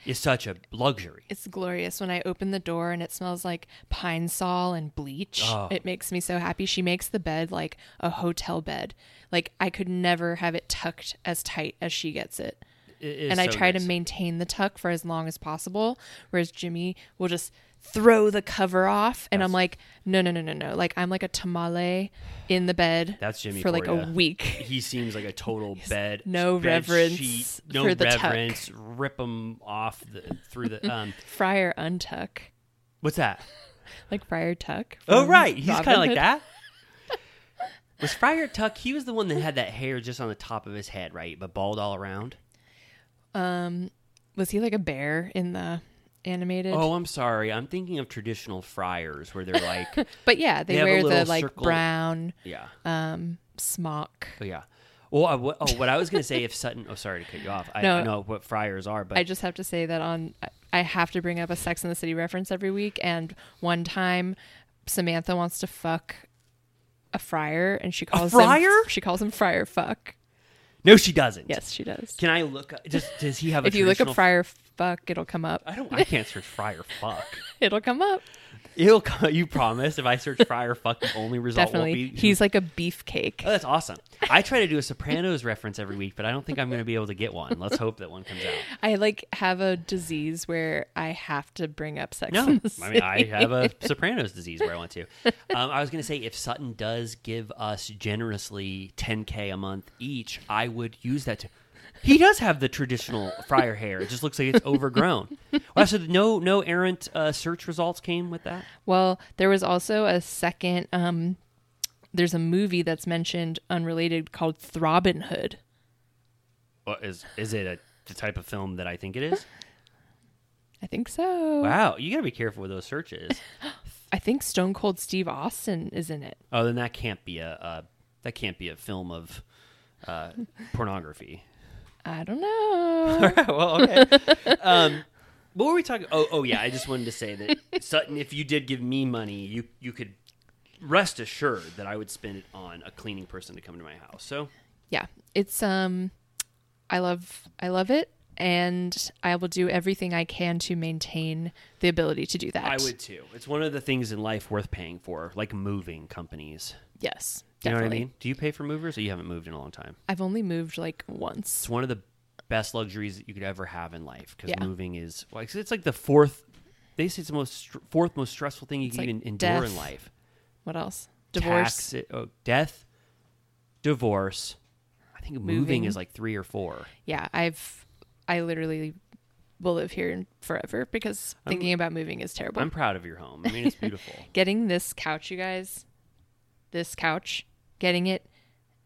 is such a luxury.
It's glorious when I open the door and it smells like pine sol and bleach. It makes me so happy. She makes the bed like a hotel bed. Like I could never have it tucked as tight as she gets it.
It is
and I
so
try to
nice.
maintain the tuck for as long as possible. Whereas Jimmy will just throw the cover off, and I'm like, no, no, no, no, no. Like I'm like a tamale in the bed.
That's Jimmy
for like
Korda.
a
[LAUGHS]
week.
He seems like a total bed.
no
bed
reverence
sheet, no
for the tuck.
reverence. Rip him off the, through
[LAUGHS]
the. Um,
Friar untuck,
what's that?
like Friar tuck.
Oh
from
right, he's
Robin
kind of like
Hood.
that. [LAUGHS] Was Friar Tuck? He was the one that had that hair just on the top of his head, right, but bald all around.
Was he like a bear in the animated?
Oh, I'm sorry. I'm thinking of traditional friars where they're
[LAUGHS]
like,
but yeah, they,
they have a
wear the
little
like
circle-
brown
yeah,
Uh, smock.
oh, yeah. Well, I, what, oh, what I was gonna say if Sutton. Oh, sorry to cut you off. I,
No.
I know what friars are, but
I just have to say that on I have to bring up a Sex in the City reference every week and one time Samantha wants to fuck a friar and she calls
friar?
him she calls him friar fuck.
no, she doesn't.
Yes, she does.
Can I look? up- Does Does he have? A
if you look up
traditional-
friar fuck, it'll come up.
I don't. I can't search friar fuck.
[LAUGHS] It'll come up.
It'll co- you promise if I search fryer fuck the only result
Definitely.
will be
He's like a beefcake.
Oh, that's awesome. I try to do a Sopranos reference every week, but I don't think I'm going to be able to get one. Let's hope that one comes out.
I like have a disease where I have to bring up Sex
No,
[LAUGHS] in the City.
I mean I have a Sopranos disease where I want to. Um, I was going to say if Sutton does give us generously 10k a month each, I would use that to. He does have the traditional fryer hair. It just looks like it's overgrown. Well, so no, no errant uh, search results came with that.
Well, there was also a second. Um, there's a movie that's mentioned unrelated called Throbbin Hood.
Well, is is it a, the type of film that I think it is?
I think so.
Wow, you got to be careful with those searches.
I think Stone Cold Steve Austin is in it.
Oh, then that can't be a uh, that can't be a film of
[LAUGHS]
uh, pornography.
I
[LAUGHS]
don't know.
well, okay. Um, what were we talking? Oh, oh yeah. I just wanted to say
[LAUGHS]
that Sutton, if you did give me money, you you could rest assured that I would spend it on a cleaning person to come to my house. So
yeah, it's um, I love I love it, and I will do everything I can to maintain the ability to do that.
I would too. It's one of the things in life worth paying for, like moving companies.
Yes,
Do you know
definitely.
what I mean? Do you pay for movers? Or you haven't moved in a long time.
I've only moved like once.
It's one of the best luxuries that you could ever have in life because
Yeah.
moving is well, it's, it's like the fourth. They say it's the most str- fourth most stressful thing you can
like
even endure
death,
in life.
What else? Divorce.
Tax- oh, death, divorce. I think moving,
Moving.
is like three or four.
Yeah, I've I literally will live here forever because thinking about moving is terrible.
I'm proud of your home. I mean, it's beautiful.
getting this couch, you guys, this couch, getting it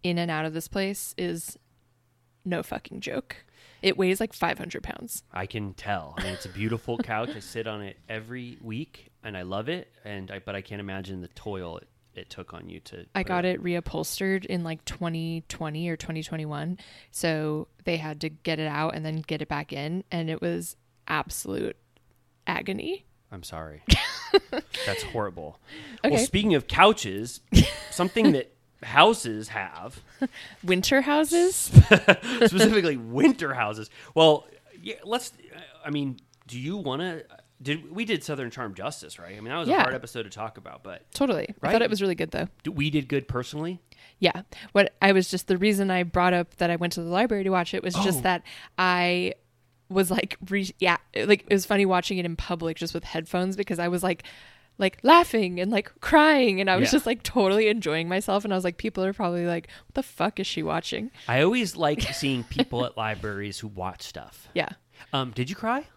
in and out of this place is no fucking joke. It weighs like 500 pounds.
I can tell. I mean, it's a beautiful couch. I sit on it every week, and I love it. And I, but I can't imagine the toil it, it took on you to.
I
put
got it reupholstered in like 2020 or 2021. So they had to get it out and then get it back in. And it was absolute agony.
I'm
[LAUGHS]
sorry. That's horrible. Well,
Okay.
speaking of
[LAUGHS]
couches, something that houses have,
Winter
[LAUGHS]
houses?
specifically winter houses. Well, yeah, let's. I mean, do you want to Did we did Southern Charm justice, right? I mean, that was a
Yeah.
hard episode to talk about, but
Totally. I
Right.
thought it was really good though.
d- we did good personally.
Yeah. What I was just the reason I brought up that I went to the library to watch it was just that I was like re- yeah, like it was funny watching it in public just with headphones because I was like like laughing and like crying and I was
Yeah.
just like totally enjoying myself and I was like people are probably like what the fuck is she watching?
I always like seeing people at libraries who watch stuff.
Yeah.
Um, did you cry?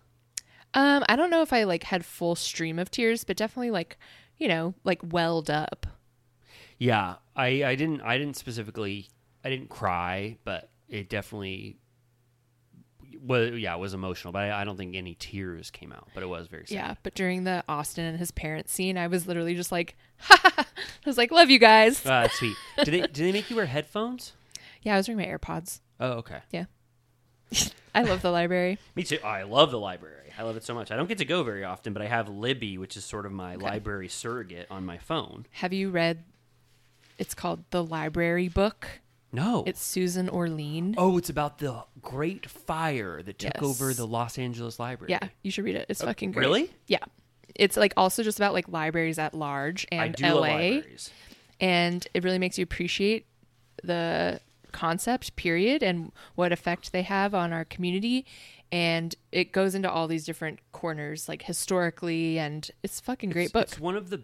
Um I don't know if I like had full stream of tears but definitely like you know like welled up.
Yeah, I, I didn't I didn't specifically I didn't cry, but it definitely was yeah it was emotional. But I, I don't think any tears came out. But it was very sad.
Yeah, but during the Austin and his parents scene, I was literally just like, [LAUGHS] ha! ha, ha. I was like, love you guys.
Ah, that's sweet. Do they do they make you wear headphones?
Yeah, I was wearing my AirPods.
Oh, okay.
Yeah. I love the library.
Me too. I love the library. I love it so much. I don't get to go very often, but I have Libby, which is sort of my library surrogate on my phone.
Have you read it's called The Library Book?
No.
It's Susan Orlean.
oh, it's about the great fire that took
Yes.
over the Los Angeles library.
Yeah, you should read it. It's fucking great.
Oh, really?
Yeah. It's like also just about like libraries at large
I
and
do love
LA.
libraries.
And it really makes you appreciate the concept, period, and what effect they have on our community. And it goes into all these different corners, like historically, and it's a fucking great book.
It's one of the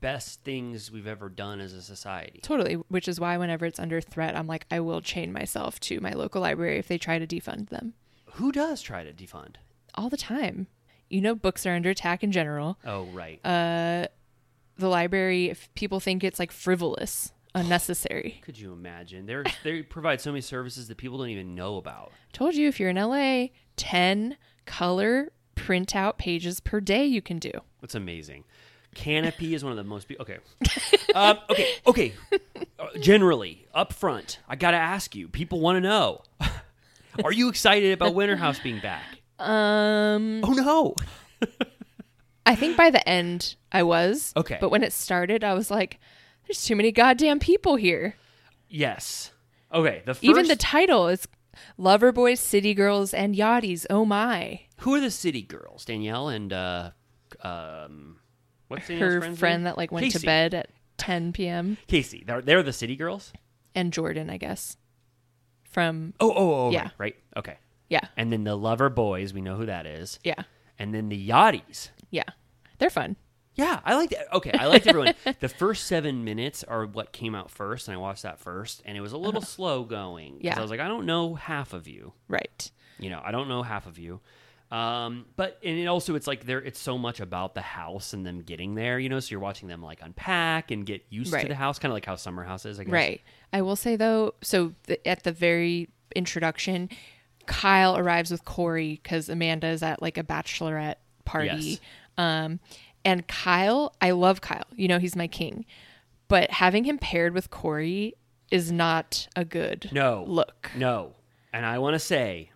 best things we've ever done as a society.
Totally, which is why whenever it's under threat, I'm like, I will chain myself to my local library if they try to defund them
Who does try to defund?
all the time. You know, books are under attack in general.
Oh, right.
Uh, The library, if people think it's like frivolous, unnecessary. [SIGHS]
Could you imagine? They they provide so many services that people don't even know about.
Told you if you're in LA, 10 color printout pages per day you can do.
That's amazing. Canopy is one of the most. Be- okay. [LAUGHS] Um, okay. Okay. Uh, generally, up front, I got to ask you people want to know [LAUGHS] Are you excited about Winter House being back?
Um,
Oh, no.
I think by the end I was.
[GASPS] Okay.
But when it started, I was like, there's too many goddamn people here.
Yes. Okay. The first,
Even the title is Lover Boys, City Girls, and Yachties. Oh my.
Who are the city girls? Danielle and. Uh, um, what's Danielle's
Her
friend's
friend
name?
that like went
Casey.
to bed at 10 p.m.
Casey. They're, they're the city girls?
and Jordan, I guess. From,
Oh, oh, oh.
Yeah.
Right, right. Okay.
yeah,
And then the lover boys. We know who that is.
yeah,
And then the yachties.
yeah. They're fun.
Yeah, I liked it. Okay, I liked
[LAUGHS]
everyone. the first seven minutes are what came out first, and I watched that first, and it was a little slow going. 'cause
Uh-huh. Yeah.
I was like, I don't know half of you.
Right.
You know, I don't know half of you. Um, but and it also it's like there it's so much about the house and them getting there, you know, so you're watching them like unpack and get used to
Right.
the house, kinda like how summer house is, I guess.
Right. I will say though, so th- at the very introduction, Kyle arrives with Corey because Amanda is at like a bachelorette party.
Yes.
Um, and Kyle, I love Kyle. You know, he's my king. But having him paired with Corey is not a good
No.
look.
No. And I want to say,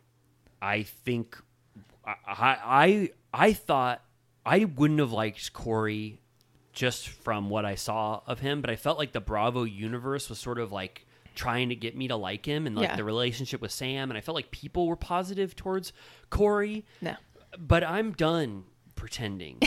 I think I, I I thought I wouldn't have liked Corey just from what I saw of him, but I felt like the Bravo universe was sort of like trying to get me to like him and like
Yeah.
the relationship with Sam and I felt like people were positive towards Corey.
No.
But I'm done
[LAUGHS]
pretending.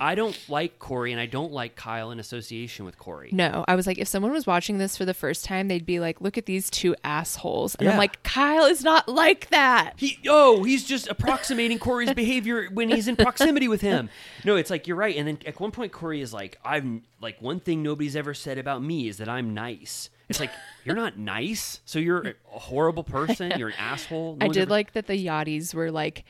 I don't like Corey and I don't like Kyle in association with Corey.
No, I was like, if someone was watching this for the first time, they'd be like, look at these two assholes. And
Yeah.
I'm like, Kyle is not like that.
He oh, he's just approximating Corey's behavior when he's in proximity with him. No, it's like you're right. And then at one point Corey is like, I'm like one thing nobody's ever said about me is that I'm nice. It's like you're not nice, so you're a horrible
[LAUGHS]
person. You're an asshole. No
I
one's
did
ever-
like that the Yachties were like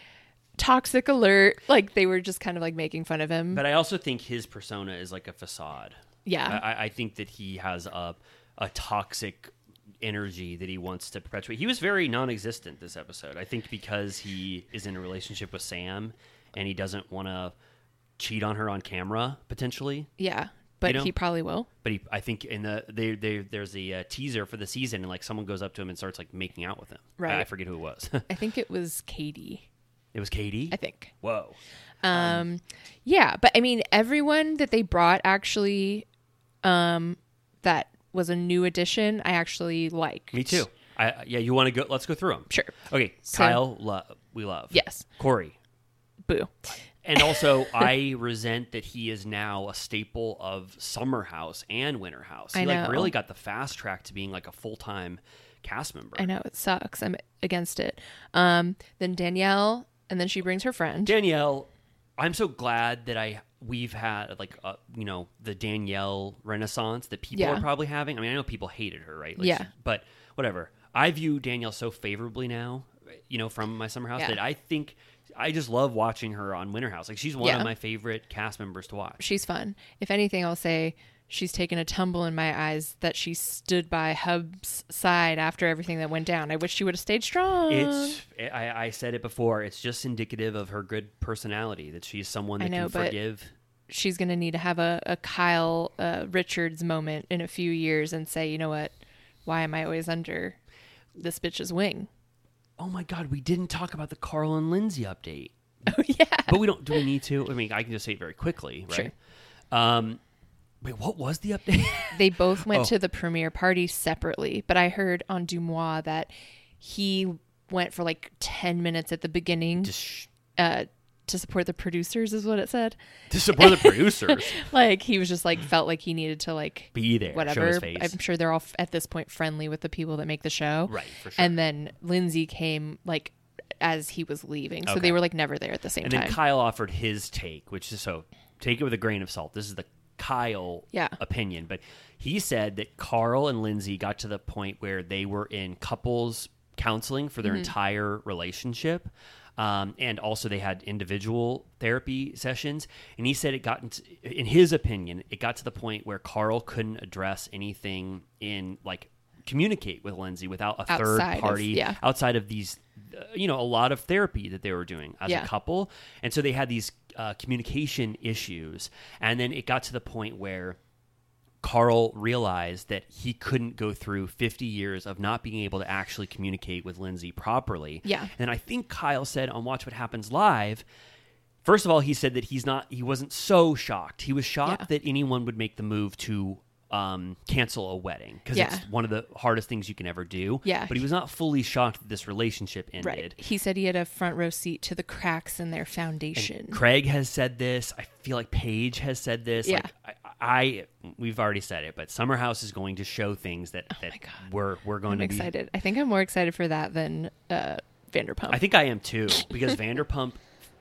toxic alert. Like they were just kind of like making fun of him.
but I also think his persona is like a facade.
Yeah.
I, I- I think that he has a a toxic energy that he wants to perpetuate. He was very non-existent this episode. I think because he is in a relationship with Sam and he doesn't want to cheat on her on camera potentially.
yeah. But
know-
he probably will.
But he, I think in the they, they there's a uh, teaser for the season and like someone goes up to him and starts like making out with him. I- I,
Right.
forget who it was. [LAUGHS]
I think it was Katie.
it was Katie.
I think.
Whoa.
Um, yeah, but I mean, everyone that they brought actually, um, that was a new addition. I actually liked.
Me too. I, yeah, you want to go? Let's go through them.
Sure.
Okay,
So-
Kyle, lo- we love.
Yes.
Corey,
Boo.
And also, I [LAUGHS] resent that he is now a staple of Summer House and Winter House. He
I
like
know.
really got the fast track to being like a full time cast member.
I know it sucks. I'm against it. Um, then Danielle, and then she brings her friend.
Danielle, I'm so glad that I we've had like uh, you know the Danielle renaissance that people
Yeah.
are probably having. I mean, I know people hated her, right? Like,
Yeah.
she- but whatever. I view Danielle so favorably now, you know, from my summer house
Yeah.
that I think I just love watching her on Winter House. Like she's one
Yeah.
of my favorite cast members to watch.
she's fun. If anything, I'll say she's taken a tumble in my eyes that she stood by Hub's side after everything that went down. I wish she would have stayed strong.
It's eh, I, I said it before. It's just indicative of her good personality that she's someone
I
that
know,
can
but-
forgive.
she's going to need to have a, a Kyle uh, Richards moment in a few years and say, you know what? Why am I always under this bitch's wing?
Oh my God, we didn't talk about the Carl and Lindsay update.
[LAUGHS] Oh, yeah.
but we don't. Do we need to? I mean, I can just say it very quickly, right? Um, wait, what was the
[LAUGHS]
update? [LAUGHS]
They both went
Oh.
to the premiere party separately, but I heard on Dumois that he went for like 10 minutes at the beginning uh, to support the producers, is what it said.
to support the producers,
like he was just like felt like he needed to like
Mm. be there, show
whatever
his face.
i'm sure they're all f- at this point friendly with the people that make the show
Right, for sure.
and then lindsay came like as he was leaving so
Okay.
they were like never there at the same
and
time
then Kyle offered his take, which is so take it with a grain of salt. This is the Kyle
Yeah.
opinion, but he said that Carl and Lindsay got to the point where they were in couples counseling for their
Mm-hmm.
entire relationship. Um, and also they had individual therapy sessions and he said it got into, in his opinion it got to the point where carl couldn't address anything in like communicate with lindsay without a
Outside
third
of-
party
yeah.
outside of these uh, you know a lot of therapy that they were doing as
Yeah.
a couple and so they had these uh, communication issues and then it got to the point where carl realized that he couldn't go through 50 years of not being able to actually communicate with lindsay properly
Yeah.
and i think kyle said on watch what happens live First of all, he said that he's not. He wasn't so shocked. He was shocked that anyone would make the move to um, cancel a wedding because
Yeah.
it's one of the hardest things you can ever do.
Yeah.
But he was not fully shocked that this relationship ended.
right he said he had a front row seat to the cracks in their foundation
Craig has said this. I feel like Paige has said this.
Yeah.
Like, I, I we've already said it, but Summer House is going to show things that, that we're we're going
Oh i'm
to be
excited i think i'm more excited for that than uh vanderpump
I think I am too because Vanderpump,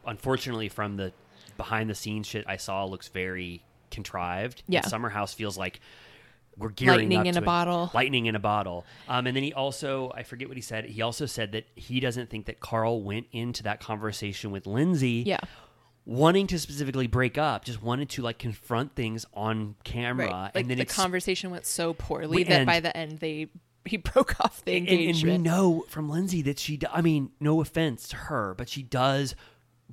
unfortunately, from the behind the scenes shit I saw, looks very contrived. And
Yeah.
Summer House feels like we're gearing
Lightning
up
in
to
a bottle.
Lightning in a bottle. Um, and then he also, I forget what he said. He also said that he doesn't think that Carl went into that conversation with Lindsay.
yeah
Wanting to specifically break up, just wanted to like confront things on camera,
right like
and then
the
it's
conversation went so poorly
We-
that
and-
by the end they [LAUGHS] he broke off the
and, and
engagement
we know from Lindsay that she. d- I mean, no offense to her, but she does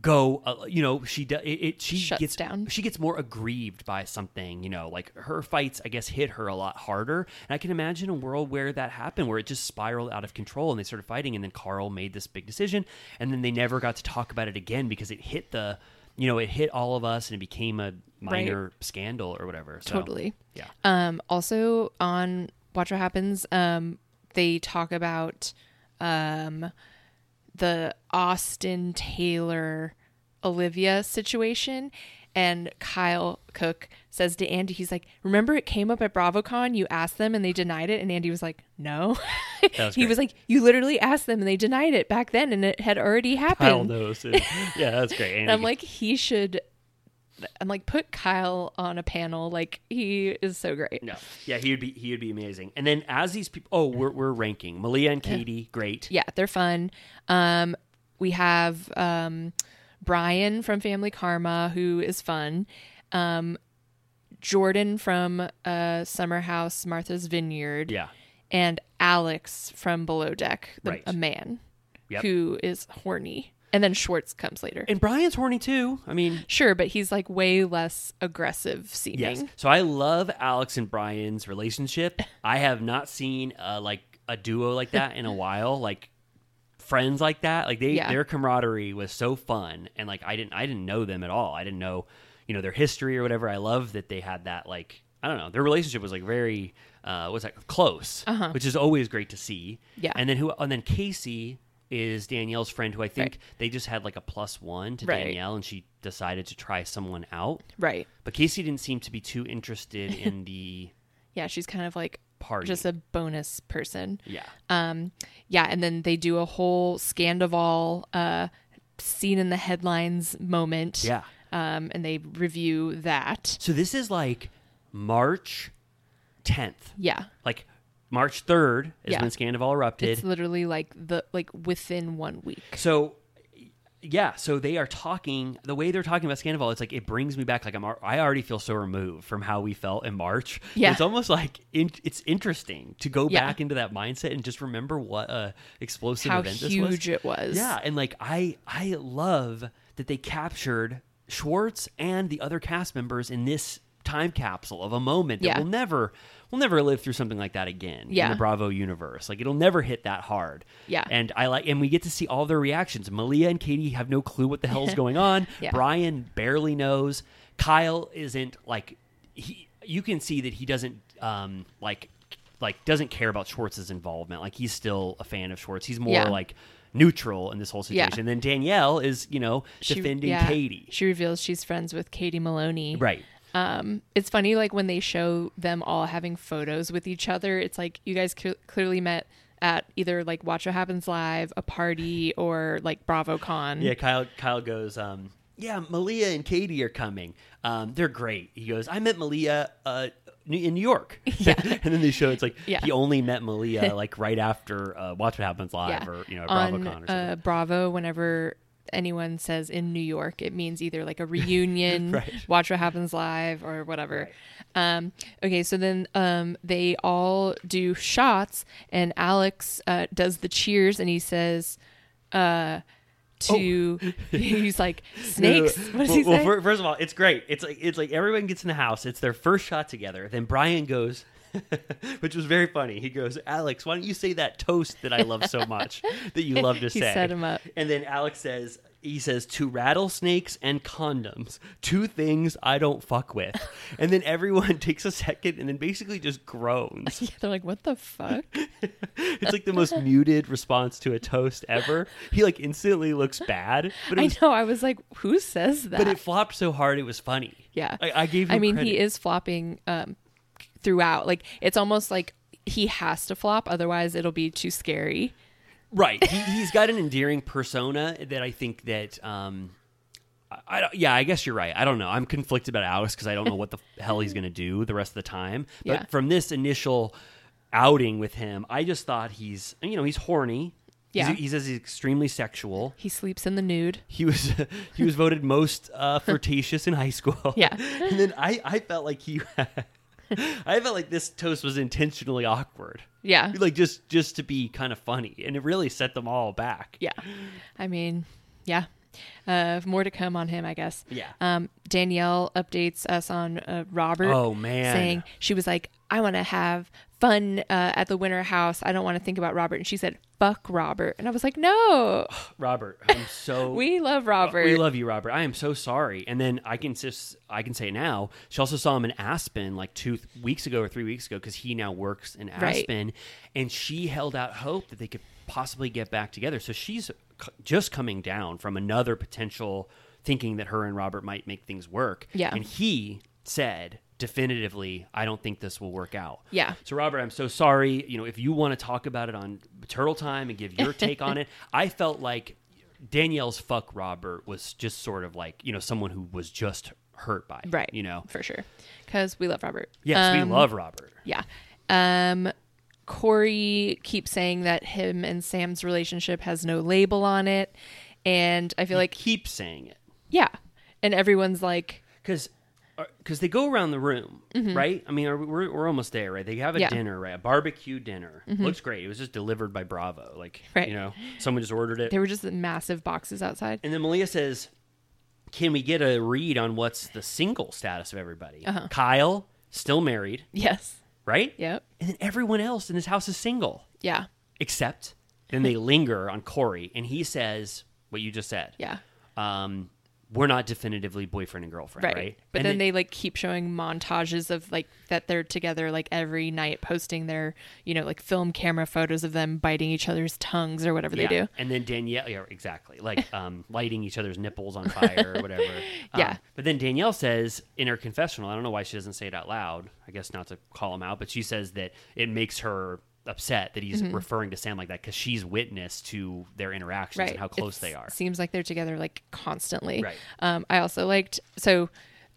go. Uh, you know, she do, it, it. She
Shuts
gets
down.
She gets more aggrieved by something. You know, like her fights. I guess hit her a lot harder. And I can imagine a world where that happened, where it just spiraled out of control, and they started fighting, and then Carl made this big decision, and then they never got to talk about it again because it hit the. You know, it hit all of us, and it became a
Right.
minor scandal or whatever. So,
Totally.
Yeah.
Um, also on Watch What Happens, um, they talk about um, the Austin Taylor Olivia situation. And Kyle Cook says to Andy, he's like, Remember it came up at BravoCon? You asked them and they denied it. And Andy was like, No. [LAUGHS]
was
he
great.
was like, You literally asked them and they denied it back then and it had already happened.
Kyle knows. and- [LAUGHS] yeah, that's great.
And I'm like, he should. I'm like, put Kyle on a panel. Like, he is so great.
No. Yeah, he would be he would be amazing. And then as these people oh, we're we're ranking. Malia and Katie, great.
Yeah, they're fun. Um, we have um, Brian from Family Karma, who is fun. Um, Jordan from uh, Summer House, Martha's Vineyard.
Yeah.
And Alex from Below Deck, the,
Right.
a man
Yep.
who is horny. And then Schwartz comes later.
And Brian's horny too. I mean
sure, but he's like way less aggressive seeming.
Yes. So I love Alex and Brian's
[LAUGHS]
relationship. I have not seen uh like a duo like that
[LAUGHS]
in a while. Like friends like that. Like they
Yeah.
their camaraderie was so fun and like I didn't I didn't know them at all. I didn't know, you know, their history or whatever. I love that they had that like I don't know. Their relationship was like very uh what's that close, which is always great to see.
Uh-huh. Yeah.
And then who and then Casey is Danielle's friend, who I think
Right.
they just had like a plus one to
Right.
Danielle, and she decided to try someone out.
Right.
But Casey didn't seem to be too interested
[LAUGHS]
in the
Yeah, she's kind of like
party.
just a bonus person.
yeah.
Um, yeah, and then they do a whole Scandival uh, scene in the headlines moment.
Yeah.
Um, and they review that.
So this is like March 10th.
Yeah.
Like March 3rd is
Yeah.
when Scandival erupted.
It's literally like the like within one week.
So yeah, so they are talking the way they're talking about Scandival. It's like it brings me back. Like I'm, al- I already feel so removed from how we felt in March.
Yeah.
it's almost like in, it's interesting to go
Yeah.
back into that mindset and just remember what a explosive
How
event
huge
this was.
it was.
Yeah, and like I, I love that they captured Schwartz and the other cast members in this time capsule of a moment that
Yeah.
we'll never, we'll never live through something like that again in
Yeah.
the Bravo universe. Like it'll never hit that hard.
Yeah.
And I like, and we get to see all their reactions. Malia and Katie have no clue what the
[LAUGHS]
hell's going on.
Yeah.
Brian barely knows. Kyle isn't like he. You can see that he doesn't um like like doesn't care about Schwartz's involvement. Like he's still a fan of Schwartz. He's more
Yeah.
like neutral in this whole
Yeah.
situation. And then Danielle is you know
She-
defending
yeah.
Katie.
She reveals she's friends with Katie Maloney.
Right.
It's funny, like when they show them all having photos with each other, it's like you guys cl- clearly met at either like Watch What Happens Live, a party, or like BravoCon.
Yeah, Kyle. Kyle goes. Um, yeah, Malia and Katie are coming. Um, they're great. He goes. I met Malia uh, New- in New
[LAUGHS]
York. Yeah. [LAUGHS] and then they show it's like
Yeah.
he only met
[LAUGHS]
Malia like right after uh, Watch What Happens Live
Yeah.
or you know BravoCon
on
or something.
uh, Bravo, whenever anyone says in New York, it means either like a
[LAUGHS]
reunion, watch what happens live, or whatever. Um, okay, so then um, they all do shots, and Alex uh, does the cheers, and he says. Uh, to
[LAUGHS]
he's like snakes.
Oh. No, no,
[LAUGHS]
no.
What does
well,
he
well,
say?
fir- first of all, it's great. It's like it's like everyone gets in the house. It's their first shot together. Then Brian goes, [LAUGHS] which was very funny. He goes, Alex, why don't you say that toast that I love so
[LAUGHS]
much that you love to
He
say?
set him up.
And then Alex says. He says to rattlesnakes and condoms, two things I don't fuck
[LAUGHS]
with. And then everyone [LAUGHS] takes a second and then basically just groans.
Yeah, they're like, what the fuck?
It's like the most muted response to a toast ever. He like instantly looks bad, but it
I
was
know. I was like, who says that?
but it flopped so hard it was funny.
Yeah.
I, I gave. Him
I mean,
credit.
he is flopping um, throughout. Like it's almost like he has to flop, otherwise it'll be too scary.
right. He, he's got an endearing persona that I think that. Um, I, I don't- yeah, I guess you're right. I don't know. I'm conflicted about Alex because I don't know what the [LAUGHS] hell he's going to do the rest of the time. But
Yeah.
from this initial outing with him, I just thought he's you know he's horny. He's-
Yeah.
he says he's extremely sexual.
He sleeps in the nude.
he was [LAUGHS] he was voted most
[LAUGHS]
uh, flirtatious in high school.
Yeah.
[LAUGHS] and then I I felt like he. [LAUGHS] I felt like this toast was intentionally awkward.
Yeah.
Like just just to be kind of funny and it really set them all back.
Yeah, I mean, yeah. Uh, more to come on him, I guess.
Yeah.
Um, Danielle updates us on uh, Robert.
Oh, man.
saying she was like, "I want to have fun uh, at the winter house. I don't want to think about Robert." And she said, "Fuck Robert." And I was like, "No,
Robert, I'm so
[LAUGHS] we love Robert.
We love you, Robert. I am so sorry. And then I can just I can say it now. She also saw him in Aspen like two th- weeks ago or three weeks ago because he now works in
Right.
Aspen, and she held out hope that they could possibly get back together. So she's c- just coming down from another potential thinking that her and Robert might make things work.
Yeah.
and he said definitively, I don't think this will work out.
Yeah.
So Robert, I'm so sorry. You know, if you want to talk about it on Turtle Time and
[LAUGHS]
give your take on it, I felt like Danielle's fuck Robert was just sort of like you know someone who was just hurt by it,
right?
You know,
for sure, because we love Robert.
yes, we love Robert.
Yeah. Um, Corey keeps saying that him and Sam's relationship has no label on it. And I feel like,
Keep saying it
yeah. And everyone's like,
because because uh, they go around the room, right? I mean, are we- we're we're almost there, right? They have a
Mm-hmm. Yeah. Mm-hmm.
dinner, right? A barbecue dinner looks great. It was just delivered by Bravo, like
Right.
you know, someone just ordered it.
they were just massive boxes outside.
And then Malia says, "Can we get a read on what's the single status of everybody?
Uh-huh.
Kyle still married,
Yes.
right?
Yep.
And then everyone else in this house is single,
Yeah.
except
[LAUGHS]
then they linger on Corey, and he says what you just said.
Yeah.
Um, we're not definitively boyfriend and girlfriend, right?
But
And
then
it-
they like keep showing montages of like that they're together like every night posting their, you know, like film camera photos of them biting each other's tongues or whatever they
Yeah.
do.
And then Danielle, yeah, exactly,
[LAUGHS]
like um, lighting each other's nipples on fire or whatever. Um,
Yeah.
But then Danielle says in her confessional, I don't know why she doesn't say it out loud. I guess not to call him out, but she says that it makes her upset that he's
Mm-hmm.
referring to Sam like that because she's witness to their interactions
Right.
and how close
It
they
[LAUGHS]
are.
Seems like they're together like constantly.
Right.
Um I also liked so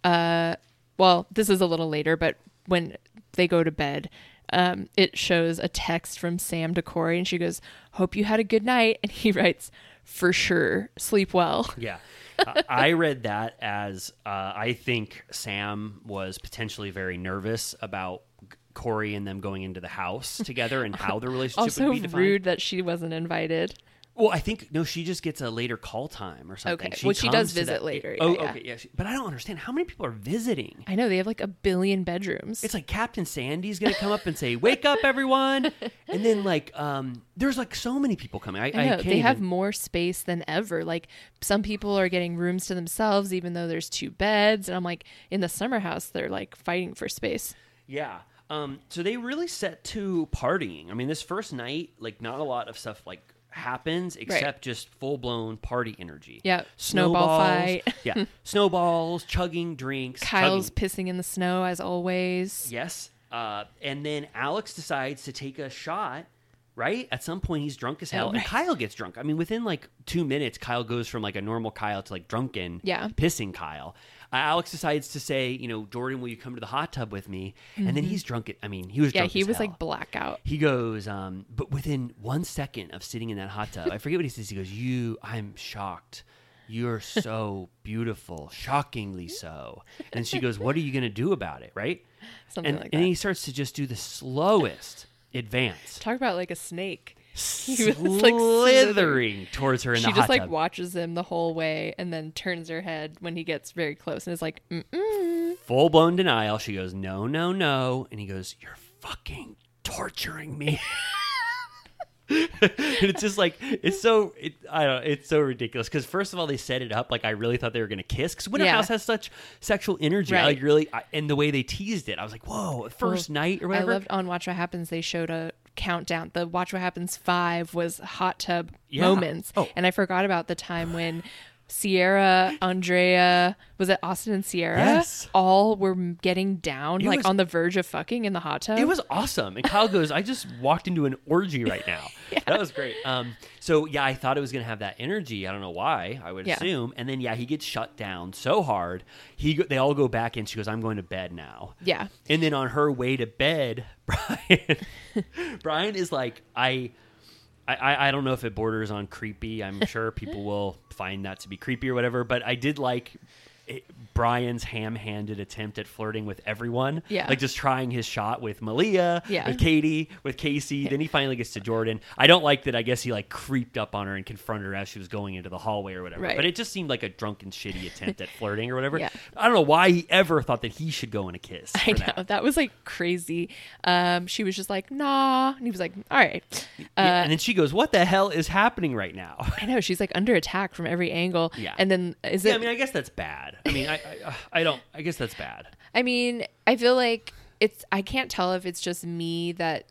uh well, this is a little later, but when they go to bed, um, it shows a text from Sam to Corey and she goes, Hope you had a good night and he [LAUGHS] writes, For sure, sleep [LAUGHS] well.
Yeah. Uh, I read that as uh, I think Sam was potentially very nervous about G- Corey and them going into the house together and how their relationship
Also
would be defined.
rude that she wasn't invited.
Well, I think no, she just gets a later call time or something.
Okay. Well, she does
comes to
visit
that-
later, yeah,
oh,
yeah.
okay, yeah. She, but I don't understand how many people are visiting.
I know they have like a billion bedrooms.
It's like Captain Sandy's gonna come up and say, "Wake up,
[LAUGHS]
everyone!" and then like, um, there's like so many people coming. I, I,
I know
can't
they have
even-
more space than ever. Like some people are getting rooms to themselves, even though there's two beds. And I'm like, in the summer house, they're like fighting for space.
Yeah. Um, so they really set to partying. I mean, this first night, like, not a lot of stuff like happens except just full blown party energy.
Yeah, snowball
Snowballs.
fight. [LAUGHS]
yeah, snowballs, chugging drinks.
Kyle's
chugging-
pissing in the snow as always.
yes. Uh, and then Alex decides to take a shot. Right at some point, he's drunk as hell, and Kyle gets drunk. I mean, within like two minutes, Kyle goes from like a normal Kyle to like drunken,
Yeah.
pissing Kyle. Uh, Alex decides to say, you know, Jordan, will you come to the hot tub with me? And then he's drunk. I mean, he was
Mm-hmm. Yeah,
drunk
he
as
was
hell.
like blackout.
He goes, um, but within one second of sitting in that hot tub, I forget what he says. He goes, "You, I'm shocked. You're
[LAUGHS]
so beautiful, shockingly so." And she goes, "What are you gonna do about it?" Right?
Something
and,
like
and
that.
he starts to just do the slowest advance,
Talk about like a snake. [LAUGHS] He was like
slithering
[LAUGHS]
towards her in
She
the
just
hot
like
tub.
watches him the whole way and then turns her head when he gets very close and is like, Mm-mm.
Full blown denial. She goes, "No, no, no," and he goes, "You're fucking torturing me." [LAUGHS] And it's just like it's so it, I don't it's so ridiculous because first of all they set it up like I really thought they were gonna kiss because Winter
Yeah.
House has such sexual energy I
Right.
like really I, and the way they teased it I was like whoa first night or whatever
I loved on Watch What Happens. They showed a countdown. The Watch What Happens five was hot tub
Yeah.
moments,
Oh.
and I forgot about the time when Sierra, Andrea, was it Austin and Sierra?
Yes.
all were m- getting down,
It
like
was-
on the verge of fucking in the hot tub.
It was awesome. And Kyle goes, I just walked into an orgy right
[LAUGHS]
now. That was great. Um, so, yeah, I thought it was going to have that energy. I don't know why, I would
Yeah.
assume. And then, yeah, he gets shut down so hard. He go- They all go back in. She goes, I'm going to bed now.
Yeah. [LAUGHS]
And then on her way to bed, [LAUGHS] Brian, Brian is like, I. I- I, I don't know if it borders on creepy.
[LAUGHS]
I'm sure people will find that to be creepy or whatever, but I did like it, Brian's ham handed attempt at flirting with everyone.
Yeah.
Like just trying his shot with Malia,
Yeah.
with Katie, with Casey. Then he finally gets to Jordan. I don't like that I guess he like creeped up on her and confronted her as she was going into the hallway or whatever.
Right.
But it just seemed like a drunken shitty attempt at flirting or whatever.
Yeah.
I don't know why he ever thought that he should go in a kiss.
I
for that.
know that was like crazy. Um, she was just like, nah, and he was like, all right.
Yeah, and then she goes, What the hell is happening right now? [LAUGHS]
I know she's like under attack from every angle.
Yeah.
and then is
Yeah,
it?
I mean, I guess that's bad. I mean, I, I, I don't. I guess that's bad.
I mean, I feel like it's I can't tell if it's just me that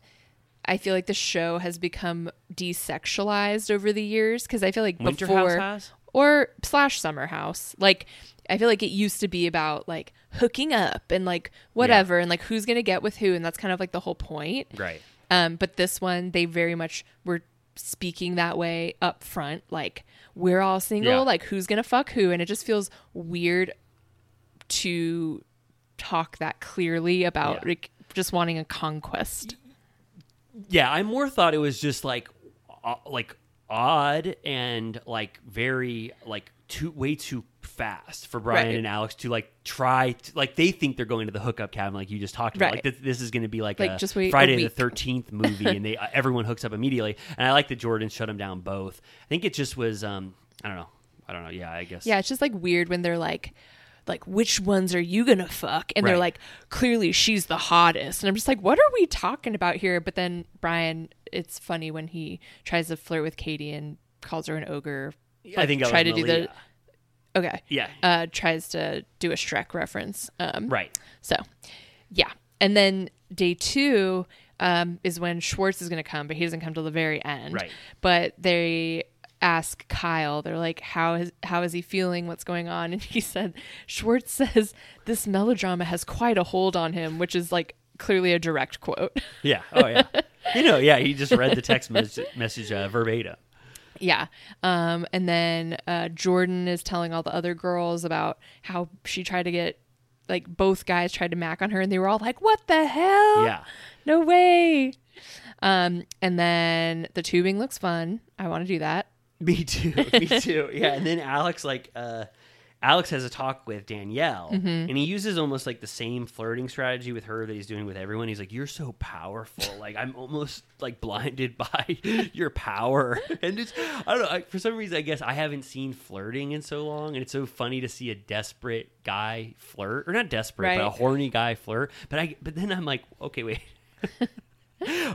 I feel like the show has become desexualized over the years because I feel like
Winter
before
House has?
or slash Summer House, like I feel like it used to be about like hooking up and like whatever and like who's gonna get with who and that's kind of like the whole point.
Right.
Um, but this one, they very much were speaking that way up front, like we're all single,
Yeah.
like who's gonna fuck who, and it just feels weird to talk that clearly about
Yeah.
like just wanting a conquest.
Yeah, I more thought it was just like, uh, like odd and like very like too way too fast for Brian
Right.
and Alex to like try to, like they think they're going to the hookup cabin like you just talked about
Right.
like th- this is going to be like,
Like,
a
just wait a
Friday the
week. [LAUGHS]
Thirteenth movie and they uh, everyone hooks up immediately and I like that Jordan shut them down both. I think it just was um I don't know I don't know yeah I guess
Yeah, it's just like weird when they're like, like which ones are you gonna fuck? And they're
Right.
like, clearly she's the hottest. And I'm just like, what are we talking about here? But then Brian, it's funny when he tries to flirt with Katie and calls her an ogre.
I
like,
think that
try
was uh,
to do
Malia.
the Okay.
Yeah.
Uh, tries to do a Shrek reference. Um,
Right.
So, yeah. And then day two um, is when Schwartz is going to come, but he doesn't come till the very end.
Right.
But they ask Kyle, they're like, how is, how is he feeling? What's going on? [LAUGHS] And he said, Schwartz says, this melodrama has quite a hold on him, which is like clearly a direct quote. [LAUGHS]
Yeah. Oh yeah. you know. Yeah. He just read the text mes- message uh, verbatim.
Yeah. Um, and then uh, Jordan is telling all the other girls about how she tried to get, like, both guys tried to mac on her, and they were all like, what the hell?
Yeah.
No way. Um, and then the tubing looks fun. I want to do that.
[LAUGHS] Me too. Me too. Yeah. And then Alex like uh Alex has a talk with Danielle and he uses almost like the same flirting strategy with her that he's doing with everyone. He's like, You're so powerful. Like I'm almost like blinded [LAUGHS] by your power. [LAUGHS] And it's I don't know, I, for some reason I guess I haven't seen flirting in so long and it's so funny to see a desperate guy flirt. Or not desperate, but a
Right.
horny guy flirt. But I but then I'm like, okay, wait.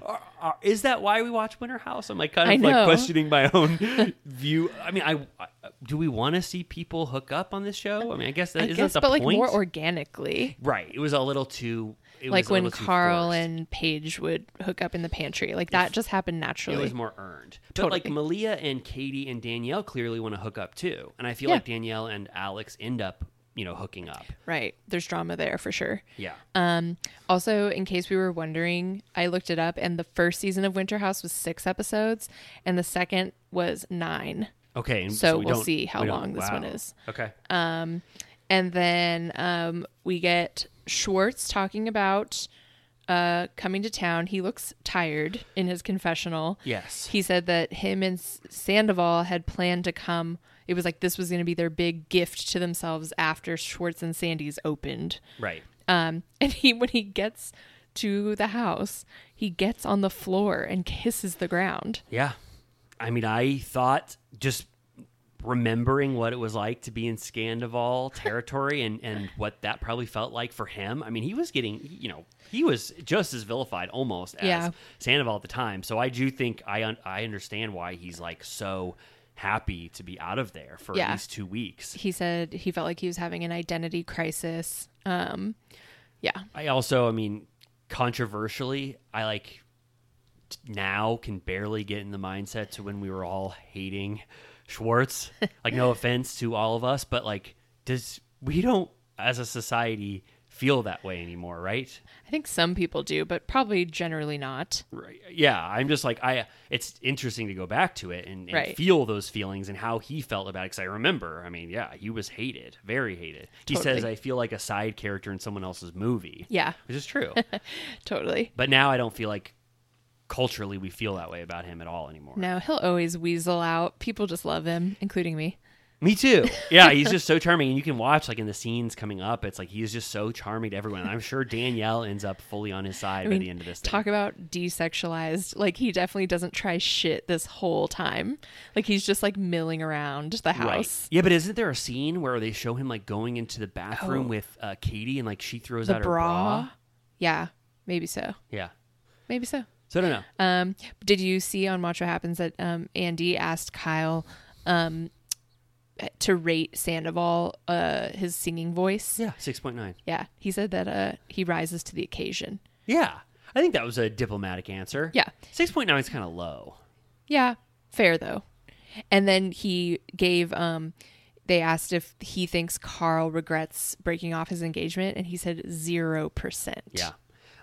Are- are- Is that why we watch Winter House? I'm like kind
I
of like
know.
questioning my
[LAUGHS]
own view. I mean, I, I do we want to see people hook up on this show? I mean, I guess that
I
not
guess,
that the
but like
point?
more organically.
right. It was a little too it
Like
was a
when
little too
Carl
forced.
and Paige would hook up in the pantry. Like that just happened
it
naturally.
was more earned. But
Totally.
like Malia and Katie and Danielle clearly want to hook up too, and I feel
Yeah.
like Danielle and Alex end up you know hooking up.
right. There's drama there for sure.
Yeah.
Um, also, in case we were wondering, I looked it up and the first season of Winter House was six episodes and the second was nine.
okay. And
so
we
we'll
don't-
see how
we don't-
long this one
wow.
is. Um,
Okay.
And then um, we get Schwartz talking about uh, coming to town. He looks tired in his confessional.
Yes.
He said that him and S- Sandoval had planned to come. It was like this was going to be their big gift to themselves after Schwartz and Sandy's opened.
right.
Um, [LAUGHS] and he, when he gets to the house, he gets on the floor and kisses the ground.
Yeah. I mean, I thought just remembering what it was like to be in
[LAUGHS]
Scandival territory and, and what that probably felt like for him. I mean, he was getting, you know, he was just as vilified almost as
Yeah.
Sandoval at the time. So I do think I, un- I understand why he's like so happy to be out of there for
Yeah.
at least two weeks.
He said he felt like he was having an identity crisis. Um, yeah.
I also, I mean, controversially, I like t- now can barely get in the mindset to when we were all hating
[LAUGHS]
Schwartz. like, no offense to all of us, but like, does we don't as a society feel that way anymore, right?
I think some people do, but probably generally not.
Right. Yeah, I'm just like I. It's interesting to go back to it and, and
Right.
feel those feelings and how he felt about it. Because I remember, I mean, yeah, he was hated, very hated. He says,
Totally.
"I feel like a side character in someone else's movie."
Yeah.
which is
[LAUGHS]
true.
Totally.
But now I don't feel like culturally we feel that way about him at all anymore.
No, he'll always weasel out. People just love him, including me.
Me too. [LAUGHS] Yeah, he's just so charming, and you can watch like in the scenes coming up. It's like he's just so charming to everyone. And I'm sure Danielle ends up fully on his side
I
by
mean,
the end of this. Thing.
talk about desexualized. Like he definitely doesn't try shit this whole time. Like he's just like milling around the house.
Yeah, but isn't there a scene where they show him like going into the bathroom with uh, Katie and like she throws
Oh. The
out
bra?
her bra?
Yeah, maybe so.
Yeah.
Maybe so.
So I don't know.
Um, did you see on Watch What Happens that um, Andy asked Kyle um, to rate Sandoval uh, his singing voice?
yeah, six point nine.
Yeah, he said that uh, he rises to the occasion.
Yeah, I think that was a diplomatic answer.
Yeah.
six point nine is kind of low.
Yeah, fair though. And then he gave um they asked if he thinks Carl regrets breaking off his engagement and he said 0%.
Yeah.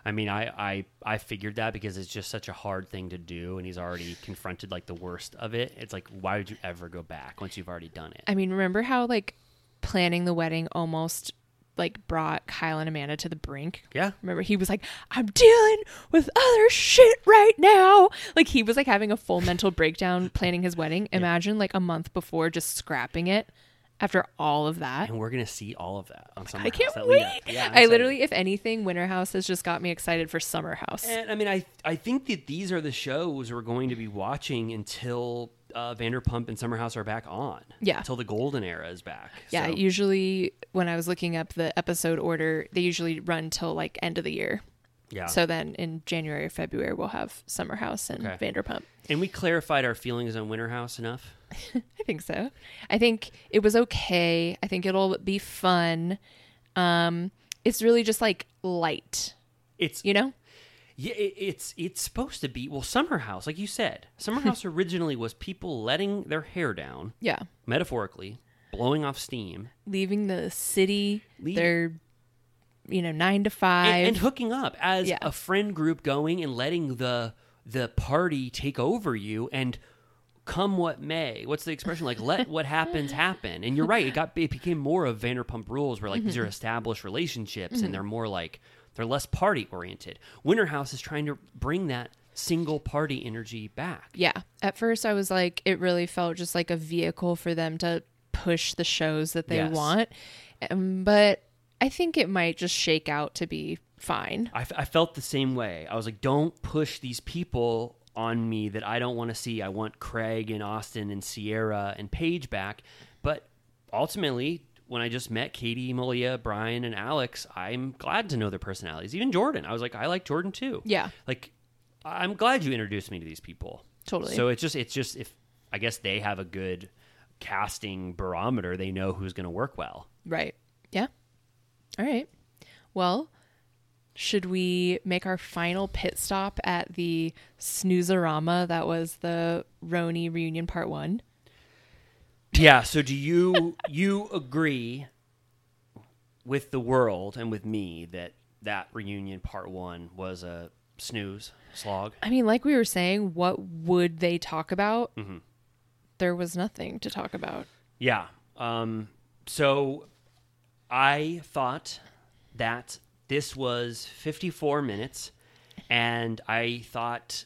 I mean, I, I I figured that because it's just such a hard thing to do, and he's already confronted like the worst of it. It's like, why would you ever go back once you've already done it?
I mean, remember how like planning the wedding almost like brought Kyle and Amanda to the brink?
Yeah.
Remember he was like, "I'm dealing with other shit right now." Like he was like having a full mental breakdown planning his wedding. Imagine like a month before just scrapping it after all of that.
And we're gonna see all of that on Summer
Oh I can't
House, that lead
wait.
up. Yeah, I'm
I
excited.
literally, if anything, Winter House has just got me excited for Summer House.
And I mean, I I think that these are the shows we're going to be watching until uh, Vanderpump and Summer House are back on.
Yeah.
Until the golden era is back.
yeah,
So-
usually when I was looking up the episode order, they usually run till like end of the year.
yeah.
So then in January or February, we'll have Summer House and
Okay.
Vanderpump.
and we clarified our feelings on Winter House enough.
I think so. I think it was okay. I think it'll be fun. Um, it's really just like light,
It's
you know?
Yeah, it, it's it's supposed to be well. Summer House, like you said, Summer House originally was people letting their hair down,
Yeah.
metaphorically, blowing off steam,
Leaving the city,
Leave-
they're, you know, nine to
and,
five.
and hooking up as
Yeah.
a friend group, going and letting the the party take over you and come what may. What's the expression like? Let what happens happen. And you're right. It got it became more of Vanderpump Rules, where like these are established relationships, and they're more like they're less party oriented. Winter House is trying to bring that single party energy back.
yeah. At first, I was like, it really felt just like a vehicle for them to push the shows that they
Yes.
want. Um, but I think it might just shake out to be fine.
I, f- I felt the same way. I was like, don't push these people on me that I don't want to see. I want Craig and Austin and Sierra and Paige back. But ultimately, when I just met Katie, Malia, Brian, and Alex, I'm glad to know their personalities. Even Jordan. I was like, I like Jordan too.
Yeah.
Like, I- I'm glad you introduced me to these people.
Totally.
So it's just, it's just, if I guess they have a good casting barometer, they know who's going to work well.
Right. Yeah. All right. Well, should we make our final pit stop at the snoozorama that was the Roni reunion part one?
Yeah. So do you you agree with the world and with me that that reunion part one was a snooze slog?
I mean, like we were saying, what would they talk about? There was nothing to talk about.
Yeah. Um, so I thought that this was 54 minutes, and I thought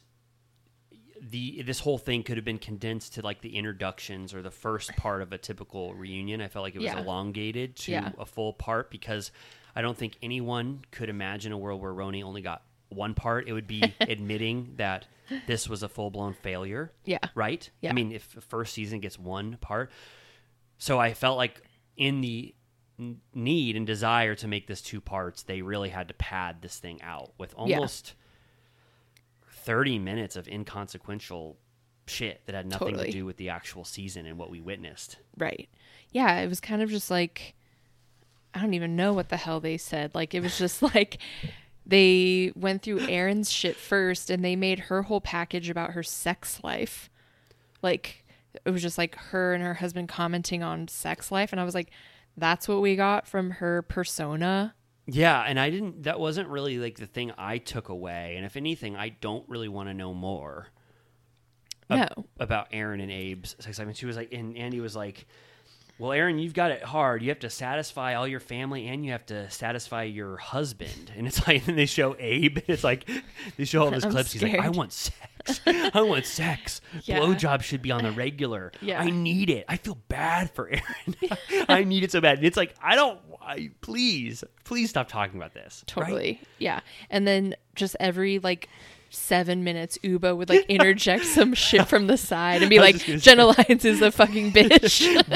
the this whole thing could have been condensed to like the introductions or the first part of a typical reunion. I felt like it was
Yeah.
elongated to
Yeah.
a full part because I don't think anyone could imagine a world where Roni only got one part. It would
[LAUGHS]
be admitting that this was a full blown failure.
Yeah.
Right?
Yeah.
I mean, if the first season gets one part, so I felt like in the n- need and desire to make this two parts, they really had to pad this thing out with
Yeah.
almost 30 minutes of inconsequential shit that had nothing
Totally.
to do with the actual season and what we witnessed.
Right. Yeah. It was kind of just like, I don't even know what the hell they said. Like, it was just [LAUGHS] like they went through Aaron's shit first and they made her whole package about her sex life. Like, it was just like her and her husband commenting on sex life. And I was like, that's what we got from her persona.
Yeah, and I didn't that wasn't really like the thing I took away, and if anything, I don't really want to know more.
No.
about Aaron and Abe's sex life. And she was like, and Andy was like, well, Aaron, you've got it hard. You have to satisfy all your family and you have to satisfy your husband. And it's [LAUGHS] like, and they show Abe. And it's like, they
[LAUGHS]
show all those
I'm
clips. He's like, I
scared.
want sex. I want sex.
[LAUGHS] Yeah.
Blowjob should be on the regular.
[LAUGHS] Yeah.
I need it. I feel bad for
[LAUGHS]
Aaron. [LAUGHS] I need it so bad. And it's like, I don't, I, please, please stop talking about this. right?
Totally. Yeah. And then just every like seven minutes, Uba would like interject some shit from the
[LAUGHS]
side and be
was
like,
just gonna say-
Jenna Lyons is a fucking bitch.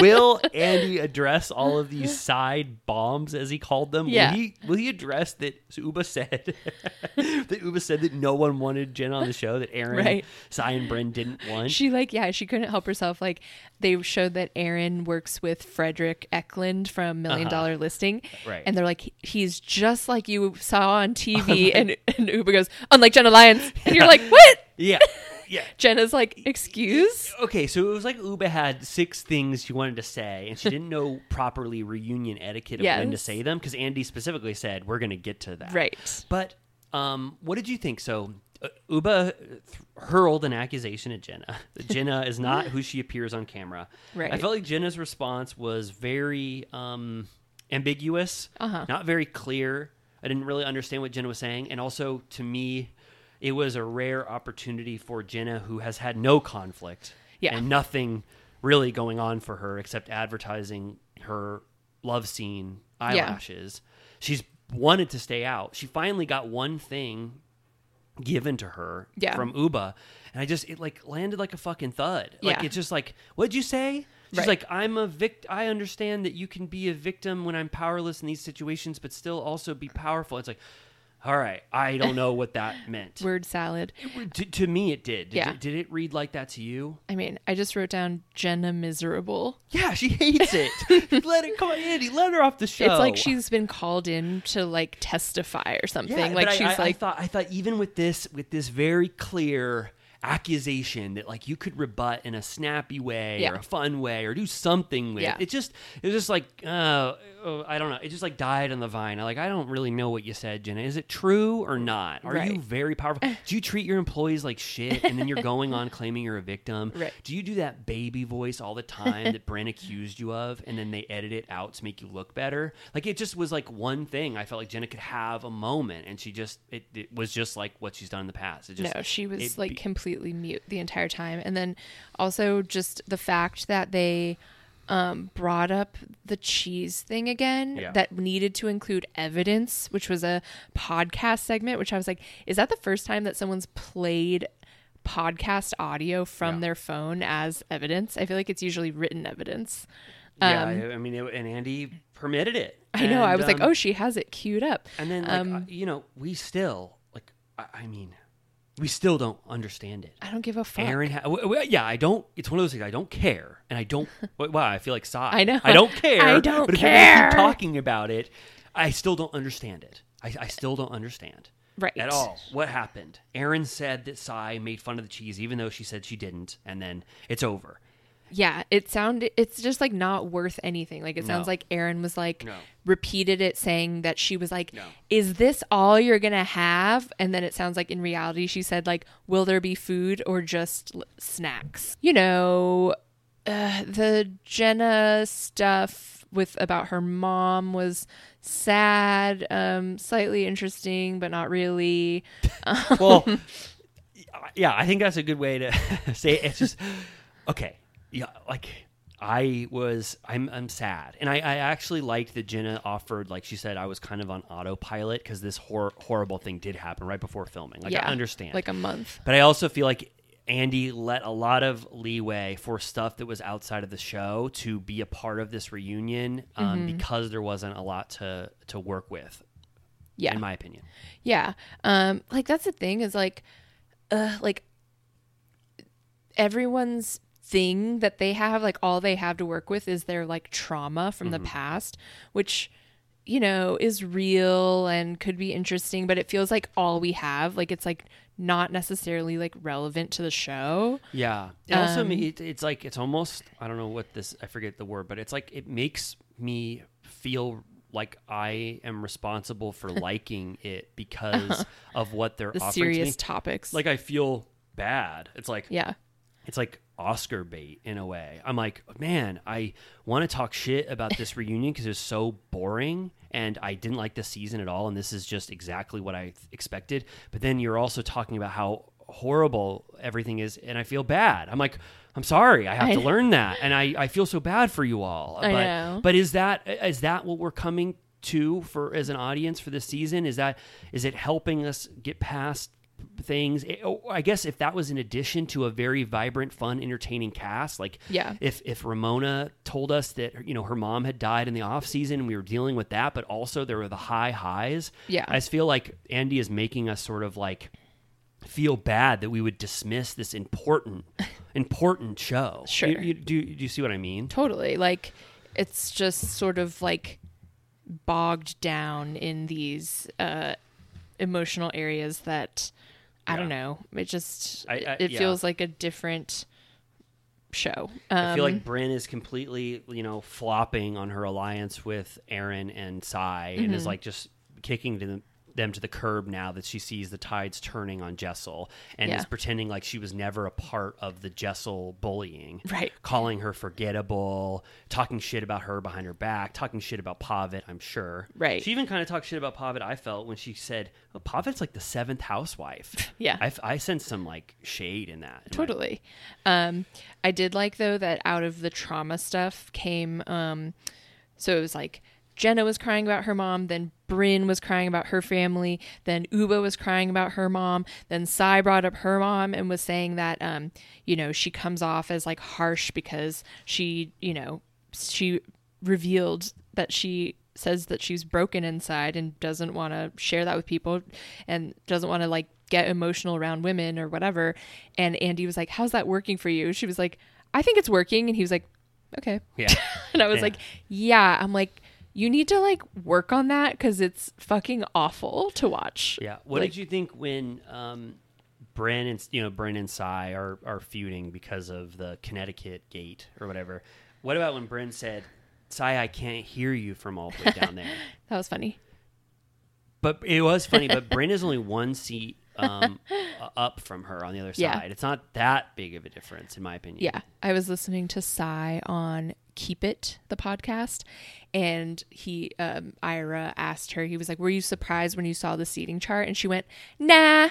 [LAUGHS] will Andy address all of
[LAUGHS]
these side bombs, as he called them?
Yeah.
Will he, will he address that so Uba said [LAUGHS] that Uba said that no one wanted Jen on the show, that Aaron,
Right.
Cy, and Bryn didn't want?
she like yeah she couldn't help herself like they showed that aaron works with frederick eklund from million Dollar listing
Uh-huh. Right.
and they're like "He- he's just like you saw
[LAUGHS]
on tv and, and uber goes unlike jenna lyons and you're like what
yeah. Yeah.
jenna's like excuse
Okay, so it was like Uba had six things she wanted to say, and she didn't
[LAUGHS]
know properly reunion etiquette of when to
Yes.
say them because Andy specifically said, "We're going to get to that."
Right.
But um, what did you think? So uh, Uba th- hurled an accusation at Jenna. [LAUGHS] that Jenna is not who she appears on camera.
Right.
I felt like Jenna's response was very um, ambiguous, uh-huh. not very clear. I didn't really understand what Jenna was saying, and also to me. It was a rare opportunity for Jenna, who has had no conflict
Yeah.
and nothing really going on for her except advertising her love scene eyelashes. She's wanted to stay out. She finally got one thing given to her
Yeah.
from Uba, and I just it like landed like a fucking thud. Like
Yeah.
it's just like, what'd you say? She's
Right.
like, I'm a vict. I understand that you can be a victim when I'm powerless in these situations, but still also be powerful. It's like, All right. I don't know what
[LAUGHS]
that meant.
Word salad.
to, to me, it did. Did,
Yeah.
it, did it read like that to you?
I mean, I just wrote down Jenna miserable.
Yeah, she hates
[LAUGHS]
it. Let it come on, Andy. Let her off the show.
It's like she's been called in to like testify or something. like
but I-
she's
I, I
like,
thought I thought even with this with this very clear accusation that like you could rebut in a snappy way
Yeah.
or a fun way or do something with
Yeah.
it just it was just like uh, oh, I don't know it just like died on the vine I like I don't really know what you said Jenna is it true or not are you
Right.
very
[LAUGHS]
powerful do you treat your employees like shit and then you're going on claiming you're a victim
Right.
do you do that baby voice all the time that Bren accused you of, and then they edit it out to make you look better? Like it just was like one thing. I felt like Jenna could have a moment, and she just it, it was just like what she's done in the past. It just,
no, she was
it
like
be-
completely mute the entire time. And then also just the fact that they um, brought up the cheese thing again
Yeah.
that needed to include evidence, which was a podcast segment, which I was like, is that the first time that someone's played podcast audio from
Yeah.
their phone as evidence? I feel like it's usually written evidence.
yeah. I, I mean, it, and Andy permitted it.
um, I know. I
And,
was like,
um,
oh, she has it queued up.
And
Um,
then like uh, you know, we still like I, I mean, we still don't understand it.
I don't give a fuck.
Aaron, ha- w- w- yeah, I don't. It's one of those things. I don't care, and I
[LAUGHS]
don't. w- wow, I feel like sigh.
I know.
I don't care.
I don't
but If you're gonna
care.
keep talking about it, I still don't understand it. I, I still don't understand.
Right.
At all. What happened? Aaron said that Sai made fun of the cheese, even though she said she didn't, and then it's over.
Yeah, it sounded it's just like not worth anything. Like it sounds
No.
like Aaron was like
No.
repeated it saying that she was like is this all you're going to have? And then it sounds like in reality she said like will there be food or just l- snacks? You know, uh, the Jenna stuff with about her mom was sad, um slightly interesting but not really. [LAUGHS]
Well, yeah, I think that's a good way to [LAUGHS] say it. it's just okay. Yeah, like I was, I'm, I'm sad, and I, I actually liked that Jenna offered, like she said, I was kind of on autopilot because this hor- horrible thing did happen right before filming. Like
yeah.
I understand,
Like um, a month.
but I also feel like Andy let a lot of leeway for stuff that was outside of the show to be a part of this reunion um,
Mm-hmm.
because there wasn't a lot to to work with,
Yeah.
in my opinion.
Yeah. Um like that's the thing is like uh like everyone's thing that they have like all they have to work with is their like trauma from the past which you know is real and could be interesting but it feels like all we have like it's like not necessarily like relevant to the show.
Yeah. It also, ma-
Um,
it, it's like it's almost I don't know what this I forget the word, but it's like it makes me feel like I am responsible
[LAUGHS]
for liking it because of what they're
The
offering
serious
to me.
topics.
like I feel bad. It's like
yeah.
it's like Oscar bait in a way. I'm like, man, I want to talk shit about
[LAUGHS]
this reunion because it's so boring and I didn't like the season at all. And this is just exactly what I th- expected. But then you're also talking about how horrible everything is and I feel bad. I'm like, I'm sorry, I have
I
to
know.
learn that. And I, I feel so bad for you all.
I
but,
know.
but is that is that what we're coming to for as an audience for this season? Is that is it helping us get past things? It- oh, I guess if that was in addition to a very vibrant, fun, entertaining cast, like
Yeah.
if if Ramona told us that you know her mom had died in the off season, we were dealing with that, but also there were the high highs.
Yeah.
I just feel like Andy is making us sort of like feel bad that we would dismiss this important [LAUGHS] important show.
Sure.
You- you- do, do you see what I mean?
Totally. Like it's just sort of like bogged down in these uh emotional areas that I don't know. It just
I- I-
it
yeah.
feels like a different show. Um,
I feel like Brynn is completely, you know, flopping on her alliance with Aaron and Sai and
Mm-hmm.
is like just kicking to them, them to the curb now that she sees the tides turning on Jessel and
Yeah.
is pretending like she was never a part of the Jessel bullying.
Right.
Calling her forgettable, talking shit about her behind her back, talking shit about Pavitt, I'm sure.
Right.
She even kind of talked shit about Pavitt, I felt, when she said, oh, Pavitt's like the seventh housewife.
[LAUGHS] Yeah.
I, f- I sense some like shade in that. in my
totally. Um I did like though that out of the trauma stuff came um so it was like Jenna was crying about her mom, then Bryn was crying about her family, then Uba was crying about her mom, then Sai brought up her mom and was saying that um, you know, she comes off as like harsh because she, you know, she revealed that she says that she's broken inside and doesn't want to share that with people and doesn't want to like get emotional around women or whatever. And Andy was like, How's that working for you? She was like, I think it's working. And he was like, Okay.
Yeah.
[LAUGHS] and I was
Yeah.
like, Yeah. I'm like, you need to like work on that because it's fucking awful to watch.
Yeah. What
Like-
did you think when um, Bren and you know Bren and Cy are are feuding because of the Connecticut gate or whatever? What about when Bren said, "Cy, I can't hear you from all the way down
[LAUGHS]
there"?
That was funny.
But it was funny. But Bren is only one seat um, uh, up from her on the other side.
Yeah.
It's not that big of a difference, in my opinion.
Yeah. I was listening to Cy on Keep It, the podcast, and he, um, Ira asked her, he was like, Were you surprised when you saw the seating chart? And she went,
[LAUGHS]
Nah.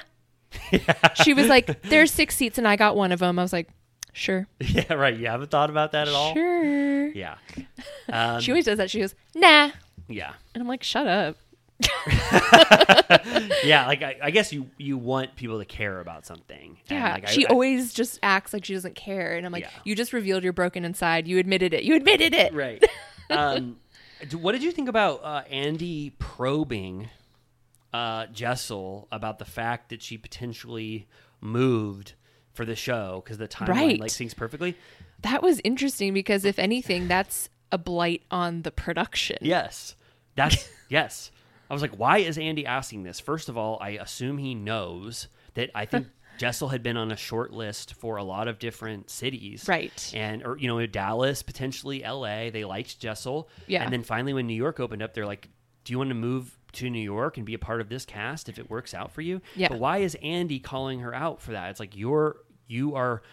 she was like, There's six seats and I got one of them. I was like, Sure.
[LAUGHS] Yeah. Right. You haven't thought about that at all.
Sure.
Yeah.
she always does that. She goes, Nah.
Yeah.
And I'm like, Shut up.
Yeah. Like I, I guess you you want people to care about something. And,
Yeah.
like, I-
she
I-
always just acts like she doesn't care. And I'm like,
Yeah.
You just revealed you're broken inside. You admitted it. You admitted it.
Right.
[LAUGHS]
Um, d- what did you think about uh, Andy probing uh, Jessel about the fact that she potentially moved for the show because the timeline
Right.
like syncs perfectly?
That was interesting because, if anything, that's a blight on the production.
Yes. That's [LAUGHS] yes. I was like, why is Andy asking this? First of all, I assume he knows that I
[LAUGHS]
think Jessel had been on a short list for a lot of different cities.
Right.
And or you know, Dallas, potentially LA. They liked Jessel.
Yeah.
And then finally when New York opened up, they're like, Do you want to move to New York and be a part of this cast if it works out for you?
Yeah.
But why is Andy calling her out for that? It's like you're you are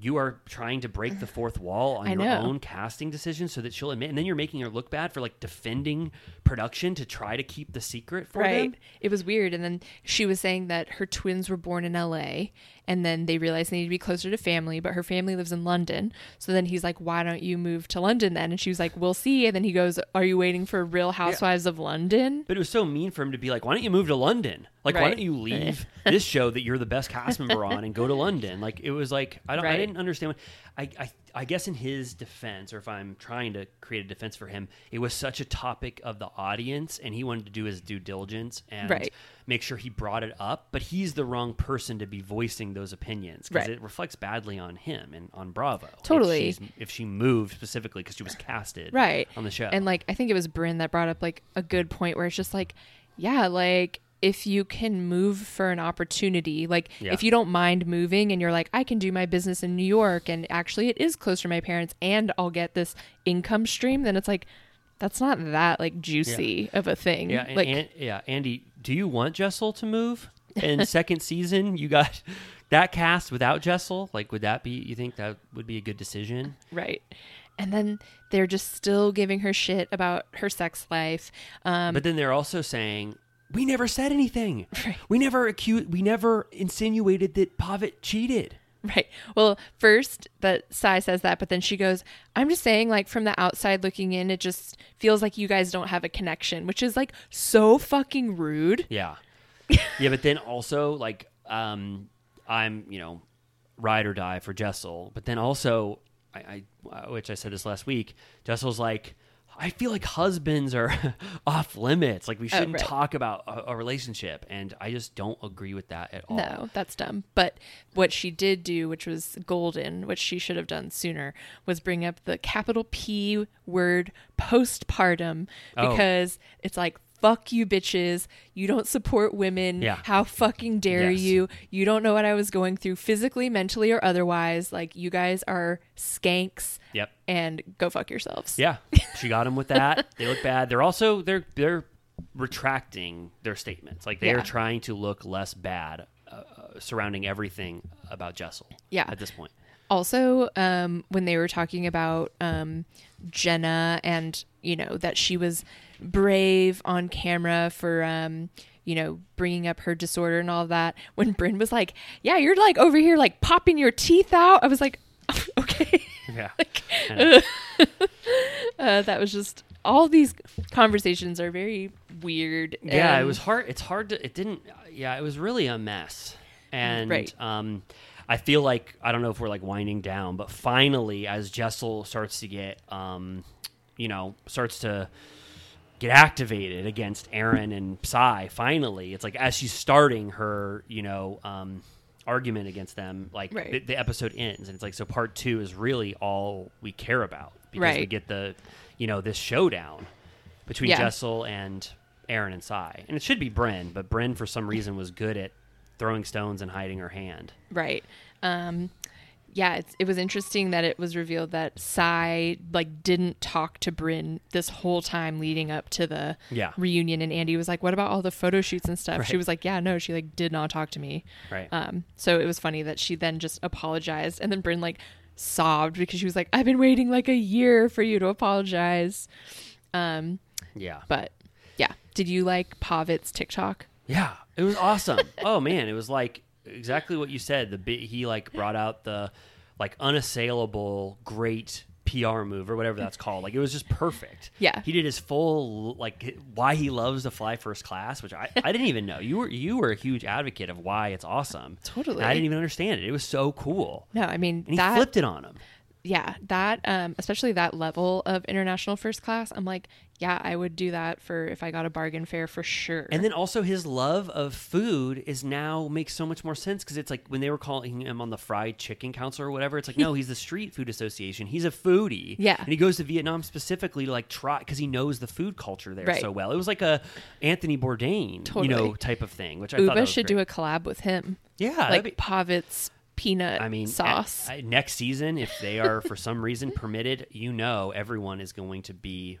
you are trying to break the fourth wall on
I
your
know.
own casting decisions so that she'll admit, and then you're making her look bad for like defending production to try to keep the secret for
right.
them.
It was weird. And then she was saying that her twins were born in LA and then they realized they need to be closer to family, but her family lives in London. So then he's like, Why don't you move to London then? And she was like, We'll see. And then he goes, Are you waiting for Real Housewives of London?
But it was so mean for him to be like, "Why don't you move to London? Like, why
Right. [LAUGHS]
don't you leave this show that you're the best cast member on and go to London?" Like, it was like I don't, I
Right.
didn't understand. What, I, I, I guess in his defense, or if I'm trying to create a defense for him, it was such a topic of the audience, and he wanted to do his due diligence and
Right.
make sure he brought it up. But he's the wrong person to be voicing those opinions because
Right.
it reflects badly on him and on Bravo. if
Totally.
she's- if she moved specifically because she was casted
Right.
on the show
And like, I think it was Bryn that brought up like a good point where it's just like, Yeah, like. If you can move for an opportunity, like
Yeah.
if you don't mind moving and you're like, I can do my business in New York and actually it is close to my parents and I'll get this income stream, then it's like, that's not that like juicy of a thing.
Yeah, and,
like,
and- yeah, Andy, do you want Jessel to move
[LAUGHS]
in second season? You got [LAUGHS] that cast without Jessel. Like, would that be? You think that would be a good decision?
right. And then they're just still giving her shit about her sex life. Um,
but then they're also saying we never said
[LAUGHS]
anything. We never accused. We never insinuated that Pavitt cheated.
[LAUGHS] Right. Well, first that Sai says that, but then she goes, I'm just saying, like, from the outside looking in, it just feels like you guys don't have a connection, which is like so fucking rude.
Yeah. yeah, but then also like um I'm, you know, ride or die for Jessel, but then also I, I which I said this last week, Jessel's like I feel like husbands are [LAUGHS] off limits. Like we shouldn't
Oh, right.
talk about a, a relationship and I just don't agree with that at all.
No, that's dumb. But what she did do, which was golden, which she should have done sooner, was bring up the capital P word postpartum
Oh.
because it's like, fuck you, bitches. You don't support women.
Yeah.
How fucking dare
Yes.
you? You don't know what I was going through physically, mentally, or otherwise. Like, you guys are skanks
Yep.
and go fuck yourselves.
Yeah. She got him with that.
[LAUGHS]
they look bad. They're also they're they're retracting their statements. Like they are
Yeah.
trying to look less bad uh, uh, surrounding everything about Jessel.
Yeah.
At this point.
Also, um, when they were talking about um, Jenna and, you know, that she was brave on camera for, um, you know, bringing up her disorder and all that, when Bryn was like, yeah, you're like over here, like popping your teeth out. I was like, [LAUGHS] okay. [LAUGHS]
Yeah.
Uh, that was just all these conversations are very weird.
Yeah, it
and-
was hard. It's hard to. It didn't. Yeah, it was really a mess. And
Right.
um, I feel like I don't know if we're like winding down, but finally, as Jessel starts to get, um, you know, starts to get activated against Aaron and Psy. Finally, it's like as she's starting her, you know, um, argument against them, like
Right.
the, the episode ends, and it's like so part two is really all we care about because we
Right.
get the, you know, this showdown between
Yeah.
Jessel and Aaron and Psy, and it should be Bryn, but Bryn for some reason was good at throwing stones and hiding her hand.
Right. Um, yeah, it's, it was interesting that it was revealed that Sai like didn't talk to Bryn this whole time leading up to the
Yeah.
reunion, and Andy was like, "What about all the photo shoots and stuff?" She
Right.
was like, "Yeah, no, she like did not talk to me."
Right.
Um, so it was funny that she then just apologized, and then Bryn like sobbed because she was like, "I've been waiting like a year for you to apologize." Um,
Yeah.
but yeah, did you like Pavitt's TikTok?
Yeah, it was awesome. [LAUGHS] oh man, it was like exactly what you said. The bit he like brought out the like unassailable great PR move or whatever that's called. Like it was just perfect.
Yeah.
he did his full like why he loves to fly first class, which I, I didn't even know. You were you were a huge advocate of why it's awesome.
Totally.
And I didn't even understand it. It was so cool.
No, I mean
And he
that
flipped it on him.
yeah, that um, especially that level of international first class, I'm like, yeah, I would do that for if I got a bargain fare for sure.
And then also his love of food is now makes so much more sense because it's like when they were calling him on the fried chicken council or whatever. It's like
[LAUGHS]
no, he's the street food association. He's a foodie.
Yeah.
and he goes to Vietnam specifically to like try because he knows the food culture there
Right.
so well. It was like a Anthony Bourdain, you know,
Totally.
type of thing. Which I thought
Uba
that was
should do
great.
a collab with him.
Yeah, that'd
like
be-
Pavitt's peanut
I mean, a-
sauce.
I- next season, if they are for
[LAUGHS]
some reason permitted, you know, everyone is going to be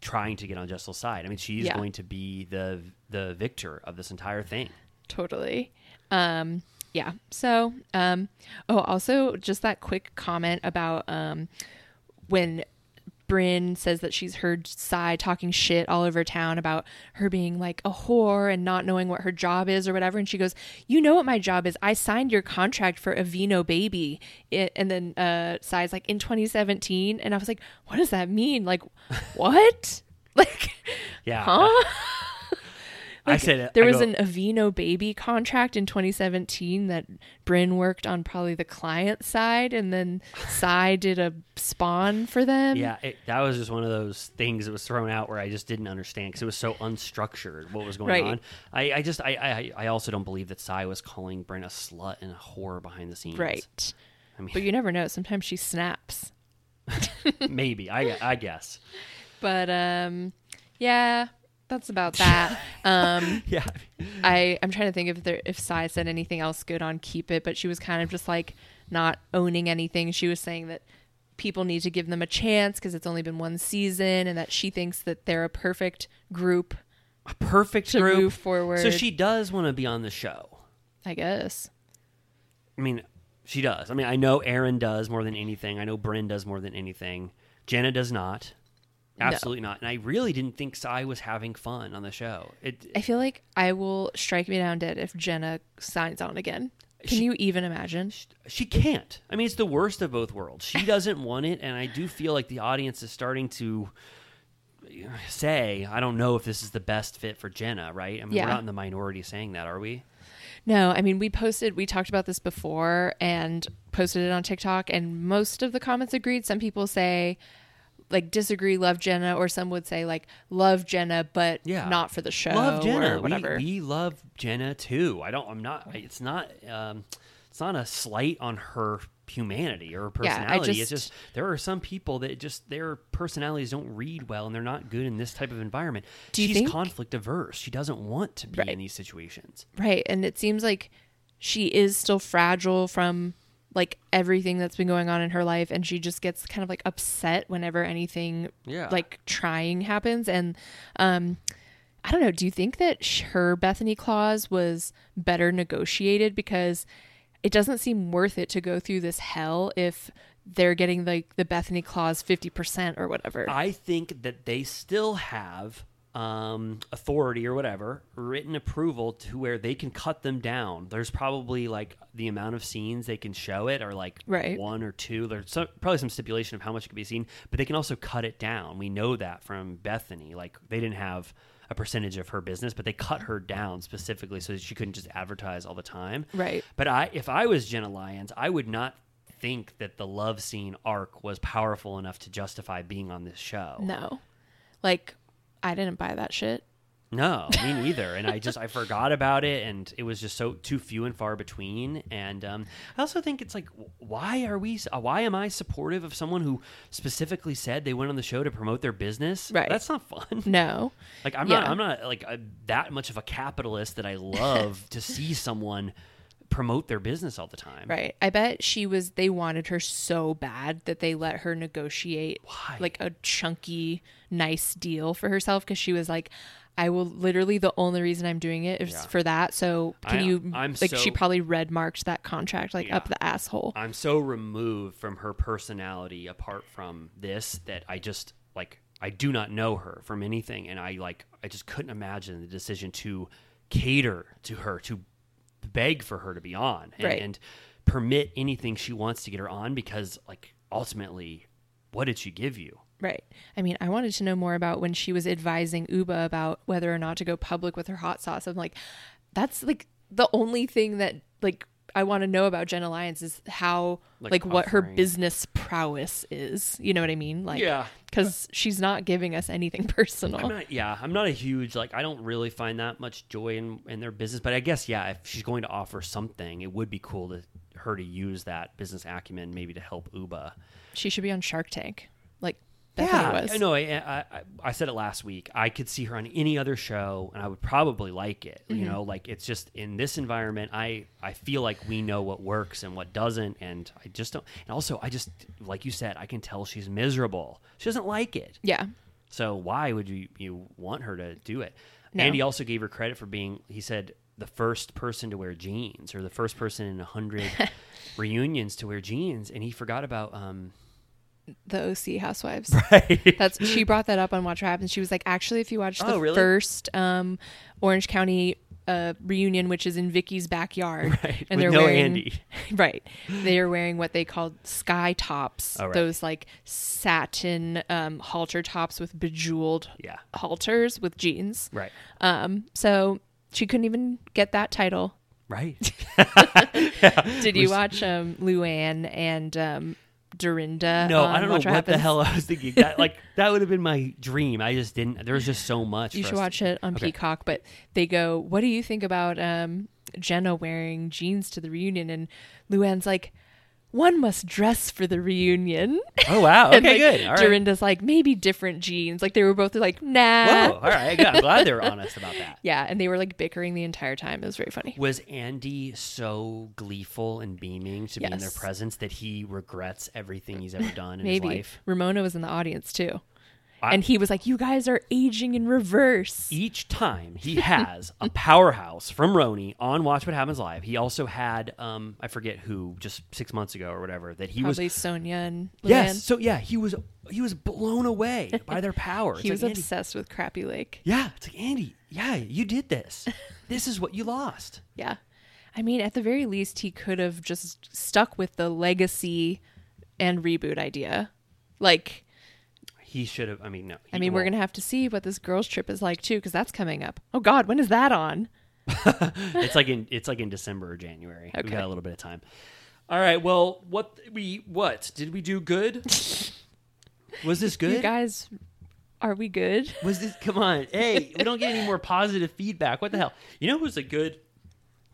trying to get on Jessel's side. I mean, she's
Yeah.
going to be the the victor of this entire thing.
totally. Um, yeah. So, um, oh, also just that quick comment about um, when Bryn says that she's heard Sai talking shit all over town about her being like a whore and not knowing what her job is or whatever. And she goes, You know what my job is. I signed your contract for a Vino baby. It, and then uh, Sai's like, In 2017. And I was like, What does that mean? Like, what? [LAUGHS] like,
Yeah.
huh? [LAUGHS]
I said it.
There
I
was
go,
an um, Avino baby contract in 2017 that Bryn worked on probably the client side,
[LAUGHS]
and then Sai did a spawn for them.
Yeah, it, that was just one of those things that was thrown out where I just didn't understand because it was so unstructured what was going
Right.
on. I, I just, I, I, I also don't believe that Sai was calling Bryn a slut and a whore behind the scenes.
Right. [LAUGHS]
I mean-
but you never know. Sometimes she snaps.
Maybe. I, I guess.
But um, yeah, that's
[LAUGHS]
about that. um,
Yeah.
I I'm trying to think if there if Sai said anything else good on Keep It, but she was kind of just like not owning anything. She was saying that people need to give them a chance because it's only been one season, and that she thinks that they're a perfect group.
A perfect
To
group.
move forward.
So she does want to be on the show.
I guess.
I mean, she does. I mean, I know Aaron does more than anything. I know Bryn does more than anything. Jenna does not. Absolutely not. And I really didn't think Sai was having fun on the show. It,
I feel like I will strike me down dead if Jenna signs on again. Can
She-
you even imagine?
she can't. I mean, it's the worst of both worlds. She doesn't want it, and I do feel like the audience is starting to say, "I don't know if this is the best fit for Jenna." Right? I mean,
Yeah.
we're not in the minority saying that, are we?
No, I mean, we posted, we talked about this before and posted it on TikTok, and most of the comments agreed. Some people say, like, disagree, love Jenna, or some would say, like, love Jenna, but
Yeah.
not for the show.
love Jenna.
or whatever.
We, we love Jenna too. I don't. I'm not. It's not. Um, it's not a slight on her humanity or her
Yeah, I
personality. it's
just-
just there are some people that just their personalities don't read well, and they're not good in this type of environment.
Do you
She's
think-
conflict averse. She doesn't want to be
Right.
in these situations.
Right. And it seems like she is still fragile from like everything that's been going on in her life and she just gets kind of like upset whenever anything
Yeah.
like trying happens and um I don't know, do you think that sh- her Bethany clause was better negotiated because it doesn't seem worth it to go through this hell if they're getting like the Bethany clause 50% or whatever.
I think that they still have um, authority or whatever, written approval to where they can cut them down. There's probably like the amount of scenes they can show it, or like
Right.
one or two. There's some, probably some stipulation of how much could be seen, but they can also cut it down. We know that from Bethany. Like they didn't have a percentage of her business, but they cut her down specifically so that she couldn't just advertise all the time.
Right.
But I, if I was Jenna Lyons, I would not think that the love scene arc was powerful enough to justify being on this show.
no. Like I didn't buy that shit.
No,
[LAUGHS]
me neither. And I just I forgot about it, and it was just so too few and far between. And um, I also think it's like, wh- why are we? uh, Why am I supportive of someone who specifically said they went on the show to promote their business?
Right.
That's not
[LAUGHS]
fun.
No.
Like I'm not
Yeah.
I'm not like uh that much of a capitalist that I love
[LAUGHS]
to see someone promote their business all the time.
Right. I bet she was they wanted her so bad that they let her negotiate
Why?
like a chunky nice deal for herself cuz she was like I will literally the only reason I'm doing it is for that. So can
I-
you
I'm
like she
so-
probably red marked that contract like up
Yeah.
the asshole.
I'm so removed from her personality apart from this that I just like I do not know her from anything and I like I just couldn't imagine the decision to cater to her to beg for her to be on and,
Right.
and permit anything she wants to get her on because like ultimately what did she give you?
Right. I mean, I wanted to know more about when she was advising Uba about whether or not to go public with her hot sauce. I'm like, that's like the only thing that like I want to know about Jen Alliance is how like,
Like,
what her
offering.
business prowess is. You know what I mean? Like,
Yeah.
because she's not giving us anything [LAUGHS] personal.
I'm not, yeah, I'm not a huge like. I don't really find that much joy in in their business, but I guess yeah, if she's going to offer something, it would be cool to her to use that business acumen maybe to help Uba.
she should be on Shark Tank. Like Bethany was.
I know. I, I I- I said it last week. I could see her on any other show, and I would probably like it.
Mm-hmm.
You know, like it's just in this environment. I I feel like we know what works and what doesn't, and I just don't. And also, I just like you said, I can tell she's miserable. She doesn't like it.
Yeah.
So why would you you want her to do it?
No.
Andy also gave her credit for being. He said the first person to wear jeans, or the first person in a
[LAUGHS]
hundred reunions to wear jeans, and he forgot about um.
The
[LAUGHS]
OC Housewives. That's she brought that up on Watch What Happens. She was like, actually, if you watch the
Oh, really?
first um, Orange County uh, reunion, which is in Vicky's backyard,
[LAUGHS] Right, with no
[LAUGHS]
Andy.
right, they are wearing what they called sky tops,
Oh, right.
those like satin um, halter tops with bejeweled
Yeah.
halters with jeans.
Right.
Um, so she couldn't even get that title.
Right.
Did you watch um, Luann and um, Dorinda?
No,
on
I don't know
Um, Watch
what the
Happens?
hell I was thinking. That
[LAUGHS]
like that would have been my dream. I just didn't. There was just so much.
You
for
should
us to-
watch it on
Okay.
Peacock. But they go, "What do you think about um, Jenna wearing jeans to the reunion?" And Luann's like, "One must dress for the reunion." [LAUGHS]
Oh wow.
and
Okay,
like,
good. All right.
Dorinda's like, "Maybe different jeans." Like they were both like, "Nah."
Whoa. All right. Good. I'm glad they were honest
[LAUGHS]
about that.
Yeah, and they were like bickering the entire time. It was very funny.
Was Andy so gleeful and beaming to be in their
Yes.
presence that he regrets everything he's ever done in his
Maybe
life?
Ramona was in the audience too,
I-
and he was like, "You guys are aging in reverse."
Each time he has
[LAUGHS]
a powerhouse from Roni on Watch What Happens Live, he also had um I forget who just six months ago or whatever that he was
Probably Sonia and Luann.
yes so yeah he was he was blown
[LAUGHS]
away by their power. It's
he was
like, Andy,
obsessed with Crappy Lake.
Yeah, it's like Andy. Yeah, you did this.
[LAUGHS]
this is what you lost.
Yeah. I mean, at the very least, he could have just stuck with the legacy and reboot idea. Like,
He should have. I mean, no.
I mean, we're going to have to see what this girls' trip is like, too, because that's coming up. Oh, God, when is that on?
gonna. It's like in. It's like in December or January.
Okay.
We've got a little bit of time. All right. Well, what we what did we do?
[LAUGHS]
Good. Was this
You
good?
guys, are we good?
Was this? Come on. Hey, we don't get any
[LAUGHS]
more positive feedback. What the hell? You know who's a good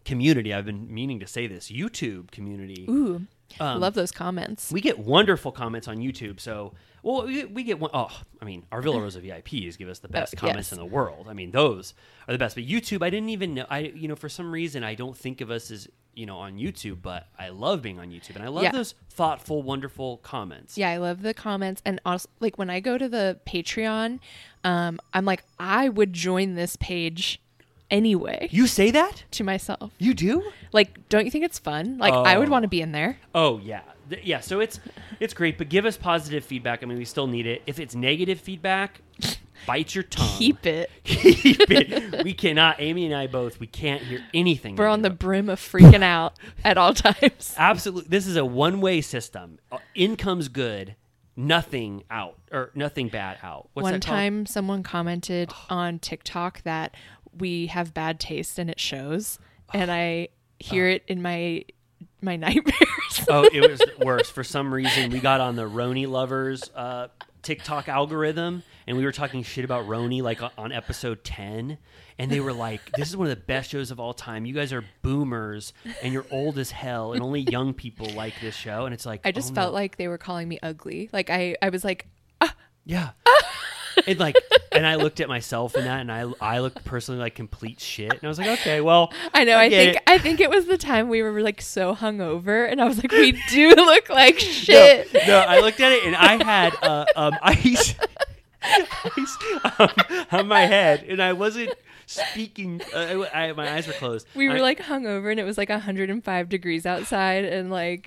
community? I've been meaning to say this. YouTube community.
Ooh,
Um,
love those comments.
We get wonderful comments on YouTube. So, well, we, we get one oh I mean, our Villa Rosa VIPs give us the best
Oh,
comments
yes.
in the world. I mean, those are the best. But YouTube, I didn't even know. I, you know, for some reason, I don't think of us as, you know, on YouTube, but I love being on YouTube. And I love
Yeah.
those thoughtful, wonderful comments.
Yeah, I love the comments. And also, like, when I go to the Patreon, um, I'm like, I would join this page anyway
You say that?
to myself.
You do?
Like, don't you think it's fun? Like, I would
Oh.
want to be in there.
Oh yeah, Th- yeah. So it's it's great, but give us positive feedback. I mean, we still need it. If it's negative feedback, bite your tongue.
Keep it.
[LAUGHS] Keep it. We cannot. Amy and I both. We can't hear anything.
We're on the
negative.
brim of freaking out at all times.
absolutely this is a one-way system Uh, in comes good nothing out or nothing bad out [LAUGHS] What's
One
that called? [LAUGHS] Oh.
time, someone commented on TikTok that we have bad taste and it shows,
Oh.
and I hear it in my my [LAUGHS] nightmares.
oh it was worse for some reason we got on the roni lovers uh TikTok algorithm, and we were talking shit about Roni like on- on episode ten, and they were like, "This is one of the best shows of all time. You guys are boomers, and you're old as hell, and only young people like this show." And it's like,
I just
oh,
felt
no.
like they were calling me ugly. Like I, I was like, [LAUGHS]
yeah, and like, and I looked at myself in that, and I I looked personally like complete shit, and I was like, okay, well,
I know. I,
get
think
it.
I think it was the time we were like so hungover, and I was
[LAUGHS]
like, we do look like
No,
shit.
No, I looked at it and I had uh, um, [LAUGHS] ice, ice um, on my head, and I wasn't speaking. Uh, I, I- my eyes were closed.
We were
I-
like hungover, and it was like 105 degrees outside, and like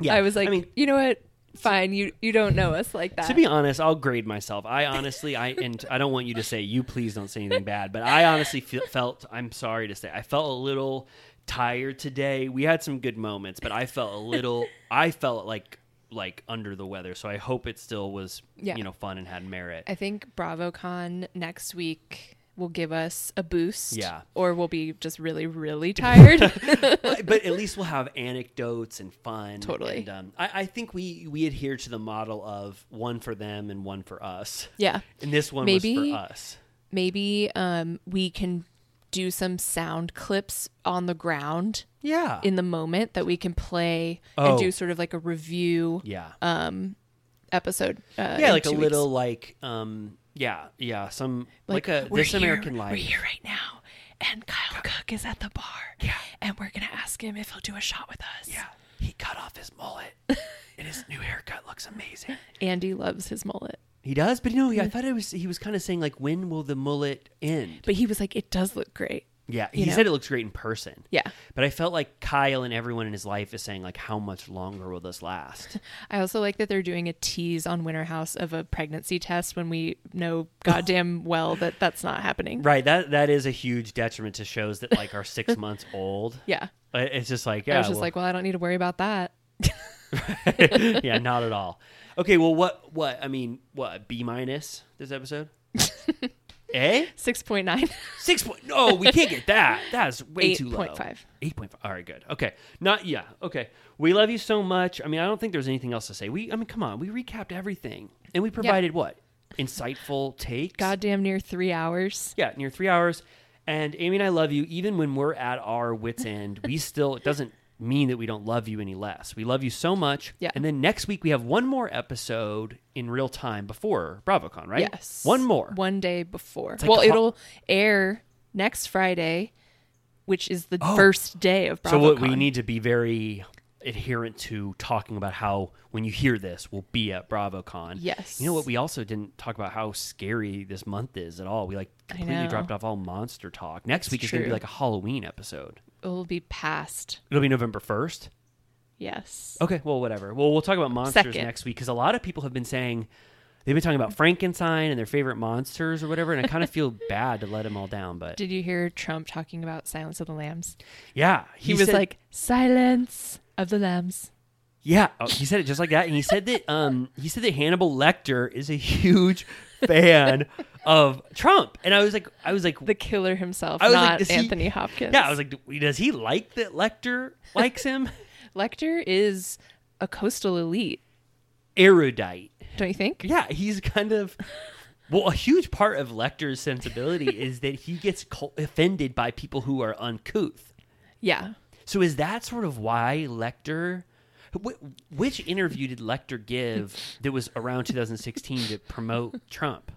yeah,
I was like,
I mean,
you know what? Fine, you you don't know us like that.
to be honest, I'll grade myself. I honestly, I and I don't want you to say you please don't say anything bad, but I honestly fe- felt. I'm sorry to say, I felt a little tired today. We had some good moments, but I felt a little. I felt like like under the weather. So I hope it still was
Yeah.
you know fun and had merit.
I think BravoCon next week will give us a boost.
Yeah.
Or we'll be just really,
[LAUGHS]
really tired. [LAUGHS]
but but at least we'll have anecdotes and fun.
Totally.
And, um, I, I think we we adhere to the model of one for them and one for us.
yeah.
And this one was
Maybe-
for us.
Maybe um, we can do some sound clips on the ground
Yeah.
in the moment that we can play
Oh.
and do sort of like a review
yeah.
episode. Uh,
yeah,
in
like a
two weeks.
little like um yeah yeah some like, a
we're
this American
here,
Life.
We're here right now, and Kyle Cook is at the bar. Yeah. And we're gonna ask him if he'll do a shot with us.
Yeah. He cut off his
[LAUGHS]
mullet, and his new haircut looks amazing.
Andy loves his mullet.
He does, but you know, he, I thought it was he was kind of saying like, when will the mullet end?
But he was like, it does look great.
yeah,
you
he
know?
said it looks great in person.
Yeah.
But I felt like Kyle and everyone in his life is saying like, how much longer will this
[LAUGHS]
last?
I also like that they're doing a tease on Winter House of a pregnancy test when we
[LAUGHS]
know goddamn well that that's not happening.
right. That that is a huge detriment to shows that like are
[LAUGHS]
six months old.
Yeah.
I- It's just like yeah,
I was just
well-
like, well, I don't need to worry about that.
[LAUGHS] yeah, not at all. Okay, well, what what I mean, what B minus this [LAUGHS] episode? eh?
6.9.
Six point? No, we can't get that. That's way too low.
8.5.
Eight point five. All right, good. Okay, not yeah. Okay, we love you so much. I mean, I don't think there's anything else to say. We, I mean, come on, we recapped everything, and we provided what insightful takes.
[LAUGHS] goddamn near three hours.
Yeah, near three hours. And Amy and I love you. Even when we're at our
[LAUGHS]
wits' end, we still, it doesn't mean that we don't love you any less. We love you so much.
Yeah.
And then next week, we have one more episode in real time before BravoCon, right?
Yes.
One more.
One day before.
like
well,
the ho-
it'll air next Friday, which is the first day of BravoCon.
Oh. so what we need to be very adherent to talking about how when you hear this, we'll be at BravoCon.
Yes.
You know what? We also didn't talk about how scary this month is at all. We like completely
know.
dropped off all monster talk. Next week is going to be
true.
like a Halloween episode.
It'll be past.
It'll be November 1st.
Yes.
Okay, well, whatever. Well, we'll talk about monsters
Second.
next week because a lot of people have been saying they've been talking about Frankenstein and their favorite monsters or whatever, and I kind of feel [LAUGHS] bad to let them all down. But
Did you hear Trump talking about Silence of the Lambs?
yeah,
He, was
said-
like, Silence of the Lambs.
yeah, oh, he said it just like that, and he said that um he said that Hannibal Lecter is a huge fan of Trump, and I was like, I was like.
The killer himself,
I was like,
not
does he-
Anthony Hopkins.
yeah, I was like, "Do- does he like that Lecter likes him?
Lecter is a coastal elite,
Erudite.
don't you think?
Yeah, he's kind of. Well, a huge part of Lecter's
[LAUGHS]
sensibility is that he gets co- offended by people who are uncouth.
Yeah.
So is that sort of why Lecter? Wh- which interview did Lecter give that was around 2016 to promote Trump?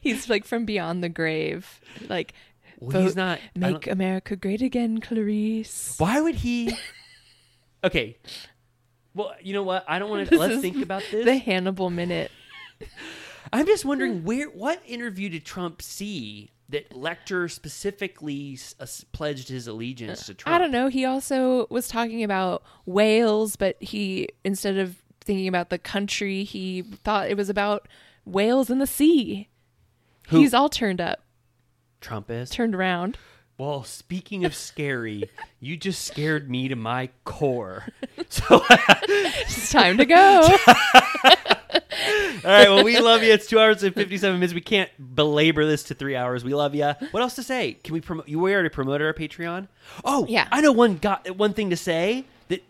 He's like from beyond the grave. Like,
Well, he's
vote-
not- I
Make
don't-
America great again, Clarice. [LAUGHS]
Why would he? Okay. Well, you know what? I don't
[LAUGHS]
want to. Let's
is
think about this.
The Hannibal Minute. [LAUGHS]
I'm just wondering where what interview did Trump see that Lecter specifically s- uh, s- pledged his allegiance to Trump.
I don't know. He also was talking about whales, but he instead of thinking about the country, he thought it was about whales in the sea.
Who-
He's all turned up,
Trump is.
turned around.
Well, speaking of scary, you just scared me to my [LAUGHS] core. So, all
It's time
[LAUGHS]
to go.
right, well, we love you. It's two hours and 57 minutes. We can't belabor this to three hours. We love you. What else to say? Can we promote? You we already promoted our Patreon. Oh,
Yeah.
I know one got one thing to say that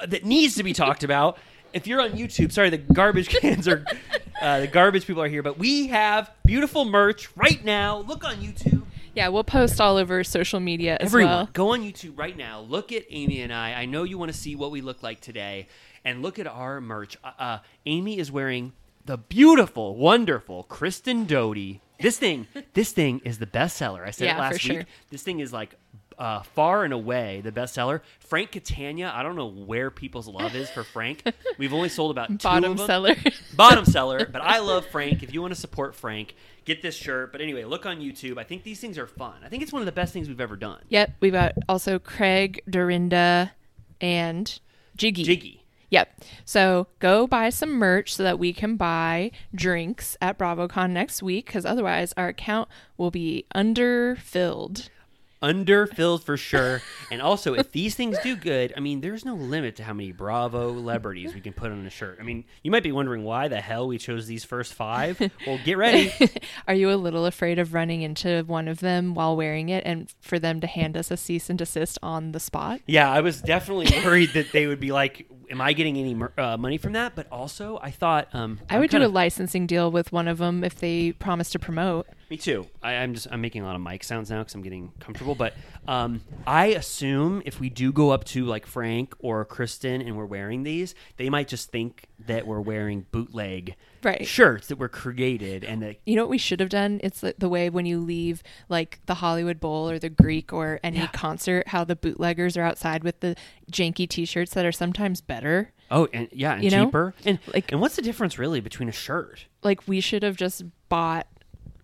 uh, that needs to be talked about. If you're on YouTube, sorry, the garbage cans are, [LAUGHS] uh, the garbage people are here, but we have beautiful merch right now. Look on YouTube.
yeah, we'll post all over social media as
Everyone,
well.
go on YouTube right now. Look at Amy and I. I know you want to see what we look like today, and look at our merch. Uh, uh, Amy is wearing the beautiful, wonderful Kristen Doty. This
[LAUGHS]
thing, this thing is the bestseller. I said
Yeah,
it
for
last
sure.
week. This thing is like uh, far and away the bestseller. Frank Catania. I don't know where people's love is for
[LAUGHS]
Frank. We've only sold about two
Bottom
of 'em
seller. [LAUGHS]
bottom seller but i love frank if you want to support frank get this shirt but anyway look on youtube i think these things are fun i think it's one of the best things we've ever done
yep, we've got also Craig, Dorinda, and Jiggy.
jiggy
Yep. So go buy some merch so that we can buy drinks at BravoCon next week because otherwise our account will be underfilled. [LAUGHS]
underfilled for sure and also if these things do good i mean there's no limit to how many bravo celebrities we can put on a shirt i mean you might be wondering why the hell we chose these first five well get
[LAUGHS]
ready
Are you a little afraid of running into one of them while wearing it and for them to hand us a cease and desist on the spot?
Yeah, I was definitely worried that they would be like, "Am I getting any mer- uh, money from that?" But also, I thought um,
I
I'm
would do
kinda-
a licensing deal with one of them if they promise to promote.
Me too. I, I'm just I'm making a lot of mic sounds now because I'm getting comfortable. But um, I assume if we do go up to like Frank or Kristen and we're wearing these, they might just think that we're wearing bootleg
Right.
shirts that were created and that
You know what we should have done? It's like the way when you leave like the Hollywood Bowl or the Greek or any concert, how the bootleggers are outside with the janky t-shirts that are sometimes better.
oh and yeah and
You know?
cheaper and like
Like-
and what's the difference really between a shirt?
like we should have just bought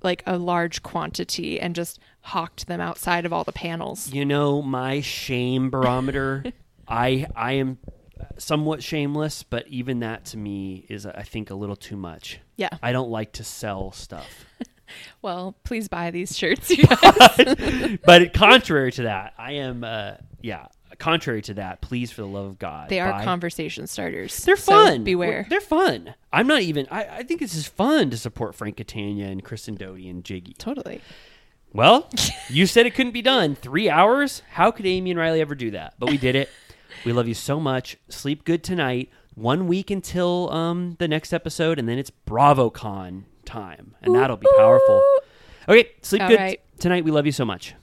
like a large quantity and just hawked them outside of all the panels.
You know my shame
[LAUGHS]
barometer. I I am somewhat shameless, but even that to me is I think a little too much.
Yeah.
I don't like to sell stuff.
Well, please buy these shirts. [LAUGHS] you guys.
but contrary to that, I am, uh, yeah, contrary to that, please, for the love of God.
they are
buy-
conversation starters.
They're
so
fun.
beware.
They're fun. I'm not even, I, I think this is fun to support Frank Catania and Kristen Doty and Jiggy.
totally. [LAUGHS]
Well, you said it couldn't be done. Three hours? How could Amy and Riley ever do that? But we
[LAUGHS]
did it. We love you so much. Sleep good tonight. One week until um, the next episode, and then it's BravoCon time. And that'll be powerful. Okay, sleep
All
good
right.
tonight. We love you so much.